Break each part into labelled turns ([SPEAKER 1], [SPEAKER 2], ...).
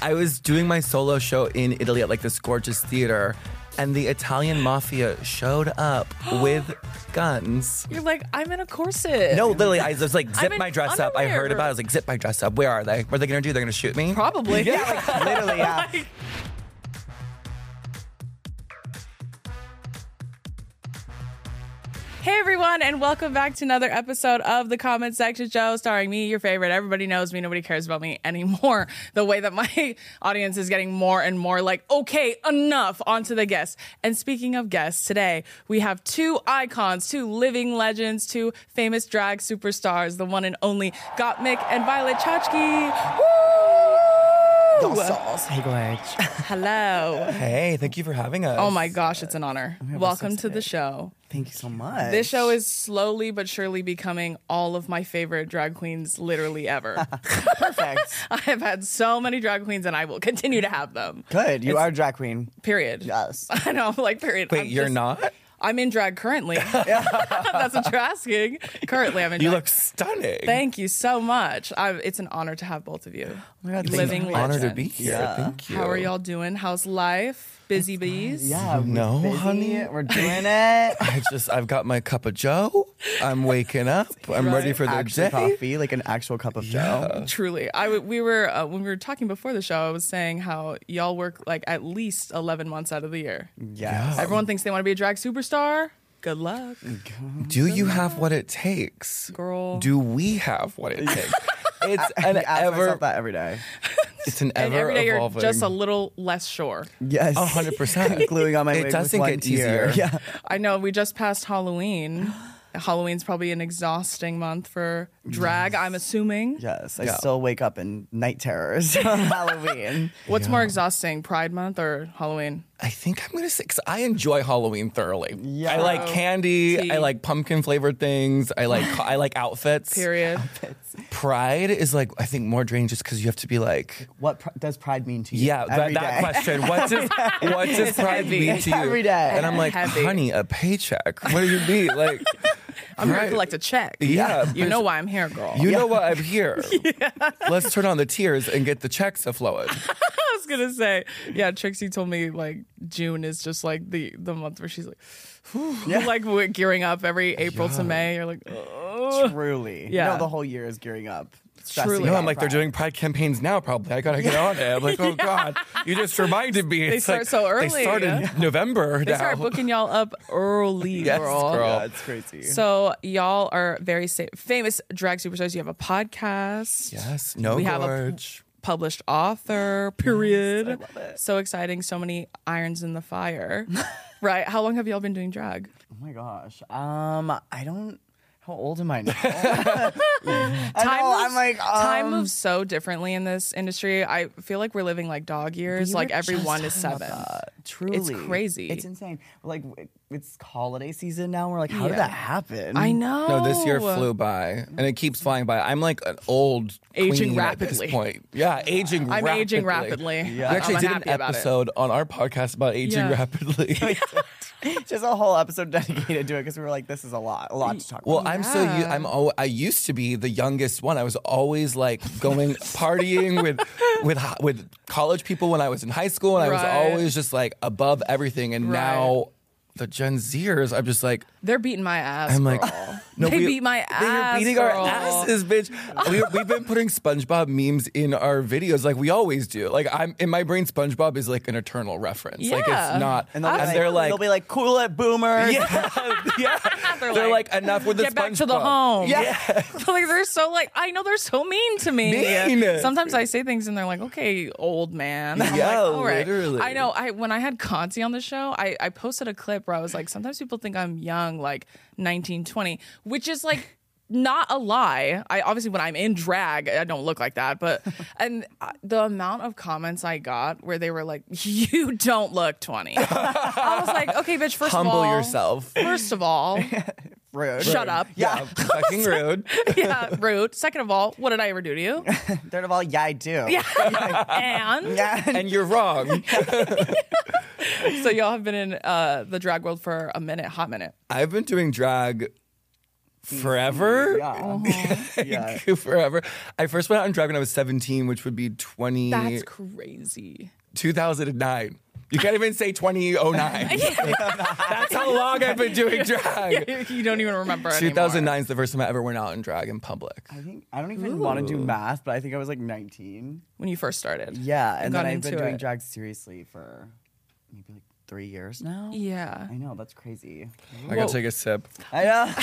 [SPEAKER 1] I was doing my solo show in Italy at like this gorgeous theater, and the Italian mafia showed up with guns.
[SPEAKER 2] You're like, I'm in a corset.
[SPEAKER 1] No, literally, I was like,
[SPEAKER 2] I'm
[SPEAKER 1] zip
[SPEAKER 2] in
[SPEAKER 1] my dress up. I
[SPEAKER 2] underwear.
[SPEAKER 1] heard about it. I was like, zip my dress up. Where are they? What are they gonna do? They're gonna shoot me?
[SPEAKER 2] Probably.
[SPEAKER 1] Yeah, like, literally, yeah.
[SPEAKER 2] Hey everyone, and welcome back to another episode of the Comment Section Show, starring me, your favorite. Everybody knows me, nobody cares about me anymore. The way that my audience is getting more and more like, okay, enough, onto the guests. And speaking of guests, today we have two icons, two living legends, two famous drag superstars, the one and only Gottmik and Violet Chachki. Woo!
[SPEAKER 3] Hey, Gorge.
[SPEAKER 2] Hello.
[SPEAKER 1] Hey, thank you for having us.
[SPEAKER 2] Oh my gosh, it's an honor. Welcome to the show.
[SPEAKER 3] Thank you so much.
[SPEAKER 2] This show is slowly but surely becoming all of my favorite drag queens, literally ever.
[SPEAKER 3] perfect.
[SPEAKER 2] I have had so many drag queens, and I will continue to have them.
[SPEAKER 3] Good. You are a drag queen.
[SPEAKER 2] Period.
[SPEAKER 3] Yes.
[SPEAKER 2] I know, like period.
[SPEAKER 1] Wait,
[SPEAKER 2] I'm
[SPEAKER 1] you're
[SPEAKER 2] just-
[SPEAKER 1] not?
[SPEAKER 2] I'm in drag currently. That's what you're asking. Currently, I'm in.
[SPEAKER 1] You
[SPEAKER 2] drag.
[SPEAKER 1] look stunning.
[SPEAKER 2] Thank you so much. I, it's an honor to have both of you.
[SPEAKER 3] my God, thank
[SPEAKER 2] living
[SPEAKER 3] you.
[SPEAKER 1] Honor
[SPEAKER 2] legends.
[SPEAKER 1] to be here.
[SPEAKER 3] Yeah.
[SPEAKER 1] Thank you.
[SPEAKER 2] How are y'all doing? How's life? Busy bees.
[SPEAKER 3] Yeah. we're
[SPEAKER 1] No,
[SPEAKER 3] busy.
[SPEAKER 1] honey.
[SPEAKER 3] We're doing it.
[SPEAKER 1] I just, I've got my cup of Joe. I'm waking up. I'm ready for the
[SPEAKER 3] Actual
[SPEAKER 1] day.
[SPEAKER 3] coffee, like an actual cup of joe.
[SPEAKER 2] Truly, I w- we were uh, when we were talking before the show. I was saying how y'all work like at least eleven months out of the year.
[SPEAKER 1] Mm.
[SPEAKER 3] Yes.
[SPEAKER 2] Everyone thinks they want to be a drag superstar. Good luck,
[SPEAKER 1] Do you have what it takes?
[SPEAKER 2] girl.
[SPEAKER 1] Do we have what it takes? It's
[SPEAKER 3] I
[SPEAKER 1] an
[SPEAKER 3] ask myself
[SPEAKER 1] ever,
[SPEAKER 3] that every day.
[SPEAKER 1] it's an
[SPEAKER 2] and
[SPEAKER 1] ever
[SPEAKER 2] every day you're
[SPEAKER 1] evolving.
[SPEAKER 2] just a little less sure.
[SPEAKER 3] Yes.
[SPEAKER 1] A hundred percent.
[SPEAKER 3] Gluing on my wig
[SPEAKER 1] It
[SPEAKER 3] with
[SPEAKER 1] doesn't
[SPEAKER 3] one
[SPEAKER 1] get
[SPEAKER 3] tear.
[SPEAKER 1] easier.
[SPEAKER 3] Yeah.
[SPEAKER 2] I know we just passed Halloween. Halloween's probably an exhausting month for drag. I'm assuming.
[SPEAKER 3] Yes. I
[SPEAKER 1] Yeah.
[SPEAKER 3] still wake up in night terrors on Halloween.
[SPEAKER 2] What's more exhausting, Pride Month or Halloween?
[SPEAKER 1] I think I'm gonna say because I enjoy Halloween thoroughly.
[SPEAKER 3] Yeah.
[SPEAKER 1] I like candy.
[SPEAKER 2] Tea.
[SPEAKER 1] I like pumpkin flavored things. I like I like outfits.
[SPEAKER 2] Period.
[SPEAKER 1] Pride is like I think more draining just because you have to be like
[SPEAKER 3] What pr- does pride mean to you?
[SPEAKER 1] yeah that,
[SPEAKER 3] Every
[SPEAKER 1] that
[SPEAKER 3] day.
[SPEAKER 1] question what does what does pride
[SPEAKER 2] heavy.
[SPEAKER 1] mean
[SPEAKER 3] It's
[SPEAKER 1] to you
[SPEAKER 3] every day.
[SPEAKER 1] and I'm like
[SPEAKER 2] Heavy.
[SPEAKER 1] honey a paycheck what do you mean like
[SPEAKER 2] I'm here
[SPEAKER 1] Right.
[SPEAKER 2] to collect a check.
[SPEAKER 1] Yeah,
[SPEAKER 2] You
[SPEAKER 1] but-
[SPEAKER 2] know why I'm here, girl.
[SPEAKER 1] you know what I'm here let's turn on the tears and get the checks a flowing
[SPEAKER 2] I was gonna say, yeah. Trixie told me like June is just like the the month where she's like, whew, like we're gearing up every April to May. You're like, oh.
[SPEAKER 3] Truly.
[SPEAKER 2] Yeah.
[SPEAKER 3] No, the whole year is gearing up.
[SPEAKER 2] Truly.
[SPEAKER 3] Stressing
[SPEAKER 1] No,
[SPEAKER 3] about
[SPEAKER 1] I'm like, they're
[SPEAKER 3] Pride.
[SPEAKER 1] doing pride campaigns now, probably. I gotta get on it. I'm like, oh God, you just reminded me. It's
[SPEAKER 2] start
[SPEAKER 1] like,
[SPEAKER 2] so early.
[SPEAKER 1] They start in November
[SPEAKER 2] they
[SPEAKER 1] now.
[SPEAKER 2] start booking y'all up early,
[SPEAKER 1] Yes,
[SPEAKER 2] girl.
[SPEAKER 1] girl.
[SPEAKER 3] Yeah, it's crazy.
[SPEAKER 2] So y'all are very sa- famous drag superstars. You have a podcast.
[SPEAKER 1] yes, no
[SPEAKER 2] We have a-
[SPEAKER 1] gorge.
[SPEAKER 2] Published author, period.
[SPEAKER 3] I love it.
[SPEAKER 2] So exciting. So many irons in the fire. right. How long have y'all been doing drag?
[SPEAKER 3] Oh my gosh. Um, I don't. How old am I now? I
[SPEAKER 2] time
[SPEAKER 3] know,
[SPEAKER 2] moves,
[SPEAKER 3] I'm like
[SPEAKER 2] time
[SPEAKER 3] um,
[SPEAKER 2] moves so differently in this industry. I feel like we're living like dog years.
[SPEAKER 3] we
[SPEAKER 2] like
[SPEAKER 3] were
[SPEAKER 2] every
[SPEAKER 3] just
[SPEAKER 2] one is
[SPEAKER 3] talking about
[SPEAKER 2] seven.
[SPEAKER 3] that. Truly,
[SPEAKER 2] crazy.
[SPEAKER 3] It's insane. Like w- it's holiday season now. We're like, how did
[SPEAKER 2] Yeah.
[SPEAKER 3] that happen?
[SPEAKER 2] I know.
[SPEAKER 1] Mm. No, this year
[SPEAKER 2] Oh.
[SPEAKER 1] flew by, and it keeps flying by. I'm like an old
[SPEAKER 2] Aging
[SPEAKER 1] queen at
[SPEAKER 2] rapidly.
[SPEAKER 1] this point. Yeah, aging.
[SPEAKER 2] I'm
[SPEAKER 1] rapidly.
[SPEAKER 2] aging rapidly.
[SPEAKER 1] We
[SPEAKER 2] I'm
[SPEAKER 1] actually did an
[SPEAKER 2] unhappy about it.
[SPEAKER 1] episode on our podcast about
[SPEAKER 2] Yeah.
[SPEAKER 1] aging rapidly.
[SPEAKER 3] Just a whole episode dedicated to it because we were like, this is a lot, a lot to talk
[SPEAKER 1] Well,
[SPEAKER 3] about.
[SPEAKER 1] I'm so u-
[SPEAKER 2] Yeah.
[SPEAKER 1] I'm al- I used to be the youngest one. I was always like going partying with with hi- with college people when I was in high school, and I
[SPEAKER 2] Right.
[SPEAKER 1] was always just like above everything. And
[SPEAKER 2] Right.
[SPEAKER 1] now the Gen Zers, I'm just like
[SPEAKER 2] They're beating my ass.
[SPEAKER 1] I'm like
[SPEAKER 2] girl.
[SPEAKER 1] no,
[SPEAKER 2] they
[SPEAKER 1] we-
[SPEAKER 2] beat my ass.
[SPEAKER 1] They're beating
[SPEAKER 2] girl.
[SPEAKER 1] our asses, bitch. We, we've been putting SpongeBob memes in our videos like we always do. Like I'm in my brain, SpongeBob is like an eternal reference. Like
[SPEAKER 2] Yeah.
[SPEAKER 1] it's not.
[SPEAKER 3] and
[SPEAKER 1] And,
[SPEAKER 3] they'll, be
[SPEAKER 1] they're like.
[SPEAKER 3] they'll be like, cool it, boomers.
[SPEAKER 1] yeah, yeah. They're,
[SPEAKER 2] like,
[SPEAKER 1] like, enough with the
[SPEAKER 2] Get back to the
[SPEAKER 1] SpongeBob."
[SPEAKER 2] home.
[SPEAKER 1] Yeah.
[SPEAKER 2] like they're so like I know they're so mean to me.
[SPEAKER 1] Mean.
[SPEAKER 2] Sometimes I say things and they're like, "Okay, old man." I'm
[SPEAKER 1] Yeah,
[SPEAKER 2] like, All right.
[SPEAKER 1] literally.
[SPEAKER 2] I know. I when I had Conti on the show, I I posted a clip where I was like, "Sometimes people think I'm young, like 19, 20, which is like not a lie. I obviously when I'm in drag, I don't look like that, but and uh, the amount of comments I got where they were like, "You don't look 20." I was like, "Okay, bitch, first of
[SPEAKER 1] Humble
[SPEAKER 2] all,
[SPEAKER 1] yourself.
[SPEAKER 2] First of all,
[SPEAKER 3] Rude.
[SPEAKER 2] shut up.
[SPEAKER 1] Yeah, fucking rude.
[SPEAKER 2] yeah, rude. Second of all, what did I ever do to you?
[SPEAKER 3] Third of all, yeah, I do.
[SPEAKER 2] Yeah. and
[SPEAKER 3] Yeah.
[SPEAKER 1] And you're wrong.
[SPEAKER 2] so y'all have been in uh, the drag world for a minute, hot minute.
[SPEAKER 1] I've been doing drag forever.
[SPEAKER 3] Yeah. Yeah.
[SPEAKER 1] forever. I first went out in drag when I was 17, which would be 20,
[SPEAKER 2] That's crazy.
[SPEAKER 1] 2009. You can't even say 2009. That's how long I've been doing drag.
[SPEAKER 2] you don't even remember. anymore.
[SPEAKER 1] 2009 is the first time I ever went out in drag in public.
[SPEAKER 3] I think I don't even want to do math, but I think I was like 19.
[SPEAKER 2] when you first started.
[SPEAKER 3] Yeah, and
[SPEAKER 2] got
[SPEAKER 3] then I've been
[SPEAKER 2] into
[SPEAKER 3] doing
[SPEAKER 2] it.
[SPEAKER 3] drag seriously for maybe like three years now.
[SPEAKER 2] Yeah.
[SPEAKER 3] I know that's crazy.
[SPEAKER 1] I gotta take a sip.
[SPEAKER 3] I know.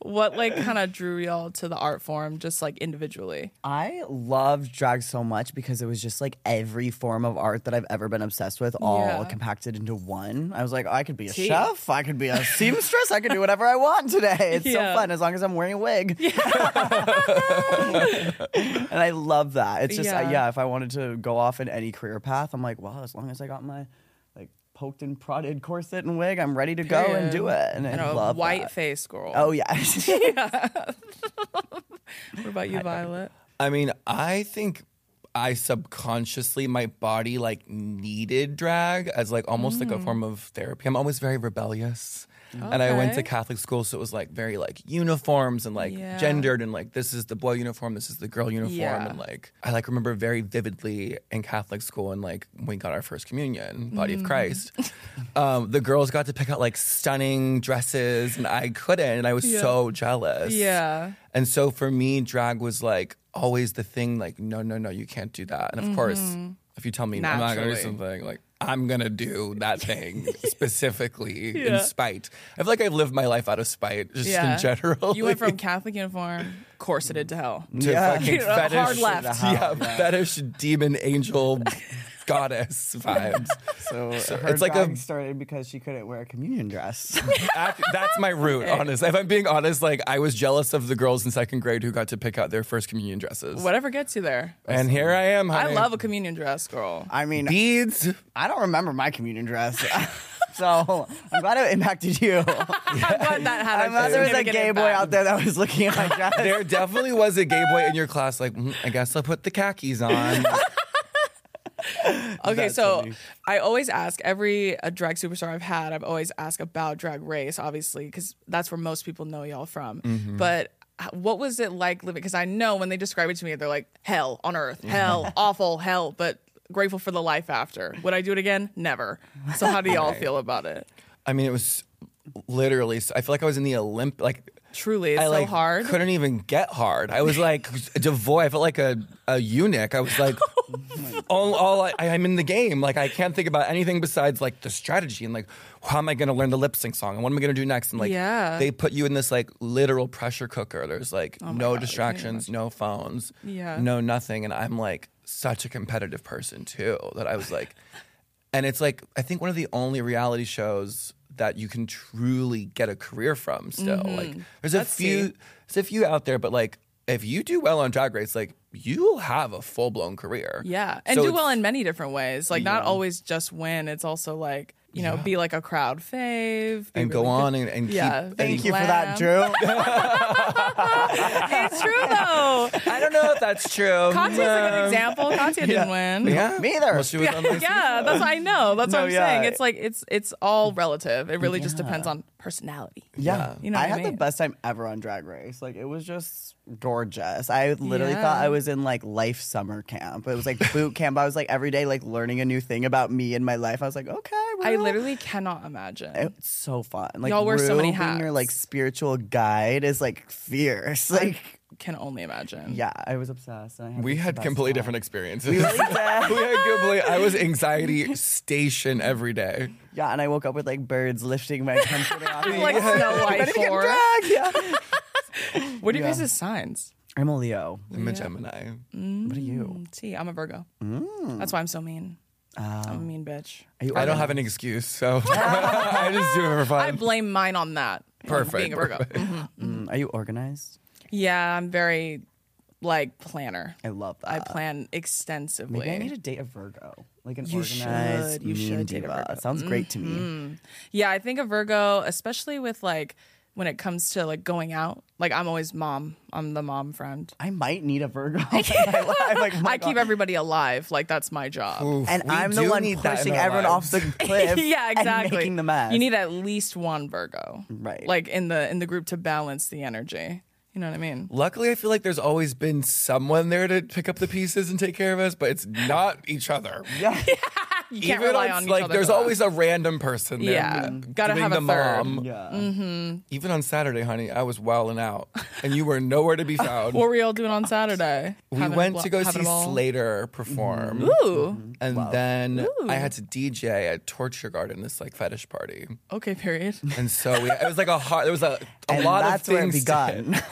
[SPEAKER 2] What like kind of drew y'all to the art form, just like individually?
[SPEAKER 3] I loved drag so much because it was just like every form of art that I've ever been obsessed with, all
[SPEAKER 2] Yeah.
[SPEAKER 3] compacted into one. I was like, I could be a
[SPEAKER 2] Tea.
[SPEAKER 3] chef, I could be a seamstress, I could do whatever I want today. It's
[SPEAKER 2] Yeah.
[SPEAKER 3] so fun as long as I'm wearing a wig. and I love that. It's just uh,
[SPEAKER 2] Yeah.
[SPEAKER 3] yeah. if I wanted to go off in any career path, I'm like, wow, as long as I got my like poked and prodded corset and wig, I'm ready to go and do it. And,
[SPEAKER 2] And
[SPEAKER 3] I
[SPEAKER 2] a
[SPEAKER 3] love
[SPEAKER 2] white
[SPEAKER 3] that.
[SPEAKER 2] face girl.
[SPEAKER 3] Oh yeah.
[SPEAKER 2] What about you, Violet?
[SPEAKER 1] I mean, I think I subconsciously my body like needed drag as like almost like
[SPEAKER 2] Mm.
[SPEAKER 1] a form of therapy. I'm always very rebellious. And I went to
[SPEAKER 2] Okay.
[SPEAKER 1] Catholic school, so it was like very like uniforms and like
[SPEAKER 2] Yeah.
[SPEAKER 1] gendered and like this is the boy uniform, this is the girl uniform.
[SPEAKER 2] Yeah.
[SPEAKER 1] And like I like remember very vividly in Catholic school and like when we got our first communion, Body
[SPEAKER 2] Mm.
[SPEAKER 1] of Christ. um, the girls got to pick out like stunning dresses and I couldn't and I was
[SPEAKER 2] Yeah.
[SPEAKER 1] so jealous.
[SPEAKER 2] Yeah.
[SPEAKER 1] And so for me, drag was like always the thing, like, no, no, no, you can't do that. And of course, if you tell me I'm not gonna do
[SPEAKER 2] Mm-hmm. Naturally.
[SPEAKER 1] something, like I'm gonna do that thing specifically
[SPEAKER 2] Yeah.
[SPEAKER 1] in spite. I feel like I've lived my life out of spite, just
[SPEAKER 2] Yeah.
[SPEAKER 1] in general.
[SPEAKER 2] You went from Catholic uniform, corseted to hell.
[SPEAKER 1] to
[SPEAKER 3] Yeah.
[SPEAKER 1] fucking
[SPEAKER 2] You know, hard
[SPEAKER 1] fetish,
[SPEAKER 2] left.
[SPEAKER 1] Yeah, fetish demon angel goddess vibes.
[SPEAKER 3] So, her
[SPEAKER 1] it's like a-
[SPEAKER 3] drag started because she couldn't wear a communion dress.
[SPEAKER 1] Act- That's my root, honest. If I'm being honest, like I was jealous of the girls in second grade who got to pick out their first communion dresses.
[SPEAKER 2] Whatever gets you there.
[SPEAKER 1] And here I am.
[SPEAKER 2] I
[SPEAKER 1] honey.
[SPEAKER 2] love a communion dress, girl.
[SPEAKER 3] I mean,
[SPEAKER 1] beads.
[SPEAKER 3] I don't remember my communion dress. so I'm glad it impacted you.
[SPEAKER 2] I'm glad that had
[SPEAKER 3] I'm glad there was a
[SPEAKER 2] significant
[SPEAKER 3] gay boy
[SPEAKER 2] impact.
[SPEAKER 3] out there that was looking at my dress.
[SPEAKER 1] there definitely was a gay boy in your class like "Mm, i guess i'll put the khakis on
[SPEAKER 2] Okay,
[SPEAKER 3] That's
[SPEAKER 2] so
[SPEAKER 3] funny.
[SPEAKER 2] I always ask every uh drag superstar I've had, I've always asked about Drag Race, obviously, because that's where most people know y'all from.
[SPEAKER 3] Mm-hmm.
[SPEAKER 2] But h- what was it like living? Because I know when they describe it to me, they're like, hell on
[SPEAKER 3] Mm-hmm.
[SPEAKER 2] earth, hell, awful, hell, but grateful for the life after. Would I do it again? Never. So, how do y'all feel about it?
[SPEAKER 1] i mean it was literally i feel like i was in the olymp like
[SPEAKER 2] Truly, it's
[SPEAKER 1] I
[SPEAKER 2] so
[SPEAKER 1] like
[SPEAKER 2] hard.
[SPEAKER 1] couldn't even get hard. I was like devoid. I felt like a, a eunuch. I was like,
[SPEAKER 2] Oh
[SPEAKER 1] all, all I, I'm in the game. Like I can't think about anything besides like the strategy and like how am I going to learn the lip sync song and what am I going to do next? And like
[SPEAKER 2] Yeah. Oh
[SPEAKER 1] they put you in this like literal pressure cooker. There's like no
[SPEAKER 2] God, I can't
[SPEAKER 1] distractions, no phones,
[SPEAKER 2] Yeah.
[SPEAKER 1] no nothing. And I'm like such a competitive person too that I was like, and it's like I think one of the only reality shows that you can truly get a career from still. Like there's
[SPEAKER 2] Mm-hmm.
[SPEAKER 1] a
[SPEAKER 2] Let's
[SPEAKER 1] few
[SPEAKER 2] see.
[SPEAKER 1] there's a few out there, but like if you do well on drag race, like you'll have a full blown career.
[SPEAKER 2] Yeah, and
[SPEAKER 1] So
[SPEAKER 2] do
[SPEAKER 1] it's-
[SPEAKER 2] well in many different ways. Like not always just win. It's also like you know, be like a crowd fave, be
[SPEAKER 1] and go
[SPEAKER 2] really good-
[SPEAKER 1] on and, and
[SPEAKER 2] Yeah,
[SPEAKER 1] keep
[SPEAKER 2] thank
[SPEAKER 1] and
[SPEAKER 3] Thank you for that, Drew.
[SPEAKER 2] It's true though.
[SPEAKER 1] I don't know if that's true.
[SPEAKER 2] Katya's a good example. Katya didn't win.
[SPEAKER 1] Yeah.
[SPEAKER 3] Me either.
[SPEAKER 1] Well, she was on the-
[SPEAKER 2] Yeah, that's I know. That's what
[SPEAKER 3] No,
[SPEAKER 2] I'm
[SPEAKER 3] yeah.
[SPEAKER 2] saying. It's like it's it's all relative. It really just depends on personality.
[SPEAKER 3] Yeah.
[SPEAKER 2] You know
[SPEAKER 3] I
[SPEAKER 2] what I
[SPEAKER 3] had the
[SPEAKER 2] mean?
[SPEAKER 3] best time ever on Drag Race. Like, it was just gorgeous. I literally
[SPEAKER 2] Yeah.
[SPEAKER 3] thought I was in like life summer camp. It was like boot camp. I was like every day, like learning a new thing about me and my life. I was like, okay.
[SPEAKER 2] I
[SPEAKER 3] well.
[SPEAKER 2] literally cannot imagine.
[SPEAKER 3] It's so fun. Like
[SPEAKER 2] Y'all wear so many
[SPEAKER 3] Rue being Your
[SPEAKER 2] hats.
[SPEAKER 3] like spiritual guide is like fierce. Like
[SPEAKER 2] Can only imagine.
[SPEAKER 3] yeah, I was obsessed. And I
[SPEAKER 1] We
[SPEAKER 3] the
[SPEAKER 1] had
[SPEAKER 3] best
[SPEAKER 1] completely
[SPEAKER 3] time.
[SPEAKER 1] different experiences. We, had completely I was anxiety station every day.
[SPEAKER 3] Yeah, and I woke up with like birds lifting my comforter off. me.
[SPEAKER 2] Like Snow White
[SPEAKER 3] Ready to get
[SPEAKER 2] four.
[SPEAKER 3] dragged, yeah.
[SPEAKER 2] What are you guys' signs?
[SPEAKER 3] I'm a Leo.
[SPEAKER 1] I'm a Gemini.
[SPEAKER 2] Mm.
[SPEAKER 3] What are you?
[SPEAKER 2] T. I'm a Virgo.
[SPEAKER 3] Mm.
[SPEAKER 2] That's why I'm so mean. I'm a
[SPEAKER 3] Um,
[SPEAKER 2] mean bitch.
[SPEAKER 3] Are you
[SPEAKER 1] I don't have an excuse, so I just do it for fun.
[SPEAKER 2] I blame mine on that.
[SPEAKER 1] Perfect.
[SPEAKER 2] being a Virgo. Mm-hmm.
[SPEAKER 1] perfect.
[SPEAKER 3] Mm, are you organized?
[SPEAKER 2] Yeah, I'm very like planner.
[SPEAKER 3] I love that.
[SPEAKER 2] I plan extensively.
[SPEAKER 3] Maybe I need to date a Virgo, like an
[SPEAKER 2] You
[SPEAKER 3] organized
[SPEAKER 2] should. You
[SPEAKER 3] mean
[SPEAKER 2] should date a
[SPEAKER 3] diva.
[SPEAKER 2] Virgo. Mm-hmm.
[SPEAKER 3] Sounds great to me.
[SPEAKER 2] Yeah, I think a Virgo, especially with like when it comes to like going out, like I'm always mom. I'm the mom friend.
[SPEAKER 3] I might need a Virgo. I'm like, oh my
[SPEAKER 2] I keep
[SPEAKER 3] God.
[SPEAKER 2] everybody alive. Like that's my job.
[SPEAKER 1] Oof,
[SPEAKER 3] and
[SPEAKER 1] we
[SPEAKER 3] I'm the
[SPEAKER 1] do
[SPEAKER 3] one
[SPEAKER 1] need that in
[SPEAKER 3] pushing
[SPEAKER 1] our
[SPEAKER 3] everyone off
[SPEAKER 1] lives.
[SPEAKER 3] the cliff.
[SPEAKER 2] yeah, exactly.
[SPEAKER 3] And making the mess.
[SPEAKER 2] You need at least one Virgo,
[SPEAKER 3] Right.
[SPEAKER 2] Like in the in the group to balance the energy. You know what I mean?
[SPEAKER 1] Luckily, I feel like there's always been someone there to pick up the pieces and take care of us, but it's not each other.
[SPEAKER 3] yeah.
[SPEAKER 2] You can't
[SPEAKER 1] Even
[SPEAKER 2] rely
[SPEAKER 1] on,
[SPEAKER 2] on each
[SPEAKER 1] like,
[SPEAKER 2] other
[SPEAKER 1] there's
[SPEAKER 2] for that.
[SPEAKER 1] always a random person. There
[SPEAKER 2] Yeah.
[SPEAKER 1] mm,
[SPEAKER 2] Gotta
[SPEAKER 1] doing
[SPEAKER 2] have
[SPEAKER 1] the
[SPEAKER 2] a third.
[SPEAKER 1] mom.
[SPEAKER 3] yeah.
[SPEAKER 1] Even on Saturday, honey, I was wilding out, and you were nowhere to be found.
[SPEAKER 2] What were y'all doing on Saturday?
[SPEAKER 1] we
[SPEAKER 2] Having a
[SPEAKER 1] went
[SPEAKER 2] blo-
[SPEAKER 1] to go
[SPEAKER 2] having
[SPEAKER 1] see Mm-hmm.
[SPEAKER 2] a ball?
[SPEAKER 1] Slater
[SPEAKER 3] Mm-hmm.
[SPEAKER 1] perform,
[SPEAKER 2] Ooh.
[SPEAKER 1] and then I had to DJ at Torture Garden, this like fetish party,
[SPEAKER 2] Okay. Period.
[SPEAKER 1] and so we, it was like a hard. There was a, a
[SPEAKER 3] and
[SPEAKER 1] lot
[SPEAKER 3] that's
[SPEAKER 1] of
[SPEAKER 3] where it
[SPEAKER 1] things. to hit.
[SPEAKER 3] begun.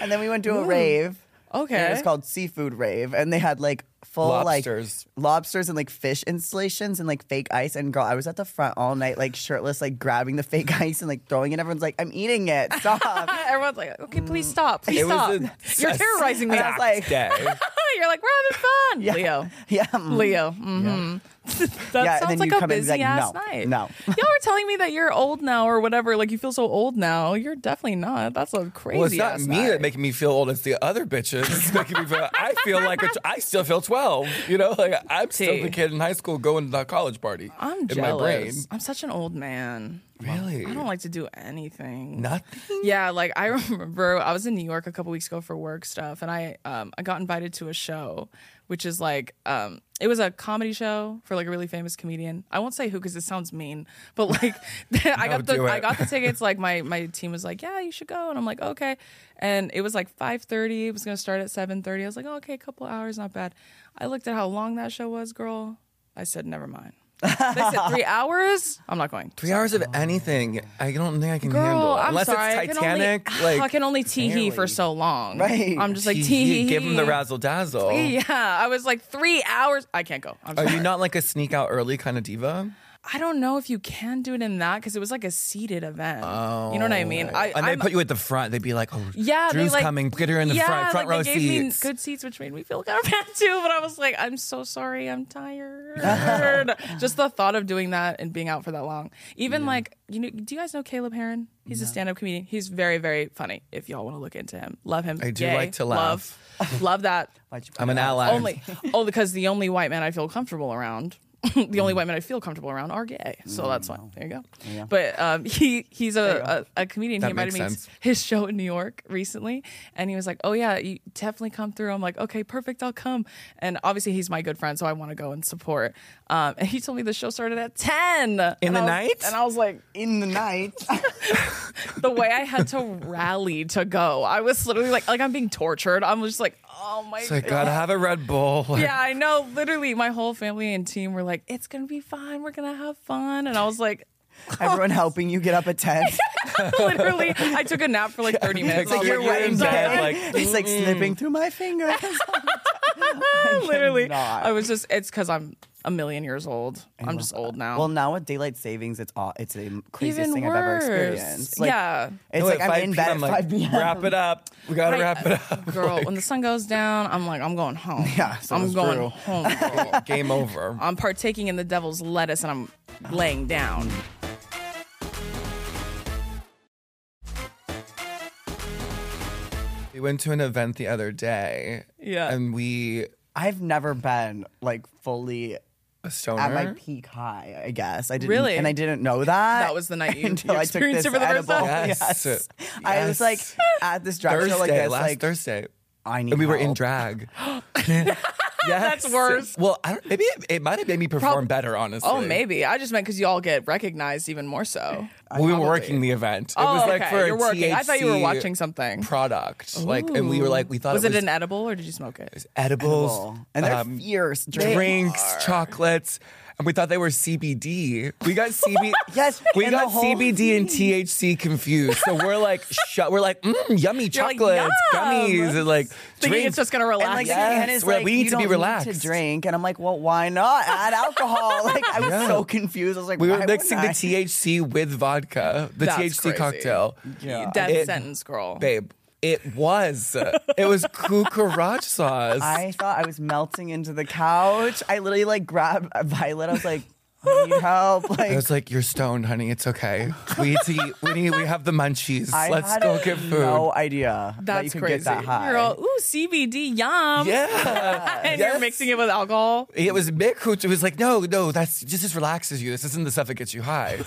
[SPEAKER 3] and then we went to a rave.
[SPEAKER 2] Okay.
[SPEAKER 3] And it was called Seafood Rave, and they had like full
[SPEAKER 1] Lobsters.
[SPEAKER 3] like lobsters and like fish installations and like fake ice. And girl, I was at the front all night, like shirtless, like grabbing the fake ice and like throwing it. Everyone's like, "I'm eating it, stop!"
[SPEAKER 2] Ah, Everyone's like, okay, please stop, please
[SPEAKER 1] Mm. It
[SPEAKER 2] stop.
[SPEAKER 1] was a,
[SPEAKER 2] You're
[SPEAKER 1] a
[SPEAKER 2] terrorizing me.
[SPEAKER 3] I was
[SPEAKER 1] stacked
[SPEAKER 3] like-
[SPEAKER 1] day.
[SPEAKER 2] You're like, we're having fun, Leo.
[SPEAKER 3] yeah, mm.
[SPEAKER 2] Leo. hmm that
[SPEAKER 3] Yeah, and
[SPEAKER 2] sounds
[SPEAKER 3] then
[SPEAKER 2] like
[SPEAKER 3] you
[SPEAKER 2] a
[SPEAKER 3] come in and
[SPEAKER 2] busy
[SPEAKER 3] be like,
[SPEAKER 2] ass
[SPEAKER 3] "No,
[SPEAKER 2] night.
[SPEAKER 3] no."
[SPEAKER 2] Y'all were telling me that you're old now or whatever. Like you feel so old now. You're definitely not. That's a crazy.
[SPEAKER 1] Well, it's not
[SPEAKER 2] ass
[SPEAKER 1] me
[SPEAKER 2] night.
[SPEAKER 1] that making me feel old. It's the other bitches that's making me feel. I feel like a t- I still feel twelve. You know, like I'm still
[SPEAKER 2] Tea.
[SPEAKER 1] the kid in high school going to the college party.
[SPEAKER 2] I'm
[SPEAKER 1] in
[SPEAKER 2] jealous.
[SPEAKER 1] my brain.
[SPEAKER 2] I'm such an old man.
[SPEAKER 1] Really?
[SPEAKER 2] I don't like to do anything.
[SPEAKER 1] nothing.
[SPEAKER 2] Yeah, like I remember I was in New York a couple weeks ago for work stuff, and I um I got invited to a show, which is like um it was a comedy show for like a really famous comedian. I won't say who because it sounds mean, but like I got
[SPEAKER 1] No,
[SPEAKER 2] the
[SPEAKER 1] do
[SPEAKER 2] I
[SPEAKER 1] it.
[SPEAKER 2] got the tickets. Like my my team was like, yeah, you should go, and I'm like, okay, and it was like five thirty. It was gonna start at seven thirty. I was like, oh, okay, a couple hours, not bad. I looked at how long that show was, girl. I said, never mind. they said three hours. I'm not going.
[SPEAKER 1] Three hours of anything. I don't think I can
[SPEAKER 2] Girl,
[SPEAKER 1] handle.
[SPEAKER 2] I'm
[SPEAKER 1] Unless
[SPEAKER 2] sorry. I
[SPEAKER 1] it's
[SPEAKER 2] can only-
[SPEAKER 1] Titanic.
[SPEAKER 2] I
[SPEAKER 1] like
[SPEAKER 2] can only tee hee for
[SPEAKER 3] barely.
[SPEAKER 2] so long.
[SPEAKER 3] Right.
[SPEAKER 2] I'm just like
[SPEAKER 1] he-
[SPEAKER 2] tee
[SPEAKER 1] he-
[SPEAKER 2] hee.
[SPEAKER 1] give him the razzle dazzle.
[SPEAKER 2] Yeah, I was like three hours. I can't go. I'm
[SPEAKER 1] Are
[SPEAKER 2] sorry.
[SPEAKER 1] you not like a sneak out early kind of diva?
[SPEAKER 2] I don't know if you can do it in that because it was like a seated event. you know what I mean? I,
[SPEAKER 1] Oh, and they
[SPEAKER 2] I'm-
[SPEAKER 1] put you at the front. They'd be like, "Oh,
[SPEAKER 2] yeah,
[SPEAKER 1] Drew's
[SPEAKER 2] they like,
[SPEAKER 1] coming. Get her in the
[SPEAKER 2] yeah,
[SPEAKER 1] front, front
[SPEAKER 2] like
[SPEAKER 1] row
[SPEAKER 2] they gave me
[SPEAKER 1] seats."
[SPEAKER 2] good seats, which made me feel kind of bad too. But I was like, I'm so sorry, I'm tired. Just the thought of doing that and being out for that long. Even like, you know, do you guys know Caleb Heron? He's a stand-up comedian. He's very, very funny. If y'all want to look into him, love him.
[SPEAKER 1] I do
[SPEAKER 2] Yay.
[SPEAKER 1] like to laugh.
[SPEAKER 2] Love, love that.
[SPEAKER 3] Why'd you put
[SPEAKER 1] I'm an
[SPEAKER 3] it out?
[SPEAKER 1] ally.
[SPEAKER 2] only, oh, because the only white men I feel comfortable around. the
[SPEAKER 1] Mm.
[SPEAKER 2] only white men I feel comfortable around are gay, so that's why. There you go. But um, he he's a, a, a comedian.
[SPEAKER 1] That
[SPEAKER 2] he invited
[SPEAKER 1] makes
[SPEAKER 2] me to
[SPEAKER 1] sense.
[SPEAKER 2] his show in New York recently, and he was like, "Oh yeah, you definitely come through." I'm like, "Okay, perfect, I'll come." And obviously, he's my good friend, so I want to go and support. Um, and he told me the show started at ten in
[SPEAKER 1] the night?
[SPEAKER 2] and I was like,
[SPEAKER 3] in the night.
[SPEAKER 2] the way I had to rally to go, I was literally like, like I'm being tortured. I'm just like, oh my
[SPEAKER 1] It's like, God, have a Red Bull.
[SPEAKER 2] yeah, I know. Literally, my whole family and team were like, "It's gonna be fun. We're gonna have fun." And I was like,
[SPEAKER 3] Everyone helping you get up at ten.
[SPEAKER 2] literally, I took a nap for like 30 minutes.
[SPEAKER 1] It's like
[SPEAKER 2] I was
[SPEAKER 1] you're
[SPEAKER 2] "I'm
[SPEAKER 1] in bed,
[SPEAKER 2] sorry."
[SPEAKER 1] like, mm-hmm.
[SPEAKER 3] it's like slipping through my fingers.
[SPEAKER 2] literally,
[SPEAKER 3] cannot.
[SPEAKER 2] I was just. It's because I'm a million years old. I'm just old now.
[SPEAKER 3] Well, now with daylight savings, it's all, it's the craziest
[SPEAKER 2] Even
[SPEAKER 3] thing I've ever
[SPEAKER 2] worse.
[SPEAKER 3] experienced. Like,
[SPEAKER 2] Yeah.
[SPEAKER 3] it's
[SPEAKER 1] No,
[SPEAKER 3] like
[SPEAKER 1] at
[SPEAKER 3] I'm
[SPEAKER 1] 5
[SPEAKER 3] in bed at
[SPEAKER 1] p.m., like,
[SPEAKER 3] five p.m.
[SPEAKER 1] Wrap it up. We gotta
[SPEAKER 2] I-
[SPEAKER 1] wrap it up.
[SPEAKER 2] girl, when the sun goes down, I'm like, I'm going home.
[SPEAKER 3] Yeah, so
[SPEAKER 2] I'm
[SPEAKER 3] does
[SPEAKER 2] going
[SPEAKER 3] Drew.
[SPEAKER 2] home. Girl.
[SPEAKER 1] Game over.
[SPEAKER 2] I'm partaking in the devil's lettuce, and I'm laying down.
[SPEAKER 3] Mm-hmm.
[SPEAKER 1] We went to an event the other day.
[SPEAKER 2] Yeah.
[SPEAKER 1] And we
[SPEAKER 3] I've never been like fully
[SPEAKER 1] a stoner.
[SPEAKER 3] at my peak high. I guess I didn't,
[SPEAKER 2] Really?
[SPEAKER 3] and I didn't know that.
[SPEAKER 2] That was the night you-
[SPEAKER 3] until
[SPEAKER 2] you
[SPEAKER 3] I took
[SPEAKER 2] experienced
[SPEAKER 3] this
[SPEAKER 2] it for the first
[SPEAKER 3] edible.
[SPEAKER 1] time?
[SPEAKER 3] Yes.
[SPEAKER 1] Yes.
[SPEAKER 3] I
[SPEAKER 1] Yes.
[SPEAKER 3] was like at this drag
[SPEAKER 1] Thursday,
[SPEAKER 3] show like this,
[SPEAKER 1] last
[SPEAKER 3] like
[SPEAKER 1] Thursday.
[SPEAKER 3] I need.
[SPEAKER 1] And we were in
[SPEAKER 3] help.
[SPEAKER 1] drag. yes.
[SPEAKER 2] That's worse.
[SPEAKER 1] Well, I don't, maybe it, it might have made me perform
[SPEAKER 2] Prob-
[SPEAKER 1] better, honestly.
[SPEAKER 2] Oh, maybe. I just meant because you all get recognized even more so.
[SPEAKER 1] Well, we were working the event.
[SPEAKER 2] oh,
[SPEAKER 1] it was like
[SPEAKER 2] okay.
[SPEAKER 1] for
[SPEAKER 2] You're
[SPEAKER 1] a
[SPEAKER 2] working. I thought you were
[SPEAKER 1] THC
[SPEAKER 2] watching something.
[SPEAKER 1] product. Like, and we were like, we thought
[SPEAKER 2] was
[SPEAKER 1] it
[SPEAKER 2] it,
[SPEAKER 1] was
[SPEAKER 2] an edible or did you smoke it?
[SPEAKER 1] edibles
[SPEAKER 3] and they're
[SPEAKER 1] um,
[SPEAKER 3] fierce. Drink.
[SPEAKER 1] drinks, chocolates. and we thought they were CBD. We got CB.
[SPEAKER 3] Yes,
[SPEAKER 1] we
[SPEAKER 3] and the
[SPEAKER 1] got
[SPEAKER 3] whole-
[SPEAKER 1] CBD and THC confused. So we're like, shut. We're like, mm, yummy
[SPEAKER 2] like,
[SPEAKER 1] chocolates, gummies, and like
[SPEAKER 2] Thinking it's
[SPEAKER 1] drinks.
[SPEAKER 2] just gonna relax.
[SPEAKER 3] And like
[SPEAKER 2] you.
[SPEAKER 1] Yes,
[SPEAKER 3] Ken is
[SPEAKER 1] we're like,
[SPEAKER 3] like,
[SPEAKER 1] we need
[SPEAKER 3] you
[SPEAKER 1] to be
[SPEAKER 3] don't
[SPEAKER 1] relaxed.
[SPEAKER 3] to drink, and I'm like, well, why not add alcohol? Like I was
[SPEAKER 1] Yeah.
[SPEAKER 3] so confused. I was like,
[SPEAKER 1] we were
[SPEAKER 3] why
[SPEAKER 1] mixing the
[SPEAKER 3] wouldn't I?
[SPEAKER 1] THC with vodka, the
[SPEAKER 2] That's
[SPEAKER 1] THC
[SPEAKER 2] crazy.
[SPEAKER 1] cocktail.
[SPEAKER 3] Yeah.
[SPEAKER 2] Death
[SPEAKER 1] It-
[SPEAKER 2] sentence, girl.
[SPEAKER 1] Babe, it was. it was cucaracha sauce.
[SPEAKER 3] I thought I was melting into the couch. I literally like grabbed Violet. I was like, I need help.
[SPEAKER 1] I
[SPEAKER 3] Like
[SPEAKER 1] was like, "You're stoned, honey. It's okay. We need to eat. We need. We have the munchies.
[SPEAKER 3] I
[SPEAKER 1] Let's
[SPEAKER 3] had
[SPEAKER 1] go get food."
[SPEAKER 3] No idea that you
[SPEAKER 2] That's
[SPEAKER 3] could
[SPEAKER 2] crazy.
[SPEAKER 3] get that high.
[SPEAKER 2] You're all ooh CBD yum.
[SPEAKER 1] Yeah,
[SPEAKER 2] And you're
[SPEAKER 1] Yes.
[SPEAKER 2] mixing it with alcohol.
[SPEAKER 1] It was Mick who who was like, "No, no, that's just this relaxes you. This isn't the stuff that gets you high."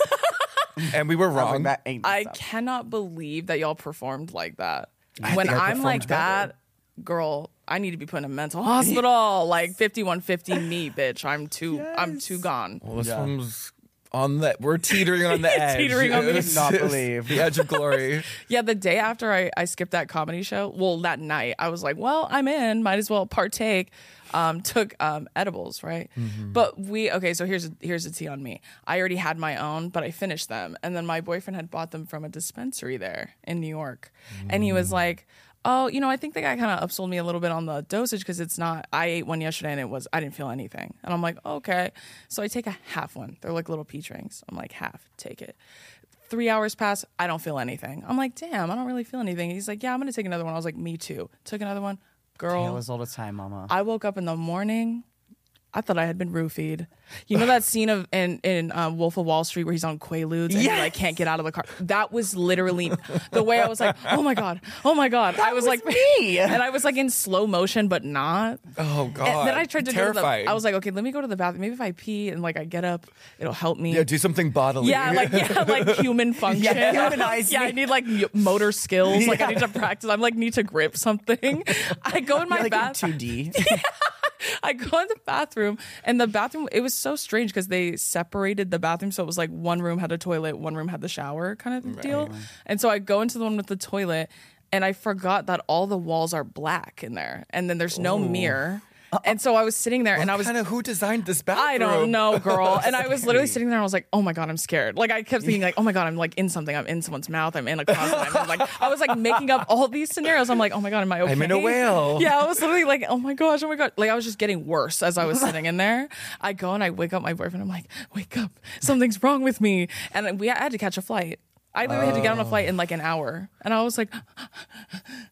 [SPEAKER 1] and we were
[SPEAKER 3] I was like,
[SPEAKER 1] wrong.
[SPEAKER 3] that ain't.
[SPEAKER 2] I
[SPEAKER 3] the stuff.
[SPEAKER 2] cannot believe that y'all performed like that.
[SPEAKER 1] I
[SPEAKER 2] when
[SPEAKER 1] think I
[SPEAKER 2] I'm like
[SPEAKER 1] performed
[SPEAKER 2] that, girl, I need to be put in a mental hospital. like 5150 me, bitch. I'm too. I'm too gone.
[SPEAKER 1] well, this
[SPEAKER 3] Yeah.
[SPEAKER 1] one's on the. We're teetering on the edge.
[SPEAKER 2] Teetering on the-
[SPEAKER 1] It was-
[SPEAKER 3] Not
[SPEAKER 1] it was
[SPEAKER 3] believe.
[SPEAKER 1] the edge of glory.
[SPEAKER 2] Yeah, the day after I, I skipped that comedy show, well, that night, I was like, well, I'm in, might as well partake. Um, took um, edibles, right? But we okay. So here's a, here's a tea on me. I already had my own, but I finished them, and then my boyfriend had bought them from a dispensary there in New York, and he was like, "Oh, you know, I think the guy kind of upsold me a little bit on the dosage because it's not. I ate one yesterday and it was I didn't feel anything, and I'm like, okay. So I take a half one. They're like little peach rings. I'm like half, take it three hours pass i don't feel anything i'm like damn i don't really feel anything he's like yeah i'm gonna take another one i was like me too took another one
[SPEAKER 3] It
[SPEAKER 2] girl
[SPEAKER 3] was all the time, Mama.
[SPEAKER 2] i woke up in the morning i thought i had been roofied you know that scene of in in um, wolf of wall street where he's on quaaludes and he like can't get out of the car that was literally the way i was like oh my god oh my god i was,
[SPEAKER 3] was
[SPEAKER 2] like
[SPEAKER 3] me.
[SPEAKER 2] and i was like in slow motion but not
[SPEAKER 1] Oh God.
[SPEAKER 2] and then I tried to go to
[SPEAKER 1] terrifying.
[SPEAKER 2] the. I was like, okay, let me go to the bathroom. Maybe if I pee and like I get up, it'll help me.
[SPEAKER 1] "Yeah, do something bodily."
[SPEAKER 2] Yeah, like yeah, like human function.
[SPEAKER 3] Yeah, humanize
[SPEAKER 2] Yeah,
[SPEAKER 3] me.
[SPEAKER 2] I need like y- motor skills. Like I need to practice. I'm like need to grip something. I go in my
[SPEAKER 3] like
[SPEAKER 2] bath.
[SPEAKER 3] in 2D.
[SPEAKER 2] I go in the bathroom, and the bathroom. It was so strange because they separated the bathroom, so it was like one room had a toilet, one room had the shower kind of deal. And so I go into the one with the toilet, and I forgot that all the walls are black in there, and then there's no mirror.
[SPEAKER 3] Uh,
[SPEAKER 2] And so I was sitting there, and I was
[SPEAKER 1] kind of who designed this bathroom?
[SPEAKER 2] I don't know, girl. And I was literally sitting there and I was like, oh my God, I'm scared. Like, I kept thinking, like, oh my God, I'm like in something. I'm in someone's mouth. I'm in a closet. I'm in, like, I was like making up all these scenarios. I'm like, oh my God, am I okay?
[SPEAKER 1] I'm in a whale.
[SPEAKER 2] Yeah, I was literally like, oh my gosh, oh my God. Like, I was just getting worse as I was sitting in there. I go and I wake up my boyfriend. I'm like, wake up. Something's wrong with me. And we I had to catch a flight. I literally had to get on a flight in like an hour. And I was like,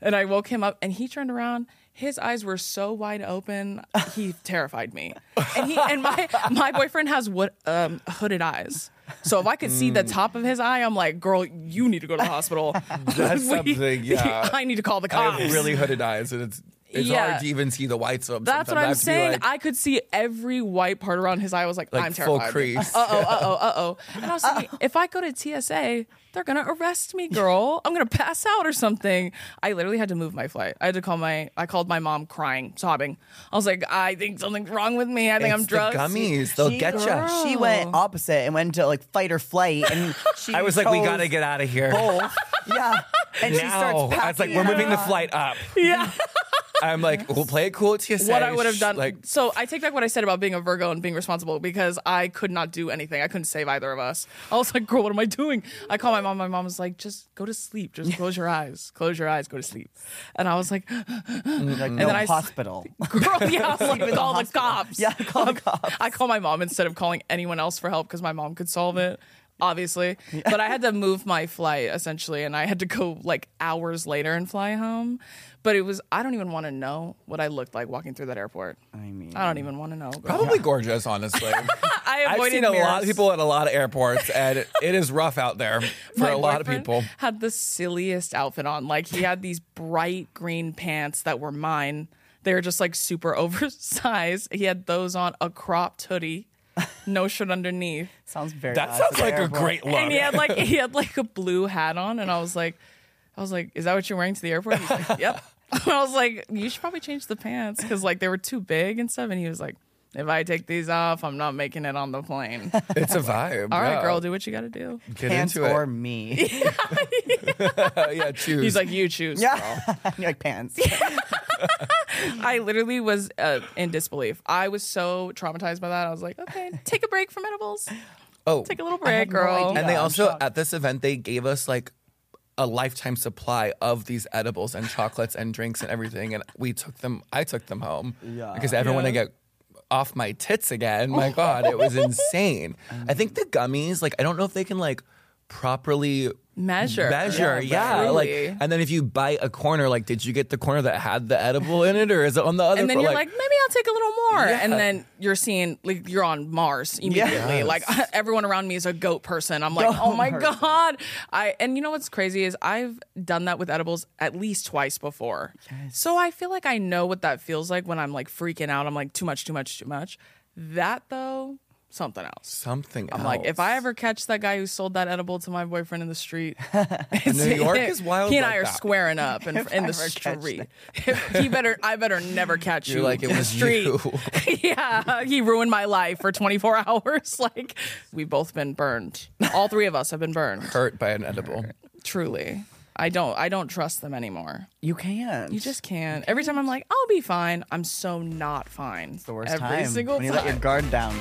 [SPEAKER 2] and I woke him up and he turned around. His eyes were so wide open, he terrified me. And he and my my boyfriend has what um, hooded eyes. So if I could see
[SPEAKER 1] Mm.
[SPEAKER 2] the top of his eye, I'm like, girl, you need to go to the hospital.
[SPEAKER 1] That's something, yeah.
[SPEAKER 2] I need to call the cops.
[SPEAKER 1] I have really hooded eyes, and it's it's
[SPEAKER 2] Yeah.
[SPEAKER 1] hard to even see the whites of. them
[SPEAKER 2] That's what
[SPEAKER 1] sometimes. I
[SPEAKER 2] I'm
[SPEAKER 1] have to be
[SPEAKER 2] saying.
[SPEAKER 1] like-
[SPEAKER 2] I could see every white part around his eye. I was like,
[SPEAKER 1] Like
[SPEAKER 2] I'm
[SPEAKER 1] full
[SPEAKER 2] terrified.
[SPEAKER 1] crease.
[SPEAKER 2] Uh oh, uh oh, uh oh. And I was thinking, if I go to TSA, they're gonna arrest me, girl. I'm gonna pass out or something. I literally had to move my flight. I had to call my. I called my mom, crying, sobbing. I was like, I think something's wrong with me. I think I'm
[SPEAKER 1] It's the
[SPEAKER 2] drugs.
[SPEAKER 1] gummies. They'll
[SPEAKER 3] she,
[SPEAKER 1] get you.
[SPEAKER 2] girl.
[SPEAKER 3] She went opposite and went to like fight or flight, and she.
[SPEAKER 1] I was like, we
[SPEAKER 3] chose
[SPEAKER 1] gotta get out of here.
[SPEAKER 3] both. yeah, and she starts.
[SPEAKER 1] now. I was like,
[SPEAKER 3] packing
[SPEAKER 1] we're moving the
[SPEAKER 3] up.
[SPEAKER 1] flight up.
[SPEAKER 2] Yeah.
[SPEAKER 1] I'm like, we'll play it cool at TSA.
[SPEAKER 2] what I would have
[SPEAKER 1] Shh,
[SPEAKER 2] done.
[SPEAKER 1] Like,
[SPEAKER 2] so I take back what I said about being a Virgo and being responsible because I could not do anything. I couldn't save either of us. I was like, girl, what am I doing? I call my mom. My mom was like, just go to sleep. Just close your eyes. Close your eyes. Go to sleep. And I was like,
[SPEAKER 3] Like,
[SPEAKER 2] then
[SPEAKER 3] no,
[SPEAKER 2] I s-
[SPEAKER 3] hospital.
[SPEAKER 2] girl, yeah, I was like, call the cops.
[SPEAKER 3] yeah, call the cops.
[SPEAKER 2] I call my mom instead of calling anyone else for help because my mom could solve it, obviously. But I had to move my flight essentially, and I had to go like hours later and fly home. But it was, I don't even want to know what I looked like walking through that airport. I
[SPEAKER 3] mean-
[SPEAKER 1] Oh.
[SPEAKER 2] I don't even want to know. girl.
[SPEAKER 1] probably gorgeous, honestly.
[SPEAKER 2] I
[SPEAKER 1] I've
[SPEAKER 2] avoided
[SPEAKER 1] seen a lot
[SPEAKER 2] mirrors.
[SPEAKER 1] of people at a lot of airports, and it is rough out there for
[SPEAKER 2] My
[SPEAKER 1] a lot of
[SPEAKER 2] boyfriend
[SPEAKER 1] people.
[SPEAKER 2] Had the silliest outfit on. Like he had these bright green pants that were mine. They were just like super oversized. He had those on, a cropped hoodie, no shirt underneath.
[SPEAKER 3] Sounds very.
[SPEAKER 1] That
[SPEAKER 3] us
[SPEAKER 1] sounds
[SPEAKER 3] at the
[SPEAKER 1] like a
[SPEAKER 3] airport.
[SPEAKER 1] great look.
[SPEAKER 2] And he had like he had like a blue hat on, and I was like, I was like, is that what you're wearing to the airport? He's like, yep. And I was like, you should probably change the pants because like they were too big and stuff. And he was like, If I take these off, I'm not making it on the plane.
[SPEAKER 1] It's a vibe.
[SPEAKER 2] All right,
[SPEAKER 1] yeah.
[SPEAKER 2] girl, do what you got to do.
[SPEAKER 1] Get
[SPEAKER 3] pants
[SPEAKER 1] into
[SPEAKER 3] or me.
[SPEAKER 1] it. yeah, choose.
[SPEAKER 2] He's like, you choose.
[SPEAKER 3] Yeah, You're like pants.
[SPEAKER 2] I literally was uh, in disbelief. I was so traumatized by that. I was like, okay, take a break from edibles.
[SPEAKER 1] oh,
[SPEAKER 2] Take a little break, girl.
[SPEAKER 1] and they
[SPEAKER 3] Yeah, I'm
[SPEAKER 1] also at this event they gave us like a lifetime supply of these edibles and chocolates and drinks and everything, and we took them. I took them home
[SPEAKER 3] Yeah.
[SPEAKER 1] because everyone I get off my tits again. My God, it was insane. I think the gummies, like I don't know if they can like properly
[SPEAKER 2] Measure.
[SPEAKER 1] measure. Yeah, like,
[SPEAKER 2] Truly.
[SPEAKER 1] and then if you bite a corner, like, did you get the corner that had the edible in it, or is it on the other?
[SPEAKER 2] and then
[SPEAKER 1] cor-
[SPEAKER 2] you're like, maybe I'll take a little more.
[SPEAKER 1] Yeah.
[SPEAKER 2] And then you're seeing, like, you're on Mars immediately.
[SPEAKER 1] Yes.
[SPEAKER 2] Like, everyone around me is a goat person. I'm like, oh my God. I And you know what's crazy is I've done that with edibles at least twice before. So I feel like I know what that feels like when I'm like freaking out. I'm like, too much, too much, too much. That, though, something else.
[SPEAKER 1] something.
[SPEAKER 2] I'm like, if I ever catch that guy who sold that edible to my boyfriend in the street, it's-
[SPEAKER 1] New York is wild
[SPEAKER 2] He and
[SPEAKER 1] like
[SPEAKER 2] I are
[SPEAKER 1] that.
[SPEAKER 2] squaring up in, in
[SPEAKER 3] I
[SPEAKER 2] the
[SPEAKER 3] ever catch
[SPEAKER 2] street. he better, I better never catch
[SPEAKER 1] You're
[SPEAKER 2] you
[SPEAKER 1] like, it
[SPEAKER 2] in
[SPEAKER 1] was
[SPEAKER 2] the street.
[SPEAKER 1] you.
[SPEAKER 2] yeah, he ruined my life for 24 hours. Like we've both been burned. All three of us have been burned.
[SPEAKER 1] hurt by an edible.
[SPEAKER 2] Truly, I don't, I don't trust them anymore.
[SPEAKER 3] You can't.
[SPEAKER 2] You just can't. Every time I'm like, I'll be fine. I'm so not fine.
[SPEAKER 3] the worst
[SPEAKER 2] Every
[SPEAKER 3] time
[SPEAKER 2] single
[SPEAKER 3] when you
[SPEAKER 2] time.
[SPEAKER 3] let your guard down.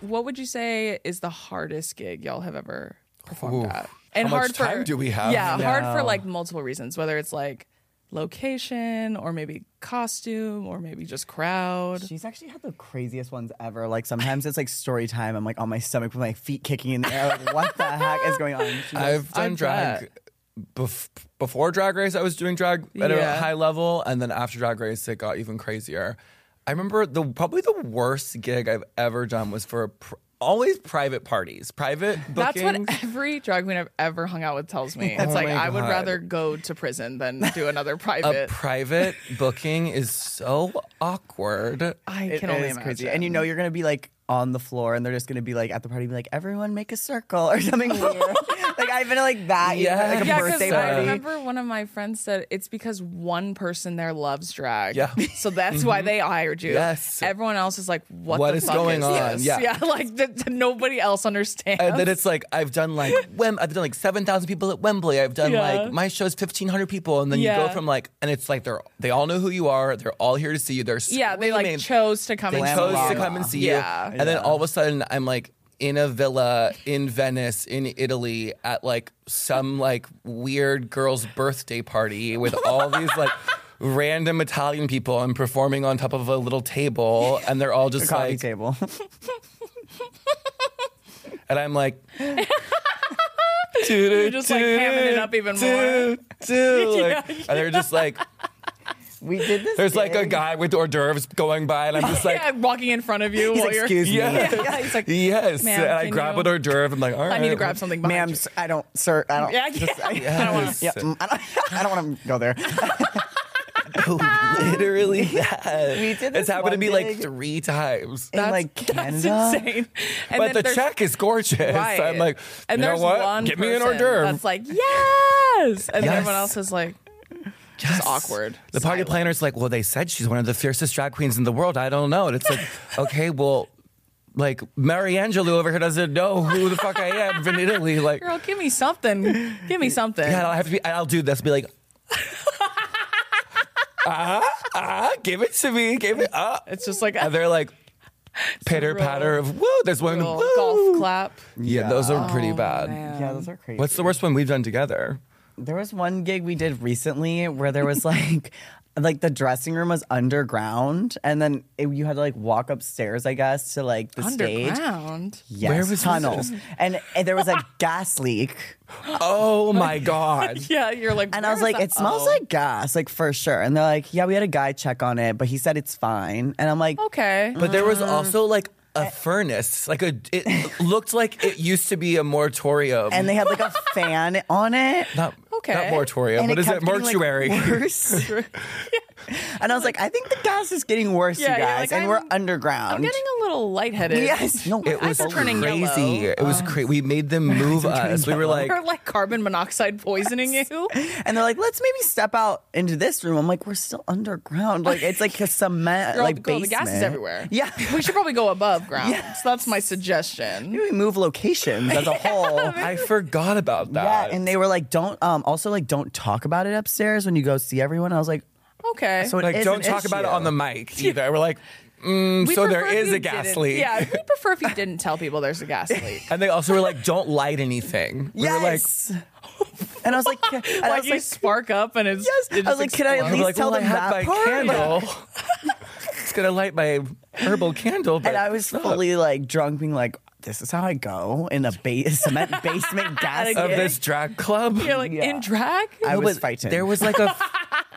[SPEAKER 2] what would you say is the hardest gig y'all have ever performed
[SPEAKER 1] Ooh.
[SPEAKER 2] at? And
[SPEAKER 1] How
[SPEAKER 2] hard
[SPEAKER 1] much
[SPEAKER 2] for
[SPEAKER 1] time do we have?
[SPEAKER 2] Yeah, hard for
[SPEAKER 3] No.
[SPEAKER 2] like multiple reasons, whether it's like location or maybe costume or maybe just crowd.
[SPEAKER 3] She's actually had the craziest ones ever. Like sometimes it's like story time. I'm like on my stomach with my feet kicking in the air. Like what the heck is going on? She's like,
[SPEAKER 1] I've done
[SPEAKER 2] I
[SPEAKER 1] drag. Bef- before Drag Race, I was doing drag at
[SPEAKER 2] Yeah.
[SPEAKER 1] a high level, and then after Drag Race, it got even crazier. I remember the probably the worst gig I've ever done was for a pr- always private parties, private
[SPEAKER 2] That's
[SPEAKER 1] bookings.
[SPEAKER 2] what every drag queen I've ever hung out with tells me. It's
[SPEAKER 1] Oh
[SPEAKER 2] like
[SPEAKER 1] my
[SPEAKER 2] I would
[SPEAKER 1] God.
[SPEAKER 2] rather go to prison than do another
[SPEAKER 1] a
[SPEAKER 2] private.
[SPEAKER 1] private booking is so awkward.
[SPEAKER 2] I
[SPEAKER 3] it
[SPEAKER 2] can only
[SPEAKER 3] is
[SPEAKER 2] imagine.
[SPEAKER 3] crazy. And you know you're gonna be like on the floor, and they're just gonna be like at the party, be like everyone make a circle or something weird. like I've been like that. you know,
[SPEAKER 1] Yeah.
[SPEAKER 3] like a
[SPEAKER 2] yeah,
[SPEAKER 3] birthday
[SPEAKER 2] because I
[SPEAKER 3] party.
[SPEAKER 2] remember one of my friends said it's because one person there loves drag.
[SPEAKER 1] Yeah. Mm-hmm.
[SPEAKER 2] So that's why they hired you.
[SPEAKER 1] Yes.
[SPEAKER 2] Everyone else is like, what,
[SPEAKER 1] What
[SPEAKER 2] the
[SPEAKER 1] is
[SPEAKER 2] fuck
[SPEAKER 1] going
[SPEAKER 2] is
[SPEAKER 1] on?
[SPEAKER 2] this?
[SPEAKER 1] Yeah.
[SPEAKER 2] Like th- th- nobody else understands.
[SPEAKER 1] And then it's like I've done like Wem- I've done like seven thousand people at Wembley. I've done
[SPEAKER 2] Yeah.
[SPEAKER 1] like my show's fifteen hundred people, and then you
[SPEAKER 2] Yeah.
[SPEAKER 1] go from like and it's like they're they all know who you are. They're all here to see you. They're
[SPEAKER 2] yeah, they like
[SPEAKER 1] screaming.
[SPEAKER 2] chose to come
[SPEAKER 1] They
[SPEAKER 2] and
[SPEAKER 3] Glamorama.
[SPEAKER 1] chose to
[SPEAKER 2] see you.
[SPEAKER 1] come and see
[SPEAKER 2] Yeah.
[SPEAKER 1] you, and then all of a sudden I'm like in a villa in Venice in Italy at like some like weird girl's birthday party with all these like. Random Italian people and performing on top of a little table, and they're all just
[SPEAKER 3] coffee
[SPEAKER 1] like,
[SPEAKER 3] table.
[SPEAKER 1] and I'm like,
[SPEAKER 2] You're just like hamming it up even more.
[SPEAKER 1] like- and they're just like,
[SPEAKER 3] we did this.
[SPEAKER 1] there's like a
[SPEAKER 3] gig.
[SPEAKER 1] guy with hors d'oeuvres going by, and I'm just like,
[SPEAKER 2] yeah, walking in front of you
[SPEAKER 3] He's,
[SPEAKER 2] while you're.
[SPEAKER 3] Excuse me.
[SPEAKER 1] yes,
[SPEAKER 2] Yeah, he's like,
[SPEAKER 1] yes.
[SPEAKER 2] "Ma'am,
[SPEAKER 1] and I
[SPEAKER 2] can
[SPEAKER 1] grab
[SPEAKER 2] you-
[SPEAKER 1] an hors d'oeuvre. I'm like, all right,
[SPEAKER 2] I need to grab something behind
[SPEAKER 3] ma'am,
[SPEAKER 2] you.
[SPEAKER 3] s- I don't, sir, I don't.
[SPEAKER 2] Yeah, yeah. I don't want to.
[SPEAKER 3] Yeah, mm, I don't, I don't want to go there.
[SPEAKER 1] Literally that.
[SPEAKER 3] We did
[SPEAKER 1] it's
[SPEAKER 3] this
[SPEAKER 1] happened to
[SPEAKER 3] one
[SPEAKER 1] me like
[SPEAKER 3] gig.
[SPEAKER 1] three times.
[SPEAKER 3] In like
[SPEAKER 2] That's
[SPEAKER 3] Canada,
[SPEAKER 2] insane. And
[SPEAKER 1] but the
[SPEAKER 2] there's-
[SPEAKER 1] check is gorgeous.
[SPEAKER 2] Right.
[SPEAKER 1] I'm like,
[SPEAKER 2] and
[SPEAKER 1] you know
[SPEAKER 2] there's
[SPEAKER 1] what?
[SPEAKER 2] one
[SPEAKER 1] Give me an hors
[SPEAKER 2] person
[SPEAKER 1] d'oeuvre.
[SPEAKER 2] That's like, yes. And
[SPEAKER 1] Yes.
[SPEAKER 2] everyone else is like,
[SPEAKER 1] Yes.
[SPEAKER 2] awkward.
[SPEAKER 1] The party
[SPEAKER 2] Silent.
[SPEAKER 1] planner's like, well, they said she's one of the fiercest drag queens in the world. I don't know. And it's like, okay, well, like Mary Angelou over here doesn't know who the fuck I am from Italy. Like,
[SPEAKER 2] girl, give me something. Give me something.
[SPEAKER 1] yeah, I'll have to be. I'll do this. Be like, ah, ah, give it to me. Give it up.
[SPEAKER 2] It's just like
[SPEAKER 1] And
[SPEAKER 2] a
[SPEAKER 1] they're like, pitter patter of woo. There's one
[SPEAKER 2] little
[SPEAKER 1] woo.
[SPEAKER 2] golf clap.
[SPEAKER 1] Yeah, those are pretty bad.
[SPEAKER 3] Uh, yeah, those are crazy.
[SPEAKER 1] What's the worst one we've done together?
[SPEAKER 3] Um, There was one gig we did recently where there was like like the dressing room was underground and then it, you had to like walk upstairs I guess to like the stage.
[SPEAKER 2] Underground.
[SPEAKER 3] Yes,
[SPEAKER 1] Where was this?
[SPEAKER 3] tunnels. And, and there was a gas leak.
[SPEAKER 1] Oh my god.
[SPEAKER 2] Yeah, you're like,
[SPEAKER 3] And I
[SPEAKER 2] where
[SPEAKER 3] was
[SPEAKER 2] is
[SPEAKER 3] like
[SPEAKER 2] that-
[SPEAKER 3] it smells
[SPEAKER 2] oh.
[SPEAKER 3] like gas like for sure. And they're like yeah, we had a guy check on it but he said it's fine. And I'm like
[SPEAKER 2] okay.
[SPEAKER 1] But there was also like a furnace, like a. It looked like it used to be a moratorium.
[SPEAKER 3] and they had like a fan on it.
[SPEAKER 1] not,
[SPEAKER 2] Okay.
[SPEAKER 1] Not moratorium.
[SPEAKER 3] And
[SPEAKER 1] What is it?
[SPEAKER 3] kept getting, like,
[SPEAKER 1] Mortuary.
[SPEAKER 3] worse. And I was like, I think the gas is getting worse,
[SPEAKER 2] Yeah,
[SPEAKER 3] you
[SPEAKER 2] you're
[SPEAKER 3] guys,
[SPEAKER 2] like,
[SPEAKER 3] and
[SPEAKER 2] I'm-
[SPEAKER 3] we're underground.
[SPEAKER 2] I'm getting a little lightheaded.
[SPEAKER 3] yes, no,
[SPEAKER 1] It was
[SPEAKER 2] are turning
[SPEAKER 1] crazy.
[SPEAKER 2] yellow.
[SPEAKER 1] It was crazy. We made them move
[SPEAKER 3] turning
[SPEAKER 1] us. We were
[SPEAKER 3] yellow.
[SPEAKER 1] like,
[SPEAKER 2] Or like carbon monoxide poisoning you.
[SPEAKER 3] and they're like, let's maybe step out into this room. I'm like, we're still underground. Like it's like a cement,
[SPEAKER 2] Girl,
[SPEAKER 3] like
[SPEAKER 2] girl, the
[SPEAKER 3] basement.
[SPEAKER 2] gas is everywhere.
[SPEAKER 3] Yeah.
[SPEAKER 2] We should probably go above ground.
[SPEAKER 3] Yes.
[SPEAKER 2] So that's my suggestion.
[SPEAKER 3] Maybe we move locations as a whole.
[SPEAKER 1] I forgot about
[SPEAKER 3] Yeah,
[SPEAKER 1] that.
[SPEAKER 3] and they were like, "Don't." Um, also, like, don't talk about it upstairs when you go see everyone. I was like,
[SPEAKER 2] Okay.
[SPEAKER 3] So it
[SPEAKER 1] like,
[SPEAKER 3] is
[SPEAKER 1] don't
[SPEAKER 3] an
[SPEAKER 1] talk about it
[SPEAKER 3] issue.
[SPEAKER 1] on the mic either. We're like, mm,
[SPEAKER 2] We
[SPEAKER 1] so
[SPEAKER 2] prefer
[SPEAKER 1] there
[SPEAKER 2] if
[SPEAKER 1] is
[SPEAKER 2] you
[SPEAKER 1] a gas
[SPEAKER 2] didn't-
[SPEAKER 1] leak.
[SPEAKER 2] Yeah, we prefer if you didn't tell people there's a gas leak.
[SPEAKER 1] And they also were like, don't light anything. We were like,
[SPEAKER 3] yes. and I was like, and I
[SPEAKER 2] like
[SPEAKER 3] was
[SPEAKER 2] you
[SPEAKER 3] like,
[SPEAKER 2] spark up and it's
[SPEAKER 3] Yes.
[SPEAKER 2] it
[SPEAKER 3] I was
[SPEAKER 2] just
[SPEAKER 3] like, can I at
[SPEAKER 2] explodes.
[SPEAKER 1] we were
[SPEAKER 3] least
[SPEAKER 1] like,
[SPEAKER 3] tell
[SPEAKER 1] well, I
[SPEAKER 3] them
[SPEAKER 1] had
[SPEAKER 3] that
[SPEAKER 1] my
[SPEAKER 3] part.
[SPEAKER 1] candle. it's gonna light my herbal candle. But
[SPEAKER 3] and I was fully like drunk, being like, "This is how I go in a ba- cement basement gas."
[SPEAKER 1] of this drag club.
[SPEAKER 2] You're like in drag?
[SPEAKER 3] I
[SPEAKER 1] No,
[SPEAKER 3] was
[SPEAKER 1] but
[SPEAKER 3] fighting.
[SPEAKER 1] There was like a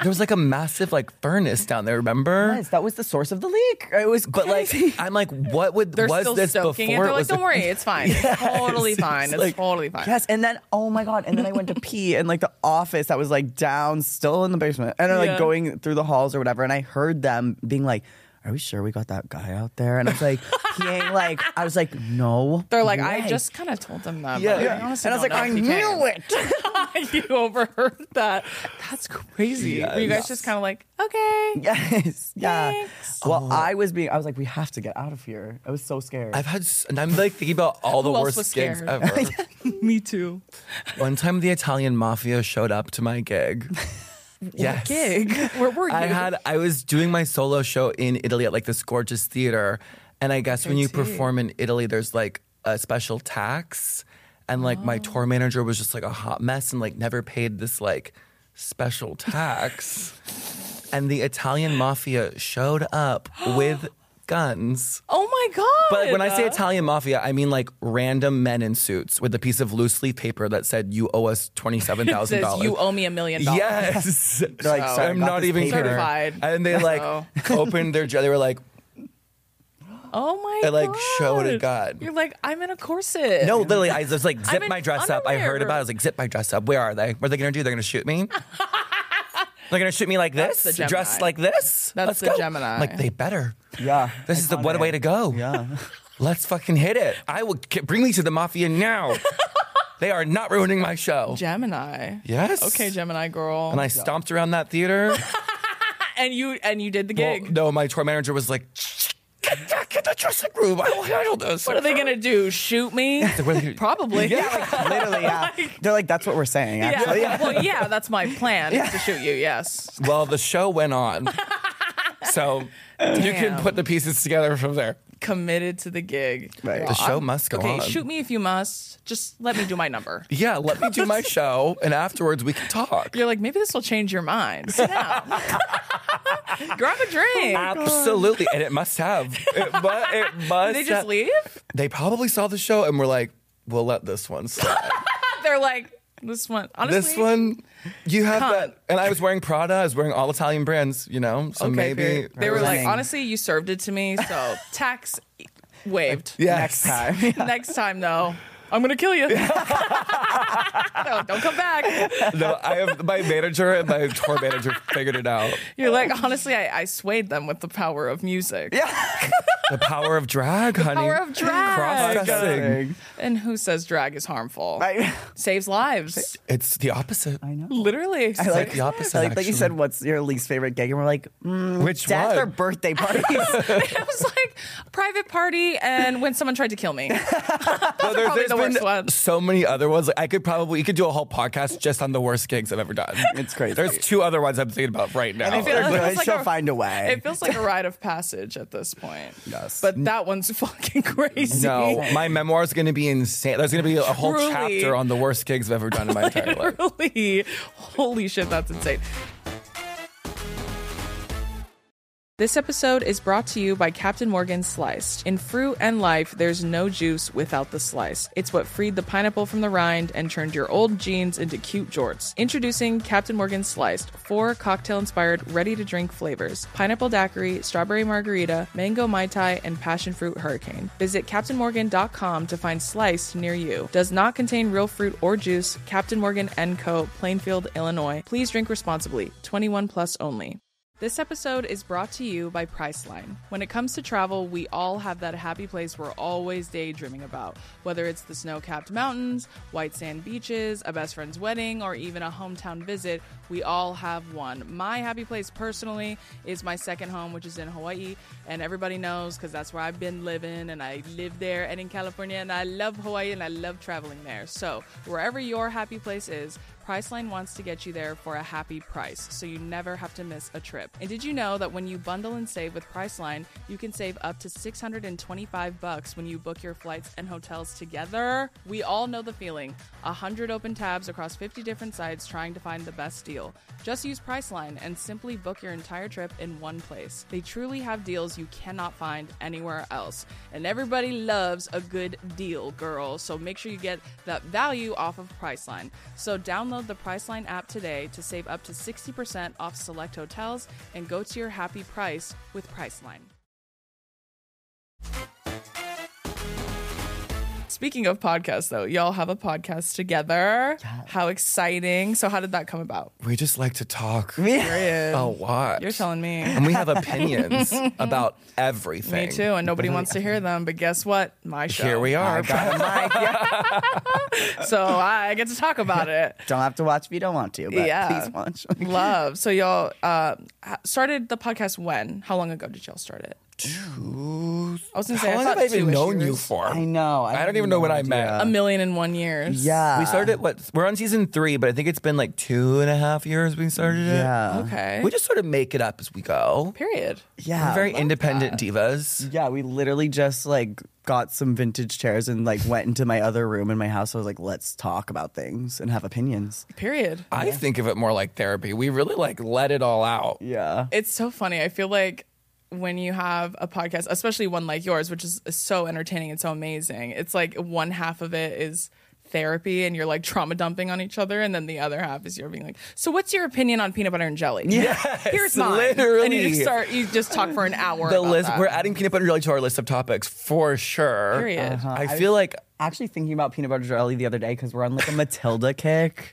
[SPEAKER 1] there was like a massive like furnace down there. Remember?
[SPEAKER 3] Yes, that was the source of the leak. It was,
[SPEAKER 1] But like, I'm like, what would
[SPEAKER 2] They're
[SPEAKER 1] was
[SPEAKER 2] still
[SPEAKER 1] this
[SPEAKER 2] stoking it.
[SPEAKER 1] before?
[SPEAKER 2] They're like,
[SPEAKER 1] was
[SPEAKER 2] don't worry, it's fine. It's totally fine. It's,
[SPEAKER 1] like-
[SPEAKER 2] totally fine.
[SPEAKER 3] Yes, and then oh my god, and then I went to pee in like the office that was like down, still in the basement, and I'm like
[SPEAKER 2] Yeah.
[SPEAKER 3] going through the halls or whatever, and I heard them being like, "Are we sure we got that guy out there?" And I was like, "He ain't like." I was like, "No."
[SPEAKER 2] They're like,
[SPEAKER 3] way."
[SPEAKER 2] I just kind of told them that.
[SPEAKER 1] Yeah.
[SPEAKER 2] but
[SPEAKER 1] Yeah.
[SPEAKER 2] I honestly
[SPEAKER 3] and I was
[SPEAKER 2] don't
[SPEAKER 3] like, "I
[SPEAKER 2] know if he
[SPEAKER 3] knew it."
[SPEAKER 2] came." you overheard that. That's crazy. Were you guys just kind of like, okay.
[SPEAKER 3] Yes. Yeah.
[SPEAKER 2] Thanks.
[SPEAKER 3] Well,
[SPEAKER 1] Oh.
[SPEAKER 3] I was being. I was like, "We have to get out of here." I was so scared.
[SPEAKER 1] I've had, s- and I'm like thinking about all the
[SPEAKER 2] Who else
[SPEAKER 1] worst
[SPEAKER 2] was
[SPEAKER 1] gigs
[SPEAKER 2] scared?
[SPEAKER 1] ever.
[SPEAKER 2] Me too.
[SPEAKER 1] One time, the Italian mafia showed up to my gig. yes.
[SPEAKER 2] Gig. Where were you?
[SPEAKER 1] I had I was doing my solo show in Italy at like this gorgeous theater, and I guess when you perform in Italy, there's like a special tax, and like
[SPEAKER 2] Oh.
[SPEAKER 1] my tour manager was just like a hot mess and like never paid this like special tax, and the Italian mafia showed up with guns.
[SPEAKER 2] oh my god.
[SPEAKER 1] But when I say Italian mafia, I mean like random men in suits with a piece of loose leaf paper that said "You owe us twenty seven thousand
[SPEAKER 2] says
[SPEAKER 1] dollars."
[SPEAKER 2] you owe me a million dollars.
[SPEAKER 1] Yes.
[SPEAKER 3] like, "Sorry, I
[SPEAKER 1] I'm
[SPEAKER 3] got
[SPEAKER 1] not
[SPEAKER 3] this
[SPEAKER 1] even
[SPEAKER 3] paper."
[SPEAKER 1] kidding.
[SPEAKER 2] Certified.
[SPEAKER 1] And they like
[SPEAKER 2] Oh.
[SPEAKER 1] opened their jaw. They were like,
[SPEAKER 2] Oh my
[SPEAKER 1] I,
[SPEAKER 2] god.
[SPEAKER 1] like, showed a god.
[SPEAKER 2] You're like, I'm in a corset.
[SPEAKER 1] no, literally, I was like, zip
[SPEAKER 2] in
[SPEAKER 1] my dress up. I heard
[SPEAKER 2] underwear.
[SPEAKER 1] about it. I was like, zip my dress up. Where are they? What are they going to do? They're going to shoot me? They're going to shoot me like
[SPEAKER 2] That's
[SPEAKER 1] this?
[SPEAKER 2] the Gemini.
[SPEAKER 1] Dressed like this?
[SPEAKER 2] That's
[SPEAKER 1] Let's
[SPEAKER 2] the
[SPEAKER 1] go.
[SPEAKER 2] Gemini.
[SPEAKER 1] Like, they better.
[SPEAKER 3] yeah.
[SPEAKER 1] This is the what a
[SPEAKER 3] Iconic.
[SPEAKER 1] way to go.
[SPEAKER 3] Yeah.
[SPEAKER 1] Let's fucking hit it. I will get, bring me to the mafia now. they are not ruining my show.
[SPEAKER 2] Gemini.
[SPEAKER 1] yes.
[SPEAKER 2] Okay, Gemini girl.
[SPEAKER 1] And I stomped around that theater.
[SPEAKER 2] and you and you did the
[SPEAKER 1] Well,
[SPEAKER 2] gig.
[SPEAKER 1] no, my tour manager was like, get back in the dressing room. I will handle this.
[SPEAKER 2] what are they gonna do? Shoot me?
[SPEAKER 1] what are they-
[SPEAKER 2] Probably.
[SPEAKER 3] Yeah, like literally, yeah. They're like, that's what we're saying,
[SPEAKER 2] Yeah.
[SPEAKER 3] actually.
[SPEAKER 2] Well, yeah, that's my plan is to shoot you. Yes.
[SPEAKER 1] Well, the show went on. So you can put the pieces together from there.
[SPEAKER 2] Committed to the gig.
[SPEAKER 3] Right.
[SPEAKER 1] The show
[SPEAKER 2] I'm-
[SPEAKER 1] must go
[SPEAKER 2] okay,
[SPEAKER 1] on.
[SPEAKER 2] shoot me if you must. Just let me do my number.
[SPEAKER 1] Yeah, let me do my show, and afterwards we can talk.
[SPEAKER 2] You're like, maybe this will change your mind. Sit down. Grab a drink.
[SPEAKER 1] Absolutely, and it must have. It, mu- it must.
[SPEAKER 2] Did they just
[SPEAKER 1] ha-
[SPEAKER 2] leave?
[SPEAKER 1] They probably saw the show and were like, "We'll let this one slide.
[SPEAKER 2] They're like, this one. Honestly,
[SPEAKER 1] this one, you have
[SPEAKER 2] Come.
[SPEAKER 1] that." And I was wearing Prada. I was wearing all Italian brands, you know. So
[SPEAKER 2] Okay,
[SPEAKER 1] maybe
[SPEAKER 2] period. they were like,
[SPEAKER 3] Running.
[SPEAKER 2] honestly, you served it to me, so tax waived.
[SPEAKER 1] Yes.
[SPEAKER 3] Next time.
[SPEAKER 2] Next time, though, I'm gonna kill you. no, don't come back.
[SPEAKER 1] no, I have my manager and my tour manager figured it out.
[SPEAKER 2] You're like, honestly, I, I swayed them with the power of music.
[SPEAKER 1] The power of drag, honey.
[SPEAKER 2] Power of
[SPEAKER 1] Cross
[SPEAKER 2] drag.
[SPEAKER 1] dressing.
[SPEAKER 2] And who says drag is harmful?
[SPEAKER 3] I,
[SPEAKER 2] Saves lives.
[SPEAKER 1] It's the opposite.
[SPEAKER 3] I know.
[SPEAKER 2] Literally.
[SPEAKER 3] I like
[SPEAKER 1] the opposite,
[SPEAKER 3] I Like, like
[SPEAKER 1] actually.
[SPEAKER 3] you said, what's your least favorite gig? And we're like, mm,
[SPEAKER 1] Which
[SPEAKER 3] death
[SPEAKER 1] one?
[SPEAKER 3] or birthday parties?
[SPEAKER 2] it was like private party and when someone tried to kill me.
[SPEAKER 1] Well, there,
[SPEAKER 2] probably
[SPEAKER 1] has
[SPEAKER 2] the
[SPEAKER 1] been
[SPEAKER 2] worst one.
[SPEAKER 1] so many other ones. Like I could probably, you could do a whole podcast just on the worst gigs I've ever done.
[SPEAKER 3] It's crazy.
[SPEAKER 1] There's two other ones I'm thinking about right now.
[SPEAKER 3] I feel like,
[SPEAKER 2] It feels like
[SPEAKER 3] she'll
[SPEAKER 2] a-
[SPEAKER 3] find a way.
[SPEAKER 2] It feels like a rite of passage at this point.
[SPEAKER 3] Yes.
[SPEAKER 2] But that one's fucking crazy.
[SPEAKER 1] no, my memoir is going to be insane. There's going to be a whole
[SPEAKER 2] Truly.
[SPEAKER 1] chapter on the worst gigs I've ever done in my entire life.
[SPEAKER 2] Literally. Holy shit, that's insane. This episode is brought to you by Captain Morgan Sliced. In fruit and life, there's no juice without the slice. It's what freed the pineapple from the rind and turned your old jeans into cute jorts. Introducing Captain Morgan Sliced, four cocktail inspired, ready to drink flavors pineapple daiquiri, strawberry margarita, mango mai tai, and passion fruit hurricane. Visit CaptainMorgan.com to find Sliced near you. Does not contain real fruit or juice. Captain Morgan & Co., Plainfield, Illinois. Please drink responsibly. 21 plus only. This episode is brought to you by Priceline. When it comes to travel, we all have that happy place we're always daydreaming about, whether it's the snow capped mountains, white sand beaches, a best friend's wedding, or even a hometown visit. We all have one. My happy place personally is my second home, which is in Hawaii, and everybody knows because that's where I've been living and I live there and in California, and I love Hawaii and I love traveling there. So, wherever your happy place is, Priceline wants to get you there for a happy price, so you never have to miss a trip. And did you know that when you bundle and save with Priceline, you can save up to 625 bucks when you book your flights and hotels together? We all know the feeling. 100 open tabs across 50 different sites trying to find the best deal. Just use Priceline and simply book your entire trip in one place. They truly have deals you cannot find anywhere else. And everybody loves a good deal, girl. So make sure you get that value off of Priceline. So download the Priceline app today to save up to 60% off select hotels and go to your happy price with Priceline. Speaking of podcasts, though, y'all have a podcast together. How exciting. So, how did that come about?
[SPEAKER 1] We just like to talk
[SPEAKER 3] Yeah.
[SPEAKER 1] a lot.
[SPEAKER 2] You're telling me.
[SPEAKER 1] and we have opinions about everything.
[SPEAKER 2] Me too. And nobody wants to hear them. But guess what? My show.
[SPEAKER 1] Here we are.
[SPEAKER 2] So, I get to talk about it.
[SPEAKER 3] Don't have to watch if you don't want to, but
[SPEAKER 2] Yeah.
[SPEAKER 3] please watch.
[SPEAKER 2] Love. So, y'all uh, ha- started the podcast when? How long ago did y'all start it?
[SPEAKER 1] Two-
[SPEAKER 2] I was going to say,
[SPEAKER 1] How
[SPEAKER 2] I
[SPEAKER 1] long
[SPEAKER 2] thought
[SPEAKER 1] have I even
[SPEAKER 2] two-ish
[SPEAKER 1] known you
[SPEAKER 2] years. Um,
[SPEAKER 1] for?
[SPEAKER 3] I know.
[SPEAKER 1] I,
[SPEAKER 3] have
[SPEAKER 1] don't even know
[SPEAKER 3] no
[SPEAKER 1] when
[SPEAKER 3] idea.
[SPEAKER 1] I met.
[SPEAKER 2] A million and one years.
[SPEAKER 3] Yeah.
[SPEAKER 1] we started what? We're on season three, but I think it's been like two and a half years we started it.
[SPEAKER 3] Yeah.
[SPEAKER 2] Okay.
[SPEAKER 1] We just sort of make it up as we go.
[SPEAKER 2] Period.
[SPEAKER 3] Yeah.
[SPEAKER 1] We're very independent divas.
[SPEAKER 3] Yeah, we literally just like got some vintage chairs and like went into my other room in my house. I was like, let's talk about things and have opinions.
[SPEAKER 2] Period.
[SPEAKER 1] I think of it more like therapy. We really like let it all out.
[SPEAKER 3] Yeah.
[SPEAKER 2] It's so funny. I feel like when you have a podcast, especially one like yours, which is so entertaining and so amazing, it's like one half of it is therapy and you're like trauma dumping on each other, and then the other half is you're being like, "So what's your opinion on peanut butter and jelly?" Yeah, here's mine. and you
[SPEAKER 1] literally.
[SPEAKER 2] just start. You just talk for an hour.
[SPEAKER 1] The
[SPEAKER 2] about
[SPEAKER 1] list
[SPEAKER 2] that.
[SPEAKER 1] we're adding peanut butter jelly to our list of topics for sure.
[SPEAKER 2] Period. Uh-huh.
[SPEAKER 1] I feel like
[SPEAKER 3] Actually, thinking about peanut butter jelly the other day because we're on like a Matilda kick.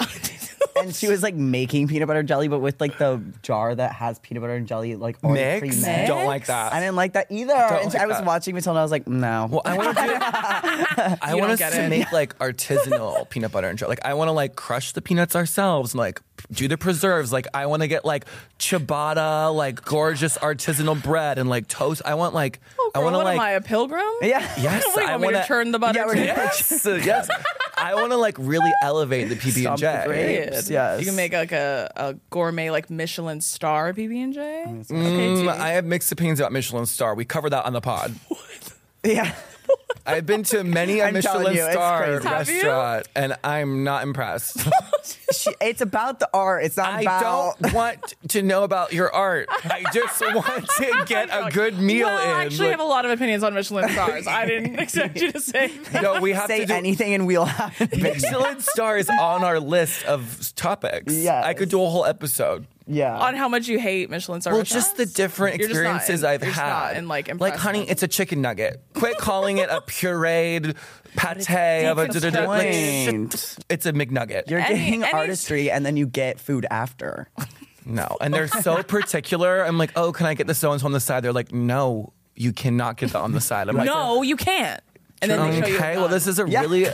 [SPEAKER 3] And she was like making peanut butter jelly, but with like the jar that has peanut butter and jelly like already
[SPEAKER 1] mix.
[SPEAKER 3] pre-mixed.
[SPEAKER 1] Don't like that.
[SPEAKER 3] I didn't like that either.
[SPEAKER 1] Don't
[SPEAKER 3] and
[SPEAKER 1] like
[SPEAKER 3] I was
[SPEAKER 1] that.
[SPEAKER 3] watching Matilda. I was like, no.
[SPEAKER 1] Well, I want to do. I
[SPEAKER 2] You
[SPEAKER 1] want
[SPEAKER 2] don't
[SPEAKER 1] us
[SPEAKER 2] get
[SPEAKER 1] to
[SPEAKER 2] it.
[SPEAKER 1] make like artisanal peanut butter and jelly. Like I want to like crush the peanuts ourselves and like do the preserves. Like I want to get like ciabatta, like gorgeous artisanal bread and like toast. I want like
[SPEAKER 2] Oh,
[SPEAKER 1] I
[SPEAKER 2] girl,
[SPEAKER 1] want to
[SPEAKER 2] what
[SPEAKER 1] like
[SPEAKER 2] am I a pilgrim?
[SPEAKER 3] Yeah.
[SPEAKER 1] yes.
[SPEAKER 2] Wait,
[SPEAKER 1] I
[SPEAKER 2] want me to
[SPEAKER 1] wanna-
[SPEAKER 2] turn the butter?
[SPEAKER 3] Yeah, we're
[SPEAKER 2] to-
[SPEAKER 3] gonna-
[SPEAKER 1] Yes, yes. I want to like really elevate the PB and
[SPEAKER 3] Stomp the
[SPEAKER 1] J.
[SPEAKER 3] grape.
[SPEAKER 2] Period.
[SPEAKER 3] Yes.
[SPEAKER 2] You can make like a, a gourmet like Michelin star PB and J.
[SPEAKER 1] Mm, I have mixed opinions about Michelin Star. We covered that on the pod.
[SPEAKER 3] yeah.
[SPEAKER 1] I've been to many a
[SPEAKER 3] I'm telling
[SPEAKER 1] Michelin
[SPEAKER 3] you, it's
[SPEAKER 1] Star
[SPEAKER 3] crazy.
[SPEAKER 2] Have you?
[SPEAKER 1] restaurant, and I'm not impressed.
[SPEAKER 3] She, it's about the art. It's not
[SPEAKER 1] I
[SPEAKER 3] about.
[SPEAKER 1] don't want to know about your art. I just want to get a good meal
[SPEAKER 2] well, I
[SPEAKER 1] in.
[SPEAKER 2] actually have a lot of opinions on Michelin stars. I didn't expect you to say that.
[SPEAKER 1] no, we have
[SPEAKER 3] say
[SPEAKER 1] to do
[SPEAKER 3] anything and we'll have an opinion.
[SPEAKER 1] Michelin star is on our list of topics.
[SPEAKER 3] Yes.
[SPEAKER 1] I could do a whole episode.
[SPEAKER 3] Yeah.
[SPEAKER 2] on how much you hate Michelin star
[SPEAKER 1] Well,
[SPEAKER 2] restaurants.
[SPEAKER 1] just the different
[SPEAKER 2] You're just not
[SPEAKER 1] experiences
[SPEAKER 2] in-
[SPEAKER 1] I've
[SPEAKER 2] you're just
[SPEAKER 1] had.
[SPEAKER 2] not in, like,
[SPEAKER 1] like,
[SPEAKER 2] impressed
[SPEAKER 1] honey,
[SPEAKER 2] with-
[SPEAKER 1] it's a chicken nugget. Quit calling it a pureed pate of a. da-da-da. Like,
[SPEAKER 3] Point.
[SPEAKER 1] shit, it's a McNugget.
[SPEAKER 3] You're
[SPEAKER 2] Any-
[SPEAKER 3] getting
[SPEAKER 2] any-
[SPEAKER 3] artistry and then you get food after.
[SPEAKER 1] No. And they're so particular. I'm like, oh, can I get the so and so on the side? They're like, no, you cannot get that on the side. I'm like, uh,
[SPEAKER 2] no, you can't. And then they show you.
[SPEAKER 1] Um, okay, well, this is a
[SPEAKER 3] Yeah.
[SPEAKER 1] really.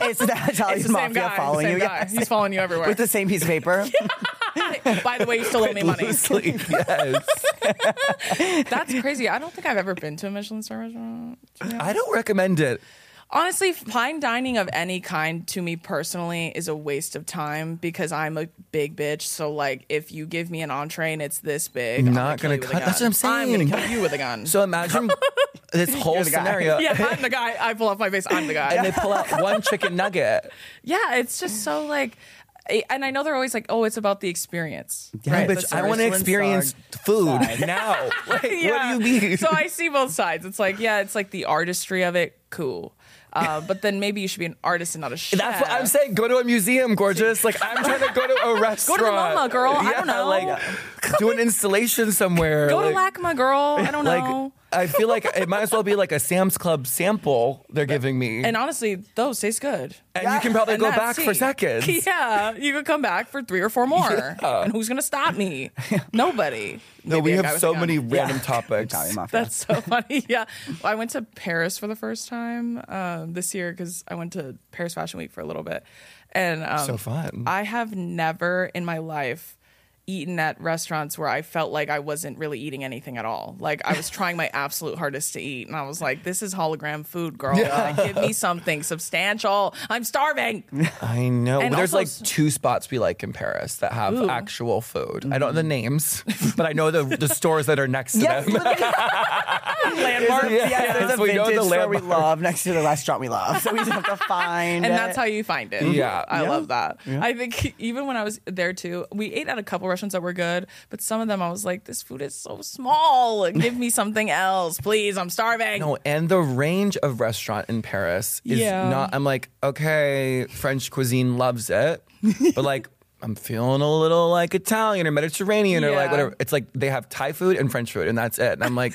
[SPEAKER 3] It's the Italian
[SPEAKER 2] it's the same
[SPEAKER 3] mafia
[SPEAKER 2] guy. The
[SPEAKER 3] following
[SPEAKER 2] same
[SPEAKER 3] you
[SPEAKER 2] guy.
[SPEAKER 3] yes.
[SPEAKER 2] He's following you everywhere.
[SPEAKER 3] with the same piece of paper.
[SPEAKER 2] By the way, you still owe me money.
[SPEAKER 1] Loosely, yes.
[SPEAKER 2] That's crazy. I don't think I've ever been to a Michelin star restaurant. to be honest.
[SPEAKER 1] I don't recommend it.
[SPEAKER 2] Honestly, fine dining of any kind to me personally is a waste of time because I'm a big bitch. So like, if you give me an entree and it's this big, I'm
[SPEAKER 1] Not
[SPEAKER 2] gonna kill you
[SPEAKER 1] gonna cut-
[SPEAKER 2] with a
[SPEAKER 1] that's
[SPEAKER 2] gun.
[SPEAKER 1] what I'm
[SPEAKER 2] I'm
[SPEAKER 1] saying.
[SPEAKER 2] gonna kill you with a gun.
[SPEAKER 1] So imagine this whole
[SPEAKER 3] the guy.
[SPEAKER 1] scenario.
[SPEAKER 2] yeah, I'm the guy. I pull off my face. I'm the guy.
[SPEAKER 1] And they pull out one chicken nugget.
[SPEAKER 2] Yeah, it's just so like, I- and I know they're always like, oh, it's about the experience.
[SPEAKER 3] Yeah,
[SPEAKER 2] right?
[SPEAKER 3] but
[SPEAKER 2] That's-
[SPEAKER 1] Bitch,
[SPEAKER 3] the
[SPEAKER 1] I want to
[SPEAKER 3] Michelin
[SPEAKER 1] experience
[SPEAKER 3] star
[SPEAKER 1] food
[SPEAKER 3] side.
[SPEAKER 1] now. Like,
[SPEAKER 2] Yeah.
[SPEAKER 1] What do you mean?
[SPEAKER 2] So I see both sides. It's like, yeah, it's like the artistry of it, cool. Uh, but then maybe you should be an artist and not a chef.
[SPEAKER 1] That's what I'm saying. Go to a museum, gorgeous. Like I'm trying to go to a
[SPEAKER 2] Go
[SPEAKER 1] restaurant.
[SPEAKER 2] to the MoMA, girl. I don't know.
[SPEAKER 1] Like do an installation somewhere.
[SPEAKER 2] Go to
[SPEAKER 1] like,
[SPEAKER 2] LACMA, girl. I don't
[SPEAKER 1] like,
[SPEAKER 2] know.
[SPEAKER 1] I feel like it might as well be like a Sam's Club sample they're giving me,
[SPEAKER 2] And
[SPEAKER 1] and,
[SPEAKER 2] honestly, those taste good.
[SPEAKER 1] you can probably
[SPEAKER 2] And
[SPEAKER 1] go
[SPEAKER 2] that's
[SPEAKER 1] back for
[SPEAKER 2] it.
[SPEAKER 1] seconds.
[SPEAKER 2] Yeah, you could come back for three or four more. And who's gonna stop me? Nobody.
[SPEAKER 1] No,
[SPEAKER 2] Maybe
[SPEAKER 1] we
[SPEAKER 2] a guy
[SPEAKER 1] have
[SPEAKER 2] with
[SPEAKER 1] so
[SPEAKER 2] a gun.
[SPEAKER 1] many random topics.
[SPEAKER 3] Italian mafia.
[SPEAKER 2] That's so funny. Yeah, I went to Paris for the first time um, this year because I went to Paris Fashion Week for a little bit, and um,
[SPEAKER 1] So fun.
[SPEAKER 2] I have never in my life eaten at restaurants where I felt like I wasn't really eating anything at all. Like I was trying my absolute hardest to eat, and I was like, "This is hologram food, girl. Like, give me something substantial. I'm starving."
[SPEAKER 1] I know.
[SPEAKER 2] And
[SPEAKER 1] There's
[SPEAKER 2] also-
[SPEAKER 1] like two spots we like in Paris that have
[SPEAKER 2] Ooh.
[SPEAKER 1] actual food. I don't know the names, but I know the, the stores that are next to
[SPEAKER 3] Yes,
[SPEAKER 1] them.
[SPEAKER 2] Landmark.
[SPEAKER 1] Yeah.
[SPEAKER 3] yes, there's
[SPEAKER 1] Yes,
[SPEAKER 3] a
[SPEAKER 1] we know
[SPEAKER 3] vintage
[SPEAKER 1] the
[SPEAKER 3] store we
[SPEAKER 1] landmark.
[SPEAKER 3] love next to the restaurant we love. So we just have to find
[SPEAKER 2] and
[SPEAKER 3] it.
[SPEAKER 2] that's how you find it.
[SPEAKER 1] Yeah.
[SPEAKER 2] I
[SPEAKER 1] Mm-hmm. Yeah.
[SPEAKER 2] love that. I think even when I was there too, we ate at a couple restaurants that were good, but some of them I was like, this food is so small. Give me something else, please. I'm starving.
[SPEAKER 1] No, and the range of restaurant in Paris is
[SPEAKER 2] Yeah.
[SPEAKER 1] not. I'm like, okay, French cuisine loves it, but like, I'm feeling a little like Italian or Mediterranean or
[SPEAKER 2] Yeah.
[SPEAKER 1] like whatever. It's like they have Thai food and French food, and that's it. And I'm like,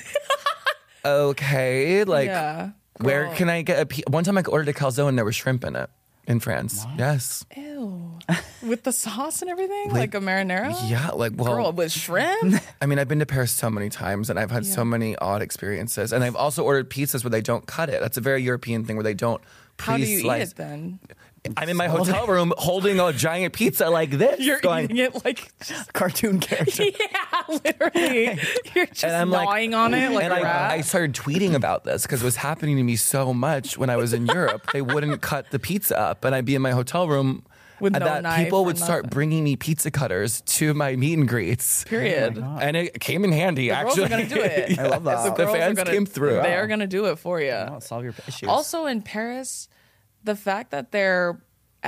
[SPEAKER 1] okay, like,
[SPEAKER 2] Yeah,
[SPEAKER 1] where
[SPEAKER 2] girl.
[SPEAKER 1] can I get a? Pe- One time I ordered a calzone and there was shrimp in it in France. Yes,
[SPEAKER 2] Ew. With the sauce and everything? like a marinara?
[SPEAKER 1] yeah, like well,
[SPEAKER 2] Girl, with shrimp?
[SPEAKER 1] I mean, I've been to Paris so many times and I've had so many odd experiences. And I've also ordered pizzas where they don't cut it. That's a very European thing where they don't
[SPEAKER 2] How do you eat
[SPEAKER 1] pre-slice.
[SPEAKER 2] it then?
[SPEAKER 1] I'm in my hotel room holding a giant pizza like this.
[SPEAKER 2] You're
[SPEAKER 1] going,
[SPEAKER 2] eating it like,
[SPEAKER 3] cartoon character.
[SPEAKER 2] yeah, literally. You're just
[SPEAKER 1] And I'm like-
[SPEAKER 2] gnawing on it like
[SPEAKER 1] and
[SPEAKER 2] a rat.
[SPEAKER 1] I, I started tweeting about this because it was happening to me so much when I was in Europe. They wouldn't cut the pizza up, and I'd be in my hotel room.
[SPEAKER 2] With
[SPEAKER 1] and
[SPEAKER 2] no
[SPEAKER 1] that
[SPEAKER 2] knife
[SPEAKER 1] people
[SPEAKER 2] or
[SPEAKER 1] would start
[SPEAKER 2] nothing.
[SPEAKER 1] bringing me pizza cutters to my meet and greets.
[SPEAKER 2] Period.
[SPEAKER 1] And it came in handy,
[SPEAKER 2] girls
[SPEAKER 1] actually.
[SPEAKER 2] are gonna do it.
[SPEAKER 3] Oh I love that.
[SPEAKER 1] The
[SPEAKER 2] Girls are
[SPEAKER 1] fans
[SPEAKER 2] gonna-
[SPEAKER 1] came through.
[SPEAKER 2] They are going to do it for you.
[SPEAKER 3] Wow, solve your issues.
[SPEAKER 2] Also in Paris, the fact that their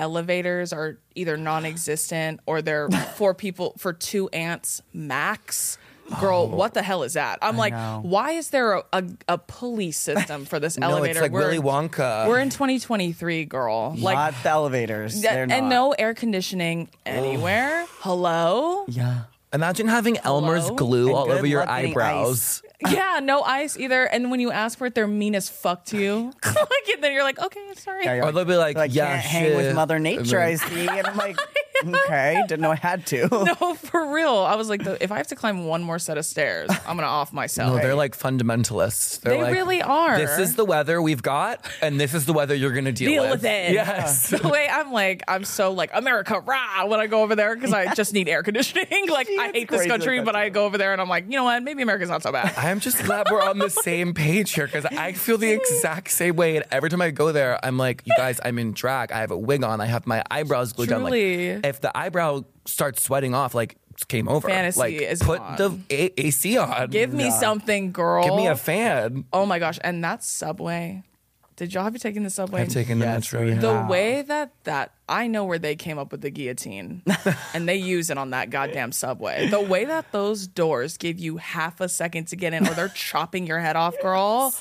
[SPEAKER 2] elevators are either non-existent or they're for people for two ants max. Girl, what the hell is that? I'm like,
[SPEAKER 3] Oh. know.
[SPEAKER 2] why is there a, a, a police system for this
[SPEAKER 1] no,
[SPEAKER 2] elevator?
[SPEAKER 1] it's like Willy Wonka.
[SPEAKER 2] we're in 2023, girl. Like,
[SPEAKER 3] not the elevators.
[SPEAKER 2] that-
[SPEAKER 3] They're
[SPEAKER 2] and
[SPEAKER 3] not.
[SPEAKER 2] no air conditioning anywhere. Hello?
[SPEAKER 3] Yeah.
[SPEAKER 1] Imagine having Elmer's
[SPEAKER 2] Hello?
[SPEAKER 1] glue
[SPEAKER 3] And
[SPEAKER 1] all
[SPEAKER 3] good
[SPEAKER 1] over your
[SPEAKER 3] luck getting
[SPEAKER 1] eyebrows.
[SPEAKER 2] Yeah, no ice either. And when you ask for it, they're mean as fuck to you. like, and then you're like, okay, sorry.
[SPEAKER 3] Yeah, you're
[SPEAKER 1] Or they'll be like,
[SPEAKER 3] like
[SPEAKER 1] yeah,
[SPEAKER 3] can't hang with
[SPEAKER 1] shit.
[SPEAKER 3] Mother Nature,
[SPEAKER 1] I
[SPEAKER 3] I
[SPEAKER 1] mean-
[SPEAKER 3] see. And I'm like, okay, didn't know I had to.
[SPEAKER 2] No, for real. I was like, if I have to climb one more set of stairs, I'm gonna off myself.
[SPEAKER 1] No, Oh, they're like fundamentalists. They're
[SPEAKER 2] They
[SPEAKER 1] like,
[SPEAKER 2] really are.
[SPEAKER 1] This is the weather we've got, and this is the weather you're going to deal,
[SPEAKER 2] Deal with it.
[SPEAKER 1] Yes.
[SPEAKER 2] the way I'm like, I'm so like America rah when I go over there because I just need air conditioning. Like I
[SPEAKER 3] it's
[SPEAKER 2] hate this
[SPEAKER 3] crazy
[SPEAKER 2] country,
[SPEAKER 3] like that
[SPEAKER 2] but I go over there and I'm like, you know what? Maybe America's not so bad.
[SPEAKER 1] I'm just glad we're on the same page here because I feel the exact same way. And every time I go there, I'm like, you guys, I'm in drag. I have a wig on. I have my eyebrows glued
[SPEAKER 2] Truly.
[SPEAKER 1] down. Like, if the eyebrow starts sweating off, like, it's game over.
[SPEAKER 2] Fantasy
[SPEAKER 1] like,
[SPEAKER 2] is
[SPEAKER 1] put
[SPEAKER 2] gone.
[SPEAKER 1] the a- AC on.
[SPEAKER 2] Give me something, girl.
[SPEAKER 1] Give me a fan.
[SPEAKER 2] oh my gosh, and that's subway. Did y'all have you taken the subway?
[SPEAKER 1] I've taken the metro. yeah.
[SPEAKER 2] The way that that I know where they came up with the guillotine, and they use it on that goddamn subway. The way that those doors give you half a second to get in, or they're chopping your head off, girl.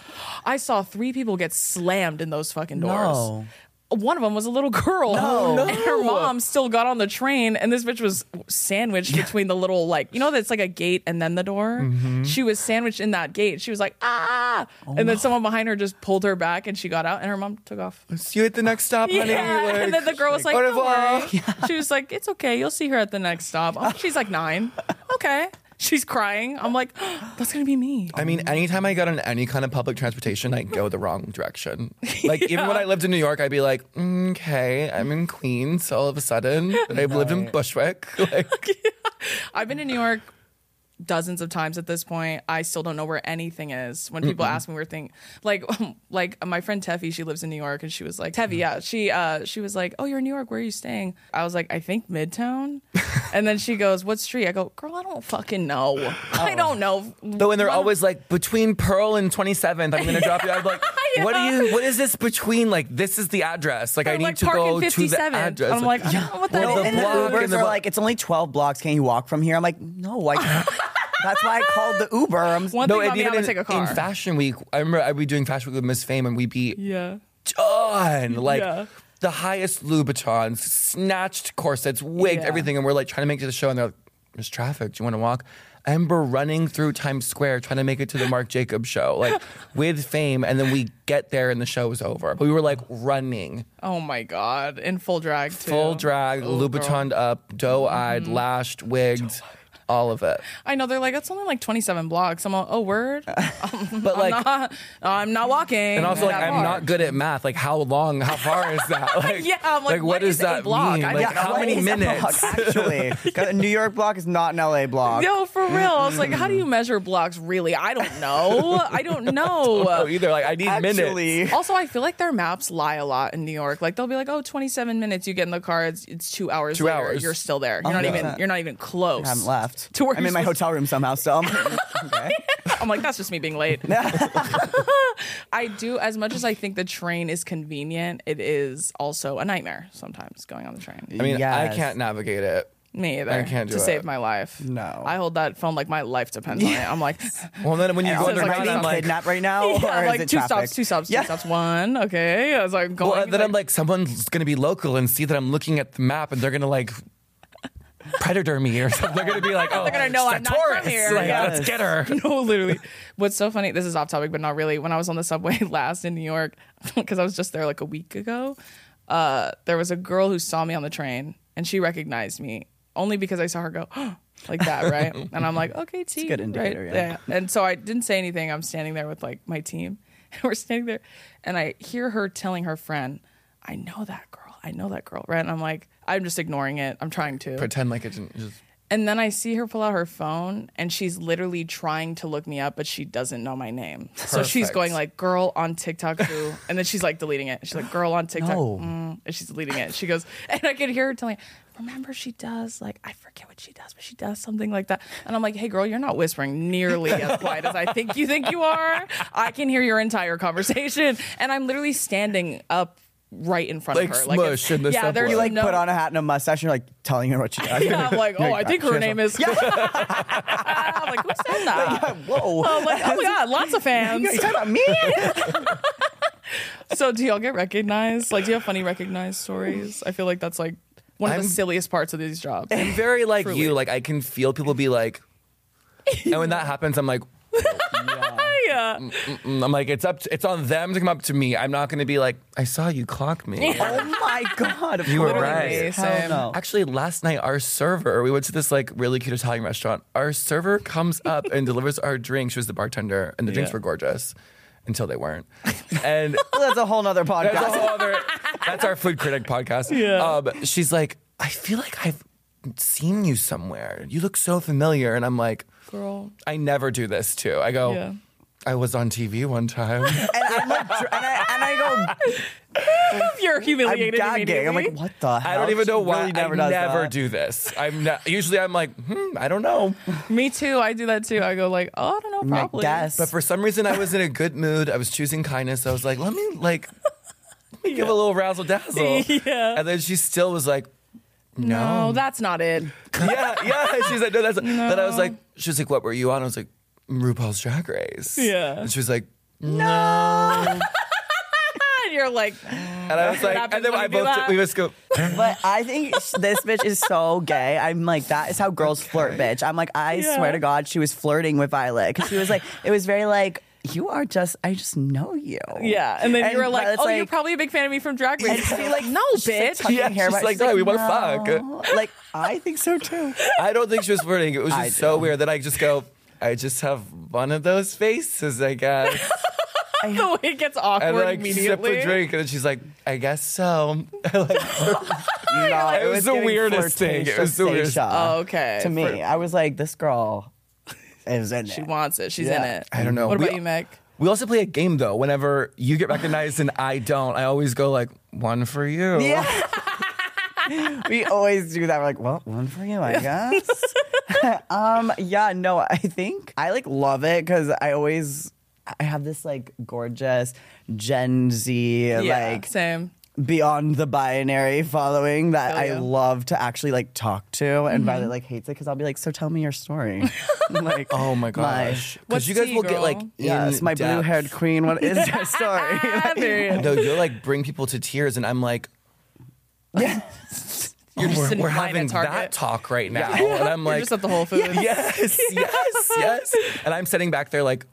[SPEAKER 2] I saw three people get slammed in those fucking doors.
[SPEAKER 3] No.
[SPEAKER 2] One of them was a little girl, and her mom still got on the train, and this bitch was sandwiched between the little like you know that's like a gate and then the door. She was sandwiched in that gate. She was like ah, and then someone behind her just pulled her back, and she got out, and her mom took off.
[SPEAKER 1] See you at the next stop, honey.
[SPEAKER 2] Yeah.
[SPEAKER 1] Like,
[SPEAKER 2] and then the girl was like,
[SPEAKER 1] au
[SPEAKER 2] "Don't
[SPEAKER 1] revoir."
[SPEAKER 2] worry." She was like, it's okay. You'll see her at the next stop. Oh, she's like nine. Okay. She's crying. I'm like, that's going to be me.
[SPEAKER 1] I mean, anytime I got on any kind of public transportation, I go the wrong direction. Like, even when I lived in New York, I'd be like, okay, I'm in Queens all of a sudden, but I've lived in Bushwick. Like,
[SPEAKER 2] I've been to New York dozens of times at this point. I still don't know where anything is. When people ask me where things like like my friend Teffy, she lives in New York and she was like,
[SPEAKER 1] Mm.
[SPEAKER 2] Teffy, yeah. She uh she was like, Oh, you're in New York, where are you staying? I was like, I think Midtown. and then she goes, What street? I go, Girl, I don't fucking know.
[SPEAKER 1] Oh.
[SPEAKER 2] I don't know.
[SPEAKER 1] though, and they're always like, between Pearl and 27th, I'm going to drop you. I'm like, what do you, what is this between? Like, this is the address. Like, I need
[SPEAKER 2] like
[SPEAKER 1] to
[SPEAKER 2] Park and
[SPEAKER 1] go to the
[SPEAKER 2] 57th.
[SPEAKER 1] address.
[SPEAKER 2] I'm like, I don't know what that
[SPEAKER 1] Well,
[SPEAKER 2] is.
[SPEAKER 1] the
[SPEAKER 3] and the
[SPEAKER 1] block
[SPEAKER 3] Ubers
[SPEAKER 1] and the
[SPEAKER 3] are
[SPEAKER 1] bu-
[SPEAKER 3] like, it's only 12 blocks. Can you walk from here? I'm like, no, I can't. That's why I called the Uber. I'm
[SPEAKER 2] One
[SPEAKER 1] no,
[SPEAKER 2] thing about me,
[SPEAKER 1] and
[SPEAKER 2] I'm
[SPEAKER 1] even
[SPEAKER 2] gonna
[SPEAKER 1] in,
[SPEAKER 2] take a car.
[SPEAKER 1] in Fashion Week, I remember I'd be doing Fashion Week with Miss Fame, and we'd be
[SPEAKER 2] yeah.
[SPEAKER 1] done. Like
[SPEAKER 2] Yeah.
[SPEAKER 1] the highest Louboutins, snatched corsets, wigs,
[SPEAKER 2] Yeah.
[SPEAKER 1] everything. And we're like trying to make it to the show, and they're like, there's traffic. Do you want to walk? I remember running through Times Square trying to make it to the Mark Jacobs show, like with fame. And then we get there and the show was over. But we were like running,
[SPEAKER 2] Oh my god, in full drag too.
[SPEAKER 1] full drag,
[SPEAKER 2] Oh,
[SPEAKER 1] Louboutin up, doe eyed,
[SPEAKER 2] Mm-hmm.
[SPEAKER 1] lashed, wigged, all of it.
[SPEAKER 2] I know they're like it's only like 27 blocks. I'm all, oh word.
[SPEAKER 1] But like,
[SPEAKER 2] Not- I'm not walking.
[SPEAKER 1] And also, like, I'm not good at math. Like, how long? How far is that? Like,
[SPEAKER 2] Yeah, I'm like, what is a block?
[SPEAKER 1] mean?
[SPEAKER 2] I
[SPEAKER 1] Like,
[SPEAKER 2] don't know.
[SPEAKER 1] how
[SPEAKER 2] What
[SPEAKER 1] many
[SPEAKER 2] is a
[SPEAKER 1] minutes?
[SPEAKER 3] actually. 'Cause New York block is not an LA block.
[SPEAKER 2] No, for real. I was like, how do you measure blocks? Really? I don't know. I don't know.
[SPEAKER 1] Oh, either like I need minutes.
[SPEAKER 3] Actually,
[SPEAKER 2] also, I feel like their maps lie a lot in New York. Like they'll be like, "Oh, 27 minutes. You get in the car. It's, it's two hours.
[SPEAKER 1] Two
[SPEAKER 2] later,
[SPEAKER 1] hours.
[SPEAKER 2] You're still there. You're not
[SPEAKER 3] yeah.
[SPEAKER 2] even. You're not even close.
[SPEAKER 3] I haven't left.
[SPEAKER 2] To where
[SPEAKER 3] I'm
[SPEAKER 2] you're
[SPEAKER 3] in my
[SPEAKER 2] supposed-
[SPEAKER 3] hotel room somehow still. okay.
[SPEAKER 2] I'm like, that's just me being late. I do. As much as I think the train is convenient, it is also a nightmare sometimes going on the train.
[SPEAKER 1] I mean, I
[SPEAKER 3] Yes.
[SPEAKER 1] can't navigate it.
[SPEAKER 2] Me either.
[SPEAKER 1] I can't do
[SPEAKER 2] to
[SPEAKER 1] it.
[SPEAKER 2] save my life.
[SPEAKER 3] No.
[SPEAKER 2] I hold that phone like my life depends on it. I'm like,
[SPEAKER 1] Well, then when you go
[SPEAKER 2] also,
[SPEAKER 3] Am
[SPEAKER 2] like,
[SPEAKER 3] I
[SPEAKER 1] underground,
[SPEAKER 2] being
[SPEAKER 1] I'm
[SPEAKER 3] being
[SPEAKER 1] like,
[SPEAKER 3] kidnapped right now?
[SPEAKER 2] Yeah,
[SPEAKER 3] or
[SPEAKER 2] I'm
[SPEAKER 3] is
[SPEAKER 2] like
[SPEAKER 3] it
[SPEAKER 2] two
[SPEAKER 3] traffic?
[SPEAKER 2] stops, two stops,
[SPEAKER 3] Yeah.
[SPEAKER 2] two stops. One, okay. I was like going.
[SPEAKER 1] well, then I'm like, someone's gonna be local and see that I'm looking at the map, and they're gonna like predator me or something. They're gonna be like, oh,
[SPEAKER 2] They're gonna know I'm not
[SPEAKER 1] Taurus.
[SPEAKER 2] from here.
[SPEAKER 1] Like,
[SPEAKER 2] Yes.
[SPEAKER 1] let's get her.
[SPEAKER 2] no, literally. What's so funny? This is off topic, but not really. When I was on the subway last in New York, because I was just there like a week ago, uh, there was a girl who saw me on the train and she recognized me only because I saw her go. Like that, right? And I'm like, okay, T.
[SPEAKER 3] good indicator,
[SPEAKER 2] right?
[SPEAKER 3] yeah.
[SPEAKER 2] And so I didn't say anything. I'm standing there with like my team, and we're standing there, and I hear her telling her friend, "I know that girl. I know that girl." Right? And I'm like, I'm just ignoring it. I'm trying to.
[SPEAKER 1] Pretend like it didn't. Just,
[SPEAKER 2] And then I see her pull out her phone and she's literally trying to look me up, but she doesn't know my name. So she's
[SPEAKER 1] Perfect.
[SPEAKER 2] going like, girl on TikTok who? And then she's like deleting it. She's like, girl on TikTok.
[SPEAKER 3] No.
[SPEAKER 2] mm," and she's deleting it. She goes, and I can hear her telling, remember she does, like, I forget what she does, but she does something like that. And I'm like, hey, girl, you're not whispering nearly as quiet as I think you think you are. I can hear your entire conversation. And I'm literally standing up right in front
[SPEAKER 1] Like
[SPEAKER 2] of her.
[SPEAKER 1] Smush in the
[SPEAKER 2] yeah, there's
[SPEAKER 1] subway. You,
[SPEAKER 3] Like
[SPEAKER 2] no,
[SPEAKER 3] put on a hat and a mustache, and you're like telling her what she does.
[SPEAKER 2] yeah, I'm like, oh, I think her
[SPEAKER 3] Cheers.
[SPEAKER 2] name is. I'm like, who said that?
[SPEAKER 3] Whoa.
[SPEAKER 2] I'm like, oh my god, lots of fans.
[SPEAKER 3] you talking about me?
[SPEAKER 2] So, do y'all get recognized? Like, do you have funny recognized stories? I feel like that's like one of the
[SPEAKER 1] I'm-
[SPEAKER 2] silliest parts of these jobs.
[SPEAKER 1] I'm very like you. Like I can feel people be like, and when that happens, I'm like,
[SPEAKER 2] yeah,
[SPEAKER 1] mm, I'm like, it's up. To, it's on them to come up to me. I'm not gonna be like, I saw you clock me.
[SPEAKER 3] oh my god! Of
[SPEAKER 1] You were
[SPEAKER 3] course.
[SPEAKER 1] right.
[SPEAKER 3] Hell
[SPEAKER 2] Same.
[SPEAKER 3] no.
[SPEAKER 1] Actually, last night our server, we went to this like really cute Italian restaurant. Our server comes up and delivers our drink. She was the bartender, and the drinks
[SPEAKER 3] Yeah.
[SPEAKER 1] were gorgeous until they weren't. And
[SPEAKER 3] Well, that's a whole nother podcast.
[SPEAKER 1] that's a whole other. That's our food critic podcast.
[SPEAKER 2] Yeah.
[SPEAKER 1] Um, she's like, I feel like I've seen you somewhere. You look so familiar, and I'm like,
[SPEAKER 2] girl.
[SPEAKER 1] I never do this too. I go.
[SPEAKER 2] Yeah.
[SPEAKER 1] I was on TV one time.
[SPEAKER 3] and I'm like, dr- and I, and I go,
[SPEAKER 2] You're
[SPEAKER 3] I'm
[SPEAKER 2] humiliated.
[SPEAKER 3] gagging. I'm like,
[SPEAKER 2] immediately.
[SPEAKER 3] what the? Hell?
[SPEAKER 1] I don't even know
[SPEAKER 3] She
[SPEAKER 1] why.
[SPEAKER 3] really never
[SPEAKER 1] I
[SPEAKER 3] does
[SPEAKER 1] never
[SPEAKER 3] that.
[SPEAKER 1] do this. I'm not, usually I'm like, hmm, I don't know.
[SPEAKER 2] Me too. I do that too. I go like, oh, I don't know,
[SPEAKER 3] I
[SPEAKER 2] probably.
[SPEAKER 3] guess.
[SPEAKER 1] But for some reason, I was in a good mood. I was choosing kindness. I was like, let me like let me give a little razzle dazzle.
[SPEAKER 2] Yeah.
[SPEAKER 1] And then she still was like, no.
[SPEAKER 2] No, that's not it.
[SPEAKER 1] yeah, yeah. She's like, no, that's. Then I was like, she was like, what were you on? I was like, RuPaul's Drag Race.
[SPEAKER 2] Yeah.
[SPEAKER 1] And she was like, no.
[SPEAKER 2] And you're like,
[SPEAKER 1] And I was like,
[SPEAKER 2] happens
[SPEAKER 1] and then
[SPEAKER 2] when
[SPEAKER 1] I
[SPEAKER 2] you do
[SPEAKER 1] both
[SPEAKER 2] that.
[SPEAKER 1] we just go.
[SPEAKER 3] But I think sh- this bitch is so gay. I'm like, that is how girls flirt, bitch. I'm like, I
[SPEAKER 2] Yeah.
[SPEAKER 3] swear to God, she was flirting with Violet because she was like, it was very like, you are just, I just know you.
[SPEAKER 2] yeah. And then you were like,
[SPEAKER 3] Violet's
[SPEAKER 2] oh, you're probably a big fan of me from Drag
[SPEAKER 3] And
[SPEAKER 2] Race.
[SPEAKER 3] she like,
[SPEAKER 2] no, bitch.
[SPEAKER 3] Like,
[SPEAKER 1] Yeah, she's like, "No, we wanna
[SPEAKER 3] fuck. Like, I think so too.
[SPEAKER 1] I don't think she was flirting. It was
[SPEAKER 3] I
[SPEAKER 1] just so weird that I just go. I just have one of those faces, I guess.
[SPEAKER 2] the way it gets awkward
[SPEAKER 1] And like sip
[SPEAKER 2] immediately.
[SPEAKER 1] a drink, and then she's like, "I guess so."
[SPEAKER 3] No,
[SPEAKER 1] It was the
[SPEAKER 3] giving
[SPEAKER 1] weirdest thing. It was the weirdest-
[SPEAKER 3] flirtatious
[SPEAKER 2] Oh, okay.
[SPEAKER 3] To me,
[SPEAKER 2] For-
[SPEAKER 3] I was like, this girl is in
[SPEAKER 2] She
[SPEAKER 3] it.
[SPEAKER 2] wants it. She's
[SPEAKER 3] Yeah.
[SPEAKER 2] in it.
[SPEAKER 1] I don't know.
[SPEAKER 2] What
[SPEAKER 1] We-
[SPEAKER 2] about you, Meg?
[SPEAKER 1] We also play a game though. Whenever you get recognized and I don't, I always go like one for you.
[SPEAKER 3] Yeah. we always do that. We're like, well, one for you, I guess. um, yeah, no, I think I like love it because I always I have this like gorgeous Gen Z like
[SPEAKER 2] same.
[SPEAKER 3] beyond the binary following that
[SPEAKER 2] Hell
[SPEAKER 3] I
[SPEAKER 2] yeah. Mm-hmm.
[SPEAKER 3] love to actually like talk to, and Violet like hates it because I'll be like, so tell me your story. like,
[SPEAKER 1] Oh my gosh. Because
[SPEAKER 2] What's
[SPEAKER 1] you guys
[SPEAKER 2] tea,
[SPEAKER 1] will
[SPEAKER 2] girl?
[SPEAKER 1] get like
[SPEAKER 3] Yes,
[SPEAKER 1] in
[SPEAKER 3] my
[SPEAKER 1] depth.
[SPEAKER 3] blue haired queen. What is your story? Like,
[SPEAKER 2] Period.
[SPEAKER 1] No, you'll like bring people to tears, and I'm like,
[SPEAKER 2] You're just
[SPEAKER 1] we're,
[SPEAKER 2] sitting
[SPEAKER 1] we're
[SPEAKER 2] in line
[SPEAKER 1] having
[SPEAKER 2] at Target.
[SPEAKER 1] that talk right now, and I'm
[SPEAKER 2] You're
[SPEAKER 1] like,
[SPEAKER 2] just at the Whole Foods.
[SPEAKER 1] yes, yes, yes, and I'm sitting back there like,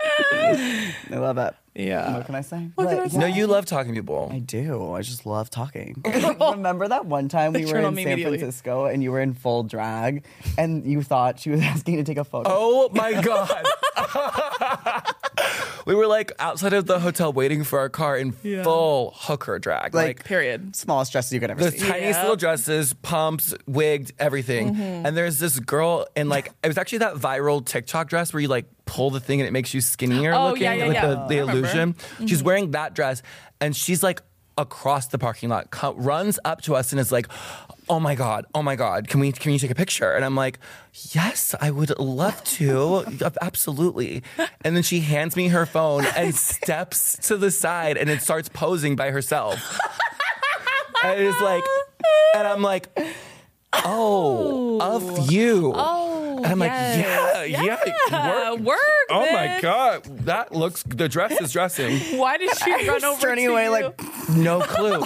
[SPEAKER 3] I love it.
[SPEAKER 2] Yeah.
[SPEAKER 3] What can I say?
[SPEAKER 2] What can
[SPEAKER 3] But,
[SPEAKER 2] I say?
[SPEAKER 1] no, you love talking to people.
[SPEAKER 3] I do. I just love talking. Remember that one time we
[SPEAKER 2] They
[SPEAKER 3] were
[SPEAKER 2] turn on
[SPEAKER 3] in
[SPEAKER 2] me
[SPEAKER 3] San
[SPEAKER 2] immediately.
[SPEAKER 3] Francisco and you were in full drag and you thought she was asking to take a photo?
[SPEAKER 1] Oh my god. we were like outside of the hotel waiting for our car in
[SPEAKER 2] Yeah.
[SPEAKER 1] full hooker drag. Like,
[SPEAKER 3] Like,
[SPEAKER 2] Period.
[SPEAKER 3] Smallest dresses you could ever
[SPEAKER 1] the
[SPEAKER 3] see.
[SPEAKER 1] tiniest
[SPEAKER 2] Yeah.
[SPEAKER 1] little dresses, pumps, wigged, everything.
[SPEAKER 2] Mm-hmm.
[SPEAKER 1] And there's this girl in like it was actually that viral TikTok dress where you like pull the thing and it makes you skinnier
[SPEAKER 2] Oh,
[SPEAKER 1] looking.
[SPEAKER 2] yeah, yeah,
[SPEAKER 1] like
[SPEAKER 2] yeah.
[SPEAKER 1] the, the
[SPEAKER 2] I remember. Mm-hmm.
[SPEAKER 1] illusion. She's wearing that dress and she's like across the parking lot, co- runs up to us and is like, Oh my god! Oh my god! Can we can you take a picture? And I'm like, yes, I would love to, absolutely. And then she hands me her phone and steps to the side and it starts posing by herself. And it's like, and I'm like, oh, of you.
[SPEAKER 2] Oh,
[SPEAKER 1] and I'm
[SPEAKER 2] yes.
[SPEAKER 1] like, yeah, yeah,
[SPEAKER 2] Uh,
[SPEAKER 1] work.
[SPEAKER 2] work.
[SPEAKER 1] Oh my
[SPEAKER 2] bitch.
[SPEAKER 1] god, that looks. The dress is dressing.
[SPEAKER 2] Why did she run over
[SPEAKER 3] turning
[SPEAKER 2] to
[SPEAKER 3] away
[SPEAKER 2] you?
[SPEAKER 3] like,
[SPEAKER 1] No clue.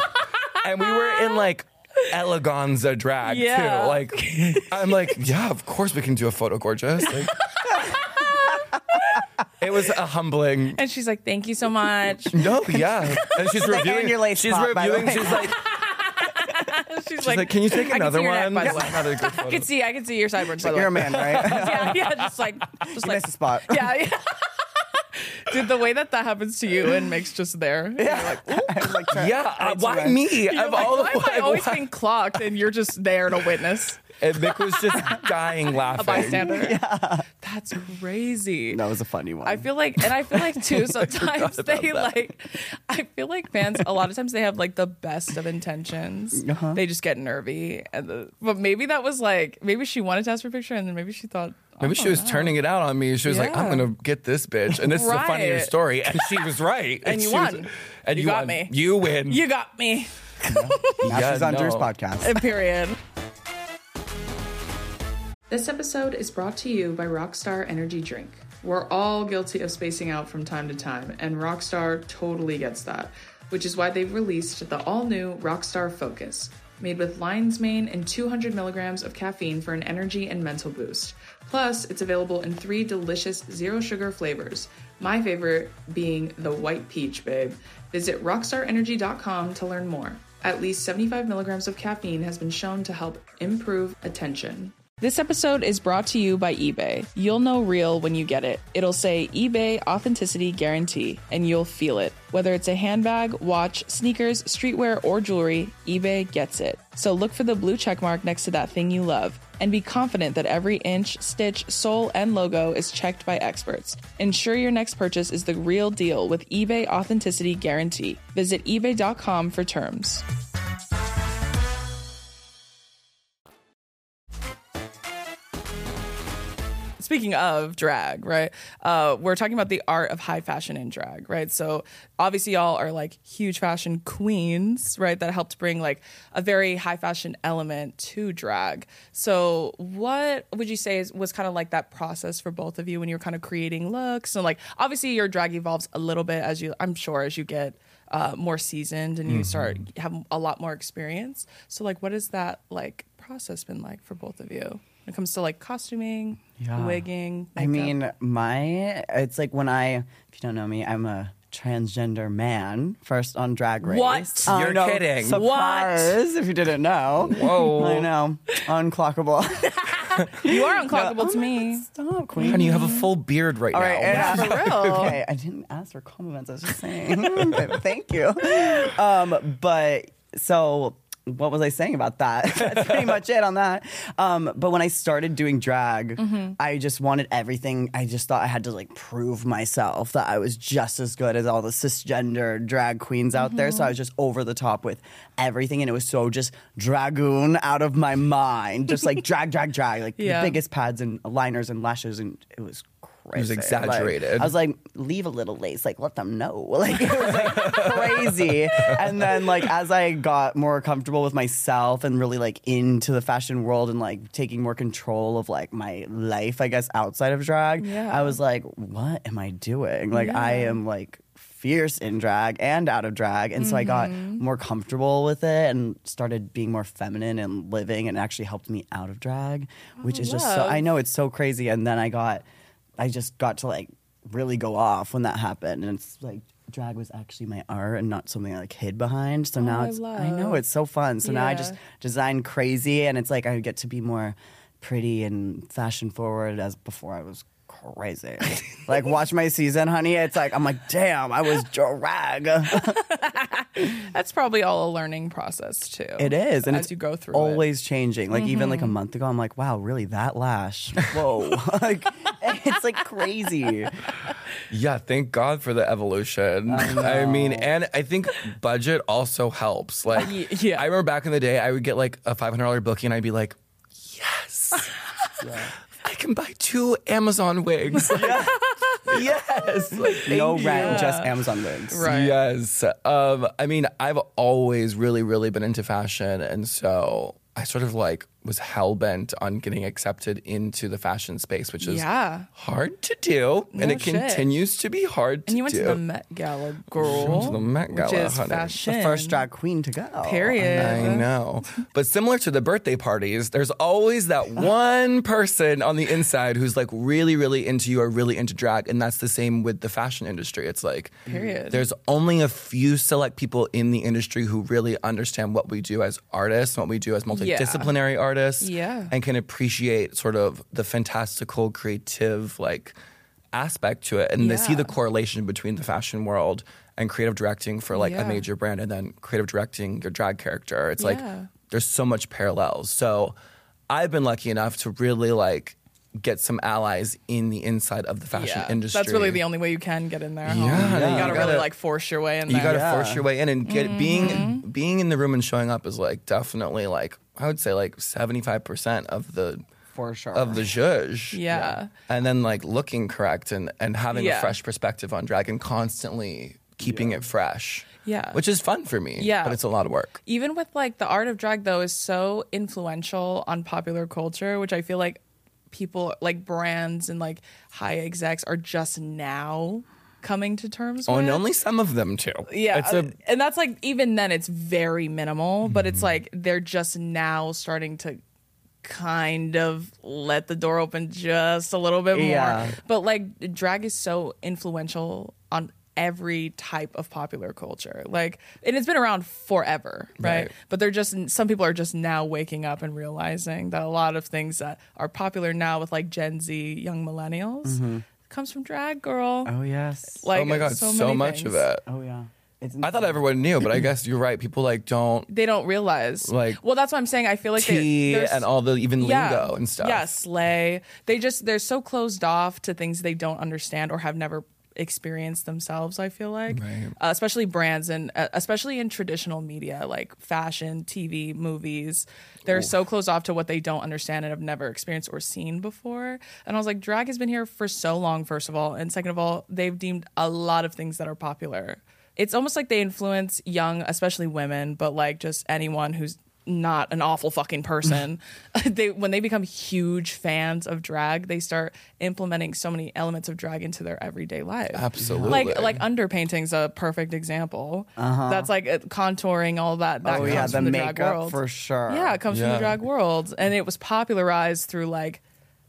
[SPEAKER 1] and we were in like eleganza drag
[SPEAKER 2] Yeah.
[SPEAKER 1] too. Like I'm like, yeah, of course we can do a photo gorgeous. Like, it was a humbling.
[SPEAKER 2] And she's like, "Thank you so much."
[SPEAKER 1] No, yeah. And she's reviewing.
[SPEAKER 3] and your lace
[SPEAKER 1] she's
[SPEAKER 3] pop, by the
[SPEAKER 1] reviewing.
[SPEAKER 3] way.
[SPEAKER 1] She's like,
[SPEAKER 2] She's,
[SPEAKER 1] she's like, can you take
[SPEAKER 2] I can
[SPEAKER 1] another
[SPEAKER 2] see your neck,
[SPEAKER 1] one?
[SPEAKER 2] by the way.
[SPEAKER 1] Another good
[SPEAKER 2] I
[SPEAKER 1] photo.
[SPEAKER 2] can see, I can see your sideburns. By the way.
[SPEAKER 3] You're a man, right?
[SPEAKER 2] yeah, yeah, just like, just
[SPEAKER 3] you
[SPEAKER 2] like,
[SPEAKER 3] missed a spot.
[SPEAKER 2] yeah, yeah. Dude, the way that that happens to you and Make's just there. Yeah.
[SPEAKER 3] like, try-
[SPEAKER 1] yeah, uh,
[SPEAKER 3] It's
[SPEAKER 1] why
[SPEAKER 3] red.
[SPEAKER 1] me? Of all the
[SPEAKER 2] why am I always
[SPEAKER 1] why-
[SPEAKER 2] being clocked and you're just there to witness
[SPEAKER 1] And Nick was just dying
[SPEAKER 2] a
[SPEAKER 1] laughing.
[SPEAKER 2] bystander? That's crazy.
[SPEAKER 3] That was a funny one.
[SPEAKER 2] I feel like, and I feel like too, sometimes they like, I feel like fans, a lot of times they have like the best of intentions.
[SPEAKER 3] Uh-huh.
[SPEAKER 2] They just get nervy. and the, But maybe that was like, maybe she wanted to ask for a picture and then maybe she thought,
[SPEAKER 1] Maybe she was turning it out on me. She was like,
[SPEAKER 2] Oh, Yeah.
[SPEAKER 1] "I'm gonna get this bitch," and this is a funnier
[SPEAKER 2] Right.
[SPEAKER 1] story. And she was right.
[SPEAKER 2] And you
[SPEAKER 1] she was-
[SPEAKER 2] won.
[SPEAKER 1] and
[SPEAKER 2] You
[SPEAKER 1] you,
[SPEAKER 2] got
[SPEAKER 1] won.
[SPEAKER 2] me.
[SPEAKER 1] You win.
[SPEAKER 2] you got me.
[SPEAKER 3] now
[SPEAKER 1] Yeah,
[SPEAKER 3] she's on
[SPEAKER 1] no.
[SPEAKER 3] Drew's podcast.
[SPEAKER 2] Period.
[SPEAKER 4] This episode is brought to you by Rockstar Energy Drink. We're all guilty of spacing out from time to time, and Rockstar totally gets that, which is why they've released the all new Rockstar Focus, made with lion's mane and 200 milligrams of caffeine for an energy and mental boost. Plus, it's available in three delicious zero sugar flavors, my favorite being the white peach, babe. Visit rockstarenergy.com to learn more. At least 75 milligrams of caffeine has been shown to help improve attention.
[SPEAKER 2] This episode is brought to you by eBay. You'll know real when you get it. It'll say eBay Authenticity Guarantee, and you'll feel it. Whether it's a handbag, watch, sneakers, streetwear, or jewelry, eBay gets it. So look for the blue check mark next to that thing you love and be confident that every inch, stitch, sole, and logo is checked by experts. Ensure your next purchase is the real deal with eBay Authenticity Guarantee. Visit eBay.com for terms. speaking of drag, right? Uh, we're talking about the art of high fashion in drag, right? So obviously, y'all are like huge fashion queens, right? That helped bring like a very high fashion element to drag. So, what would you say is, was kind of like that process for both of you when you were kind of creating looks? And like, obviously, your drag evolves a little bit as you, I'm sure, as you get. Uh, more seasoned and you start have a lot more experience so like what has that like process been like for both of you when it comes to like costuming
[SPEAKER 3] Yeah.
[SPEAKER 2] wigging.
[SPEAKER 3] I mean, my it's like when I if you don't know me, I'm a transgender man first on Drag Race.
[SPEAKER 2] What?
[SPEAKER 3] I
[SPEAKER 1] You're
[SPEAKER 3] know.
[SPEAKER 1] kidding. What?
[SPEAKER 3] Surprise, If you didn't know.
[SPEAKER 1] Whoa.
[SPEAKER 3] I know. Unclockable.
[SPEAKER 2] you are unclockable to
[SPEAKER 3] Oh
[SPEAKER 2] me.
[SPEAKER 3] Stop, queen.
[SPEAKER 1] Honey, you have a full beard right
[SPEAKER 3] All
[SPEAKER 1] now.
[SPEAKER 3] right,
[SPEAKER 2] For
[SPEAKER 3] and, uh,
[SPEAKER 2] real.
[SPEAKER 3] okay. I didn't ask for compliments. I was just saying, but thank you. Um, but so, what was I saying about that? That's pretty much it on that. Um, but when I started doing drag, I just wanted everything. I just thought I had to like prove myself that I was just as good as all the cisgender drag queens out there. So I was just over the top with everything, and it was so just dragoon out of my mind, just like drag, drag, drag, like
[SPEAKER 2] Yeah.
[SPEAKER 3] the biggest pads and liners and lashes, and it was.
[SPEAKER 1] It
[SPEAKER 3] crazy
[SPEAKER 1] was
[SPEAKER 3] crazy. Like,
[SPEAKER 1] exaggerated.
[SPEAKER 3] I was like, leave a little lace, like let them know. Like it was like crazy. And then like as I got more comfortable with myself and really like into the fashion world and like taking more control of like my life, I guess outside of drag,
[SPEAKER 2] Yeah.
[SPEAKER 3] I was like, what am I doing? Like I am like fierce in drag and out of drag. And so I got more comfortable with it and started being more feminine and living and it actually helped me out of drag, which is just so
[SPEAKER 2] love.
[SPEAKER 3] I know it's so crazy. And then I got I just got to like really go off when that happened. And it's like drag was actually my art and not something I like hid behind. So now
[SPEAKER 2] Oh, I
[SPEAKER 3] it's I know
[SPEAKER 2] love.
[SPEAKER 3] it's so fun. So now I just
[SPEAKER 2] Yeah.
[SPEAKER 3] design crazy and it's like I get to be more pretty and fashion forward as before I was crazy. like watch my season, honey. It's like I'm like, damn, I was drag.
[SPEAKER 2] That's probably all a learning process too.
[SPEAKER 3] It is, and
[SPEAKER 2] as
[SPEAKER 3] it's
[SPEAKER 2] you go through it.
[SPEAKER 3] always changing. Like even like a month ago, I'm like, wow, really that lash? Whoa, like it's like crazy.
[SPEAKER 1] Yeah, thank God for the evolution. I, mean, and I think budget also helps. Like,
[SPEAKER 2] Uh, Y- yeah.
[SPEAKER 1] I remember back in the day, I would get like a five hundred dollar booking, and I'd be like, "Yes, I can buy two Amazon wigs." yes, Like,
[SPEAKER 3] no
[SPEAKER 1] thank
[SPEAKER 3] rent,
[SPEAKER 1] you.
[SPEAKER 3] just Amazon wigs.
[SPEAKER 2] Right.
[SPEAKER 1] Yes. Um, I mean, I've always really, really been into fashion. And so I sort of like was hell bent on getting accepted into the fashion space, which is
[SPEAKER 2] Yeah.
[SPEAKER 1] hard to do. and
[SPEAKER 2] No
[SPEAKER 1] it
[SPEAKER 2] shit.
[SPEAKER 1] continues to be hard to
[SPEAKER 2] And you went
[SPEAKER 1] do.
[SPEAKER 2] to the Met Gala, girl.
[SPEAKER 1] went to the Met
[SPEAKER 2] which
[SPEAKER 1] Gala,
[SPEAKER 2] is
[SPEAKER 1] honey. The
[SPEAKER 2] fashion.
[SPEAKER 3] The first drag queen to go.
[SPEAKER 2] Period.
[SPEAKER 1] I know. But similar to the birthday parties, there's always that one person on the inside who's like really, really into you or really into drag. And that's the same with the fashion industry. It's like,
[SPEAKER 2] Period.
[SPEAKER 1] there's only a few select people in the industry who really understand what we do as artists, what we do as multidisciplinary artists,
[SPEAKER 2] Yeah.
[SPEAKER 1] and can appreciate sort of the fantastical, creative, like, aspect to it and they see
[SPEAKER 2] Yeah.
[SPEAKER 1] the correlation between the fashion world and creative directing for like
[SPEAKER 2] Yeah.
[SPEAKER 1] a major your brand and then creative directing your drag character. It's like
[SPEAKER 2] Yeah.
[SPEAKER 1] there's so much parallels. So I've been lucky enough to really like get some allies in the inside of the fashion
[SPEAKER 2] Yeah.
[SPEAKER 1] industry.
[SPEAKER 2] That's really the only way you can get in there. Yeah,
[SPEAKER 1] Yeah,
[SPEAKER 2] you
[SPEAKER 1] you
[SPEAKER 2] gotta really
[SPEAKER 1] gotta-
[SPEAKER 2] like force your way in there.
[SPEAKER 1] you got to
[SPEAKER 3] Yeah.
[SPEAKER 1] force your way in and get
[SPEAKER 2] Mm-hmm.
[SPEAKER 1] being being in the room and showing up is like definitely like I would say like 75% of the
[SPEAKER 3] For sure.
[SPEAKER 1] of the judge.
[SPEAKER 2] Yeah. Yeah.
[SPEAKER 1] And then like looking correct and and having
[SPEAKER 2] Yeah.
[SPEAKER 1] a fresh perspective on drag and constantly keeping it fresh.
[SPEAKER 2] Yeah.
[SPEAKER 1] Which is fun for me.
[SPEAKER 2] Yeah.
[SPEAKER 1] But it's a lot of work.
[SPEAKER 2] even with like the art of drag though is so influential on popular culture which i feel like people like brands and like high execs are just now coming to terms
[SPEAKER 1] Oh,
[SPEAKER 2] with
[SPEAKER 1] and only some of them too.
[SPEAKER 2] yeah uh,
[SPEAKER 1] it's a Mm-hmm.
[SPEAKER 2] and that's like even then it's very minimal but it's like they're just now starting to kind of let the door open just a little bit more
[SPEAKER 3] Yeah.
[SPEAKER 2] but like drag is so influential on every type of popular culture like and it's been around forever right,
[SPEAKER 1] Right.
[SPEAKER 2] but they're just some people are just now waking up and realizing that a lot of things that are popular now with like gen z young millennials comes from drag girl
[SPEAKER 3] oh yes.
[SPEAKER 2] like
[SPEAKER 1] Mm-hmm. oh my god, so,
[SPEAKER 2] many
[SPEAKER 1] much
[SPEAKER 2] things.
[SPEAKER 1] of it.
[SPEAKER 3] oh yeah. It's
[SPEAKER 1] I thought everyone knew, but I guess you're right. People like don't
[SPEAKER 2] they don't realize.
[SPEAKER 1] Like,
[SPEAKER 2] well, that's what I'm saying. I feel like they-
[SPEAKER 1] tea
[SPEAKER 2] they're,
[SPEAKER 1] and all the even lingo and stuff.
[SPEAKER 2] Yeah, slay. They just they're so closed off to things they don't understand or have never experienced themselves. I feel like,
[SPEAKER 1] Right.
[SPEAKER 2] uh, especially brands and uh, especially in traditional media like fashion, TV, movies, they're so closed off to what they don't understand and have never experienced or seen before. And I was like, drag has been here for so long. First of all, and second of all, they've deemed a lot of things that are popular. It's almost like they influence young, especially women, but like just anyone who's not an awful fucking person. they when they become huge fans of drag, they start implementing so many elements of drag into their everyday life.
[SPEAKER 1] Absolutely.
[SPEAKER 2] Like like underpainting's a perfect example. That's like uh, contouring all that. That
[SPEAKER 3] Uh-huh.
[SPEAKER 2] comes
[SPEAKER 3] Oh yeah, the,
[SPEAKER 2] from the drag
[SPEAKER 3] makeup
[SPEAKER 2] world
[SPEAKER 3] for sure.
[SPEAKER 2] Yeah, it comes from the
[SPEAKER 1] Yeah.
[SPEAKER 2] drag world, and it was popularized through like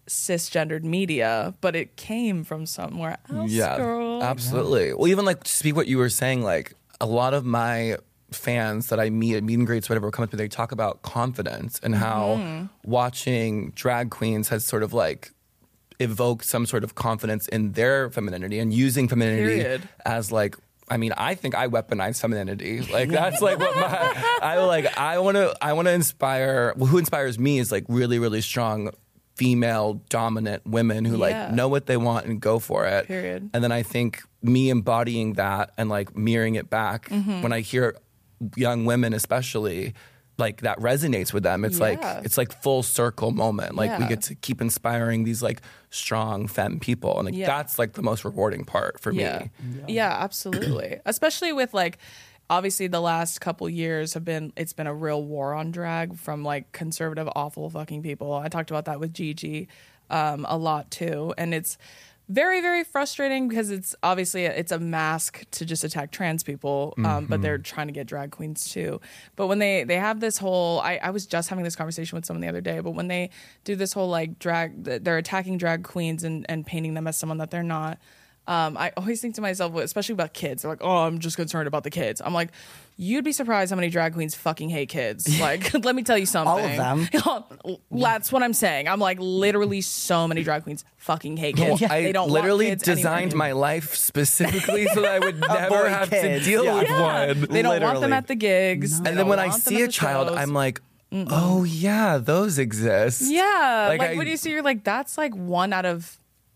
[SPEAKER 2] cisgendered media, but it came from somewhere else.
[SPEAKER 1] yeah,
[SPEAKER 2] girl.
[SPEAKER 1] absolutely. Well, even like to speak what you were saying, like a lot of my fans that I meet at meet and greets, whatever, come up to me, they talk about confidence and how
[SPEAKER 2] Mm-hmm.
[SPEAKER 1] watching drag queens has sort of like evoked some sort of confidence in their femininity and using femininity
[SPEAKER 2] Period.
[SPEAKER 1] as like. I mean, I think I weaponize femininity. Like that's like what my I like. I want to. I want to inspire. Well, who inspires me is like really, really strong female dominant women who
[SPEAKER 2] Yeah.
[SPEAKER 1] like know what they want and go for it.
[SPEAKER 2] Period.
[SPEAKER 1] And then I think me embodying that and like mirroring it back
[SPEAKER 2] Mm-hmm.
[SPEAKER 1] when I hear young women, especially, like that resonates with them. It's
[SPEAKER 2] Yeah.
[SPEAKER 1] like it's like full circle moment. Like we
[SPEAKER 2] Yeah.
[SPEAKER 1] get to keep inspiring these like strong femme people, and like
[SPEAKER 2] Yeah.
[SPEAKER 1] that's like the most rewarding part for
[SPEAKER 2] yeah.
[SPEAKER 1] me.
[SPEAKER 2] Yeah, absolutely. Especially with like obviously the last couple years have been it's been a real war on drag from like conservative awful fucking people. I talked about that with Gigi um a lot too and it's very very frustrating because it's obviously it's a mask to just attack trans people um, but
[SPEAKER 1] Mm-hmm.
[SPEAKER 2] they're trying to get drag queens too but when they they have this whole I, I was just having this conversation with someone the other day but when they do this whole like drag th- they're attacking drag queens and and painting them as someone that they're not um, I always think to myself, especially about kids, they're like, "Oh, I'm just concerned about the kids." I'm like, "You'd be surprised how many drag queens fucking hate kids." Like, let me tell you something.
[SPEAKER 3] of them.
[SPEAKER 2] That's what I'm saying. I'm like, literally, so many drag queens fucking hate kids.
[SPEAKER 1] I
[SPEAKER 2] They don't want
[SPEAKER 1] literally
[SPEAKER 2] kids anywhere
[SPEAKER 1] designed
[SPEAKER 2] near-
[SPEAKER 1] my life specifically so that I would never
[SPEAKER 3] Avoid
[SPEAKER 1] have
[SPEAKER 3] kids,
[SPEAKER 1] to deal
[SPEAKER 3] yeah.
[SPEAKER 1] with
[SPEAKER 3] Yeah.
[SPEAKER 1] one.
[SPEAKER 2] They don't want them
[SPEAKER 3] Literally.
[SPEAKER 2] at the gigs. They
[SPEAKER 1] and then
[SPEAKER 2] don't
[SPEAKER 1] when I
[SPEAKER 2] want them at
[SPEAKER 1] see a
[SPEAKER 2] the
[SPEAKER 1] child,
[SPEAKER 2] shows.
[SPEAKER 1] I'm like, oh yeah, those exist.
[SPEAKER 2] yeah. Like,
[SPEAKER 1] like, I-
[SPEAKER 2] when you see, you're like, that's like one out of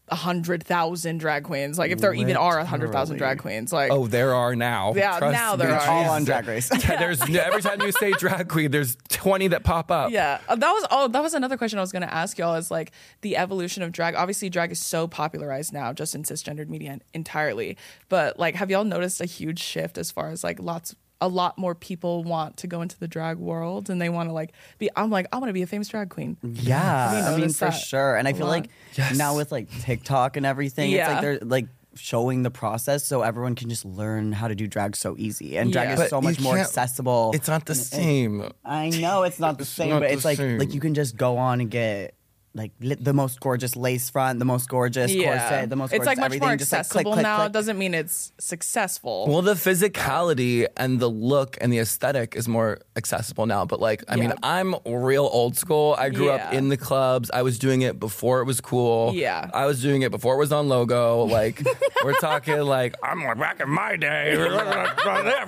[SPEAKER 2] a hundred thousand drag queens. Like, if there even are a hundred thousand drag queens, like,
[SPEAKER 1] Oh, there are now.
[SPEAKER 2] Yeah,
[SPEAKER 1] Trust
[SPEAKER 2] now
[SPEAKER 1] me.
[SPEAKER 2] there are.
[SPEAKER 3] All on Drag Race.
[SPEAKER 1] Yeah, there's every time you say drag queen, there's 20 that pop up.
[SPEAKER 2] Yeah, Uh, that was oh, that was another question I was going to ask y'all is like the evolution of drag. Obviously, drag is so popularized now, just in cisgendered media entirely. But like, have y'all noticed a huge shift as far as like lots, a lot more people want to go into the drag world and they want to like be. I'm like, I want to be a famous drag queen.
[SPEAKER 1] Mm-hmm.
[SPEAKER 2] Have you
[SPEAKER 3] Yeah, I mean
[SPEAKER 2] noticed
[SPEAKER 3] for
[SPEAKER 2] that
[SPEAKER 3] sure. And I
[SPEAKER 2] a
[SPEAKER 3] feel
[SPEAKER 2] lot?
[SPEAKER 3] like now with like TikTok and everything, it's
[SPEAKER 2] Yeah.
[SPEAKER 3] like they're like showing the process so everyone can just learn how to do drag so easy. And drag
[SPEAKER 2] Yeah.
[SPEAKER 3] is
[SPEAKER 2] But
[SPEAKER 3] so
[SPEAKER 1] you
[SPEAKER 3] much more
[SPEAKER 1] can't-
[SPEAKER 3] accessible.
[SPEAKER 1] It's not the same.
[SPEAKER 3] I know it's not the same,
[SPEAKER 1] not
[SPEAKER 3] but
[SPEAKER 1] the
[SPEAKER 3] it's like
[SPEAKER 1] same.
[SPEAKER 3] like you can just go on and get like li- the most gorgeous lace front, the most gorgeous corset, eh, the most
[SPEAKER 2] it's
[SPEAKER 3] gorgeous
[SPEAKER 2] like much
[SPEAKER 3] everything.
[SPEAKER 2] more
[SPEAKER 3] just like
[SPEAKER 2] accessible
[SPEAKER 3] click, click,
[SPEAKER 2] now.
[SPEAKER 3] click.
[SPEAKER 2] It doesn't mean it's successful.
[SPEAKER 1] Well, the physicality and the look and the aesthetic is more accessible now. But like, I mean,
[SPEAKER 2] Yeah.
[SPEAKER 1] I'm real old school. I grew up
[SPEAKER 2] Yeah.
[SPEAKER 1] in the clubs. I was doing it before it was cool.
[SPEAKER 2] Yeah.
[SPEAKER 1] I was doing it before it was on logo. Like, we're talking like I'm like back in my day.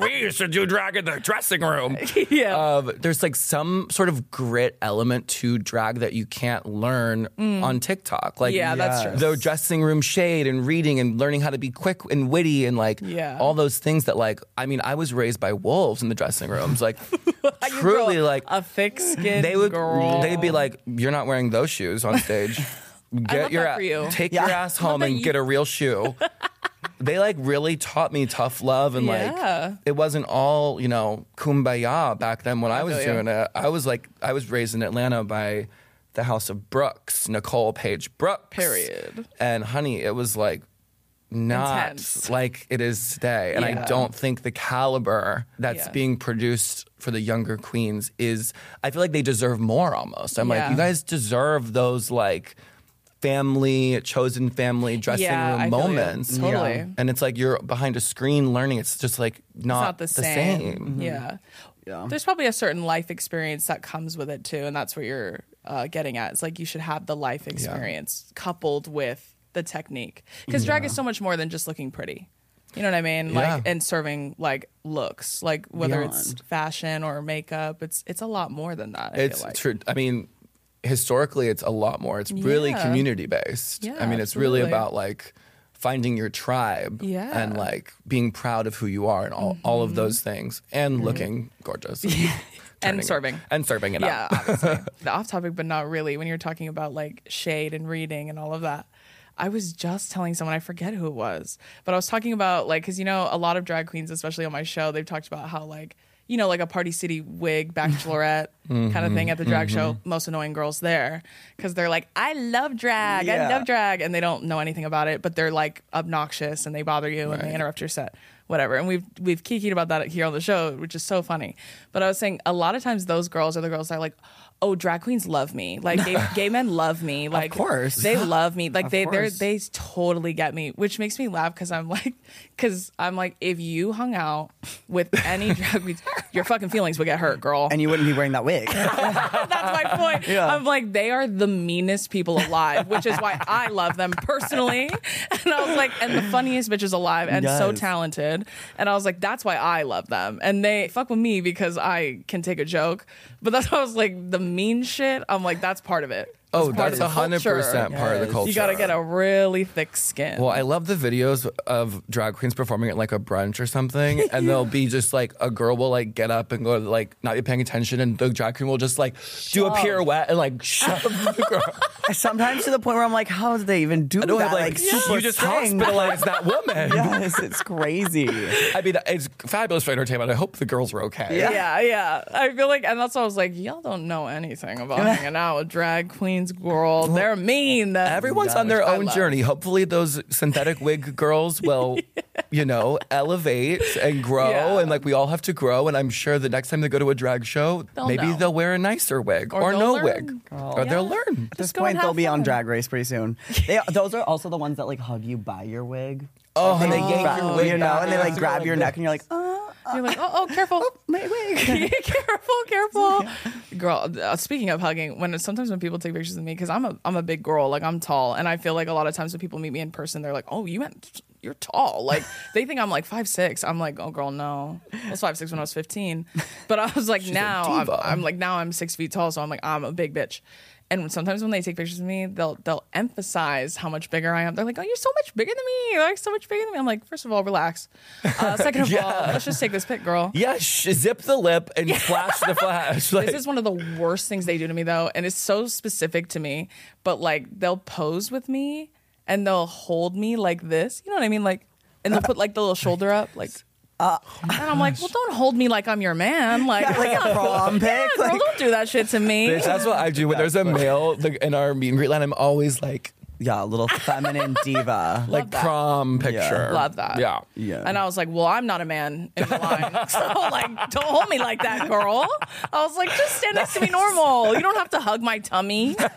[SPEAKER 1] we used to do drag in the dressing room.
[SPEAKER 2] Yeah.
[SPEAKER 1] Um, there's like some sort of grit element to drag that you can't learn on TikTok. Like,
[SPEAKER 2] Mm. yeah, that's true.
[SPEAKER 3] Yes.
[SPEAKER 1] the dressing room shade and reading and learning how to be quick and witty and like
[SPEAKER 2] Yeah.
[SPEAKER 1] all those things that like I mean I was raised by wolves in the dressing rooms like
[SPEAKER 2] You grow
[SPEAKER 1] truly like
[SPEAKER 2] a thick skin.
[SPEAKER 1] they would
[SPEAKER 2] girl.
[SPEAKER 1] they'd be like you're not wearing those shoes on stage get
[SPEAKER 2] love
[SPEAKER 1] your
[SPEAKER 2] that
[SPEAKER 1] a-
[SPEAKER 2] for you.
[SPEAKER 1] take
[SPEAKER 3] Yeah.
[SPEAKER 1] your ass home
[SPEAKER 2] that
[SPEAKER 1] and
[SPEAKER 2] you-
[SPEAKER 1] get a real shoe they like really taught me tough love and
[SPEAKER 2] Yeah.
[SPEAKER 1] like it wasn't all you know kumbaya back then when I was
[SPEAKER 2] feel ya.
[SPEAKER 1] doing it I was like I was raised in Atlanta by the house of Brooks Nicole Page Brooks
[SPEAKER 2] Period.
[SPEAKER 1] and honey, it was like not
[SPEAKER 2] Intense.
[SPEAKER 1] like it is today. And
[SPEAKER 2] Yeah.
[SPEAKER 1] I don't think the caliber that's
[SPEAKER 2] Yeah.
[SPEAKER 1] being produced for the younger queens is, I feel like they deserve more almost. I'm
[SPEAKER 2] Yeah.
[SPEAKER 1] like, you guys deserve those like family, chosen family dressing
[SPEAKER 2] Yeah,
[SPEAKER 1] room
[SPEAKER 2] I feel ya.
[SPEAKER 1] moments.
[SPEAKER 2] Totally. Yeah.
[SPEAKER 1] And it's like you're behind a screen learning. It's just like
[SPEAKER 2] it's
[SPEAKER 1] not, Mm-hmm.
[SPEAKER 2] not the, same. Yeah. There's probably a certain life experience that comes with it too, and that's what you're uh, getting at. It's like you should have the life experience coupled with the technique, because drag is so much more than just looking pretty. You know what I mean? Like
[SPEAKER 1] Yeah.
[SPEAKER 2] and serving like looks, like whether it's
[SPEAKER 3] Beyond.
[SPEAKER 2] fashion or makeup, it's it's a lot more than that. I feel
[SPEAKER 1] It's
[SPEAKER 2] like.
[SPEAKER 1] true. I mean, historically, it's a lot more. It's really
[SPEAKER 2] Yeah.
[SPEAKER 1] community based.
[SPEAKER 2] Yeah,
[SPEAKER 1] I mean, it's
[SPEAKER 2] absolutely.
[SPEAKER 1] really about like finding your tribe
[SPEAKER 2] Yeah. Mm-hmm.
[SPEAKER 1] and like being proud of who you are and all, all of those things and looking gorgeous. Turning
[SPEAKER 2] And
[SPEAKER 1] it-
[SPEAKER 2] serving.
[SPEAKER 1] and serving it
[SPEAKER 2] yeah,
[SPEAKER 1] up.
[SPEAKER 2] obviously. the off topic, but not really. When you're talking about like shade and reading and all of that, I was just telling someone I forget who it was, but I was talking about like because you know a lot of drag queens, especially on my show, they've talked about how like you know like a Party City wig bachelorette
[SPEAKER 1] Mm-hmm.
[SPEAKER 2] kind of thing at the drag show. Most annoying girls there because they're like, I love drag, I
[SPEAKER 3] Yeah.
[SPEAKER 2] love drag, and they don't know anything about it, but they're like obnoxious and they bother you and they interrupt your set, whatever. And we've we've kikied about that here on the show, which is so funny. But I was saying a lot of times those girls are the girls that are like, oh, drag queens love me, like gay, gay men love me, like
[SPEAKER 3] course.
[SPEAKER 2] they love me, like they they
[SPEAKER 3] course.
[SPEAKER 2] they totally get me, which makes me laugh because I'm like, because I'm like, if you hung out with any drag queens, your fucking feelings would get hurt, girl.
[SPEAKER 3] and you wouldn't be wearing that wig.
[SPEAKER 2] That's my point. I'm like, they are the meanest people alive, which is why I love them personally. And I was like, and the funniest bitches alive and so
[SPEAKER 3] Yes.
[SPEAKER 2] talented. And I was like, that's why I love them. And they fuck with me because I can take a joke. But that's why I was like, the mean shit, I'm like, that's part of it.
[SPEAKER 1] Oh,
[SPEAKER 2] part
[SPEAKER 1] that's
[SPEAKER 2] of the
[SPEAKER 1] hundred percent
[SPEAKER 2] culture.
[SPEAKER 1] part of the culture.
[SPEAKER 2] You got to get a really thick skin.
[SPEAKER 1] Well, I love the videos of drag queens performing at like a brunch or something, and they'll be just like a girl will like get up and go to like not be paying attention, and the drag queen will just like do a pirouette and like shove the girl.
[SPEAKER 3] Sometimes to the point where I'm like, how did they even do
[SPEAKER 1] I don't
[SPEAKER 3] that?
[SPEAKER 1] have like,
[SPEAKER 3] super
[SPEAKER 1] you just
[SPEAKER 3] thing.
[SPEAKER 1] hospitalized that woman.
[SPEAKER 3] yes, it's crazy.
[SPEAKER 1] I mean, it's fabulous for entertainment. I hope the girls are okay.
[SPEAKER 2] yeah, yeah. I feel like, and that's why I was like, y'all don't know anything about hanging out with drag queens, girl. They're mean.
[SPEAKER 1] Everyone's on their
[SPEAKER 2] Which I
[SPEAKER 1] own
[SPEAKER 2] love.
[SPEAKER 1] journey. Hopefully, those synthetic wig girls will, you know, elevate and grow.
[SPEAKER 2] Yeah.
[SPEAKER 1] And like, we all have to grow. And I'm sure the next time they go to a drag show,
[SPEAKER 2] They'll
[SPEAKER 1] maybe
[SPEAKER 2] know.
[SPEAKER 1] they'll wear a nicer wig
[SPEAKER 2] Or
[SPEAKER 1] or,
[SPEAKER 2] they'll
[SPEAKER 1] no
[SPEAKER 2] learn.
[SPEAKER 1] wig. Or they'll learn.
[SPEAKER 3] At this
[SPEAKER 2] go and
[SPEAKER 3] point, they'll
[SPEAKER 2] have
[SPEAKER 3] be on
[SPEAKER 2] fun.
[SPEAKER 3] Drag Race pretty soon. They, those are also the ones that like hug you by your wig.
[SPEAKER 1] Oh, and they
[SPEAKER 3] Like,
[SPEAKER 1] yank
[SPEAKER 3] grab-
[SPEAKER 1] your wig
[SPEAKER 3] you know,
[SPEAKER 1] back
[SPEAKER 3] and they like
[SPEAKER 1] out.
[SPEAKER 3] grab your neck, and you're like, oh,
[SPEAKER 2] You're like, oh, oh, careful.
[SPEAKER 3] my wig.
[SPEAKER 2] careful, careful, girl. Uh, speaking of hugging, when sometimes when people take pictures of me, because I'm a I'm a big girl, like I'm tall, and I feel like a lot of times when people meet me in person, they're like, "Oh, you meant you're tall." Like they think I'm like five six. I'm like, "Oh, girl, no." I was five six when I was fifteen, but I was like, now I'm,
[SPEAKER 1] diva.
[SPEAKER 2] I'm like now I'm six feet tall, so I'm like I'm a big bitch. And when- sometimes when they take pictures of me, they'll they'll emphasize how much bigger I am. They're like, "Oh, you're so much bigger than me! You're like so much bigger than me!" I'm like, first of all, relax. Uh, second of all, let's just take this pic, girl.
[SPEAKER 1] Yeah, sh- zip the lip and flash the flash. Like,
[SPEAKER 2] This is one of the worst things they do to me though, and it's so specific to me. But like they'll pose with me and they'll hold me like this. You know what I mean? Like and they'll put like the little shoulder up, like and I'm like, well, don't hold me like I'm your man. Like,
[SPEAKER 3] like a prom pic.
[SPEAKER 2] girl, don't do that shit to me.
[SPEAKER 1] bitch, that's what I do when there's a male like, in our meet and greet line. I'm always like,
[SPEAKER 3] Yeah, a little feminine diva.
[SPEAKER 1] like
[SPEAKER 2] that.
[SPEAKER 1] prom picture.
[SPEAKER 2] Love that.
[SPEAKER 1] Yeah.
[SPEAKER 3] Yeah.
[SPEAKER 2] And I was like, well, I'm not a man in the line. so, like, don't hold me like that, girl. I was like, just stand next to me normal. You don't have to hug my tummy. like,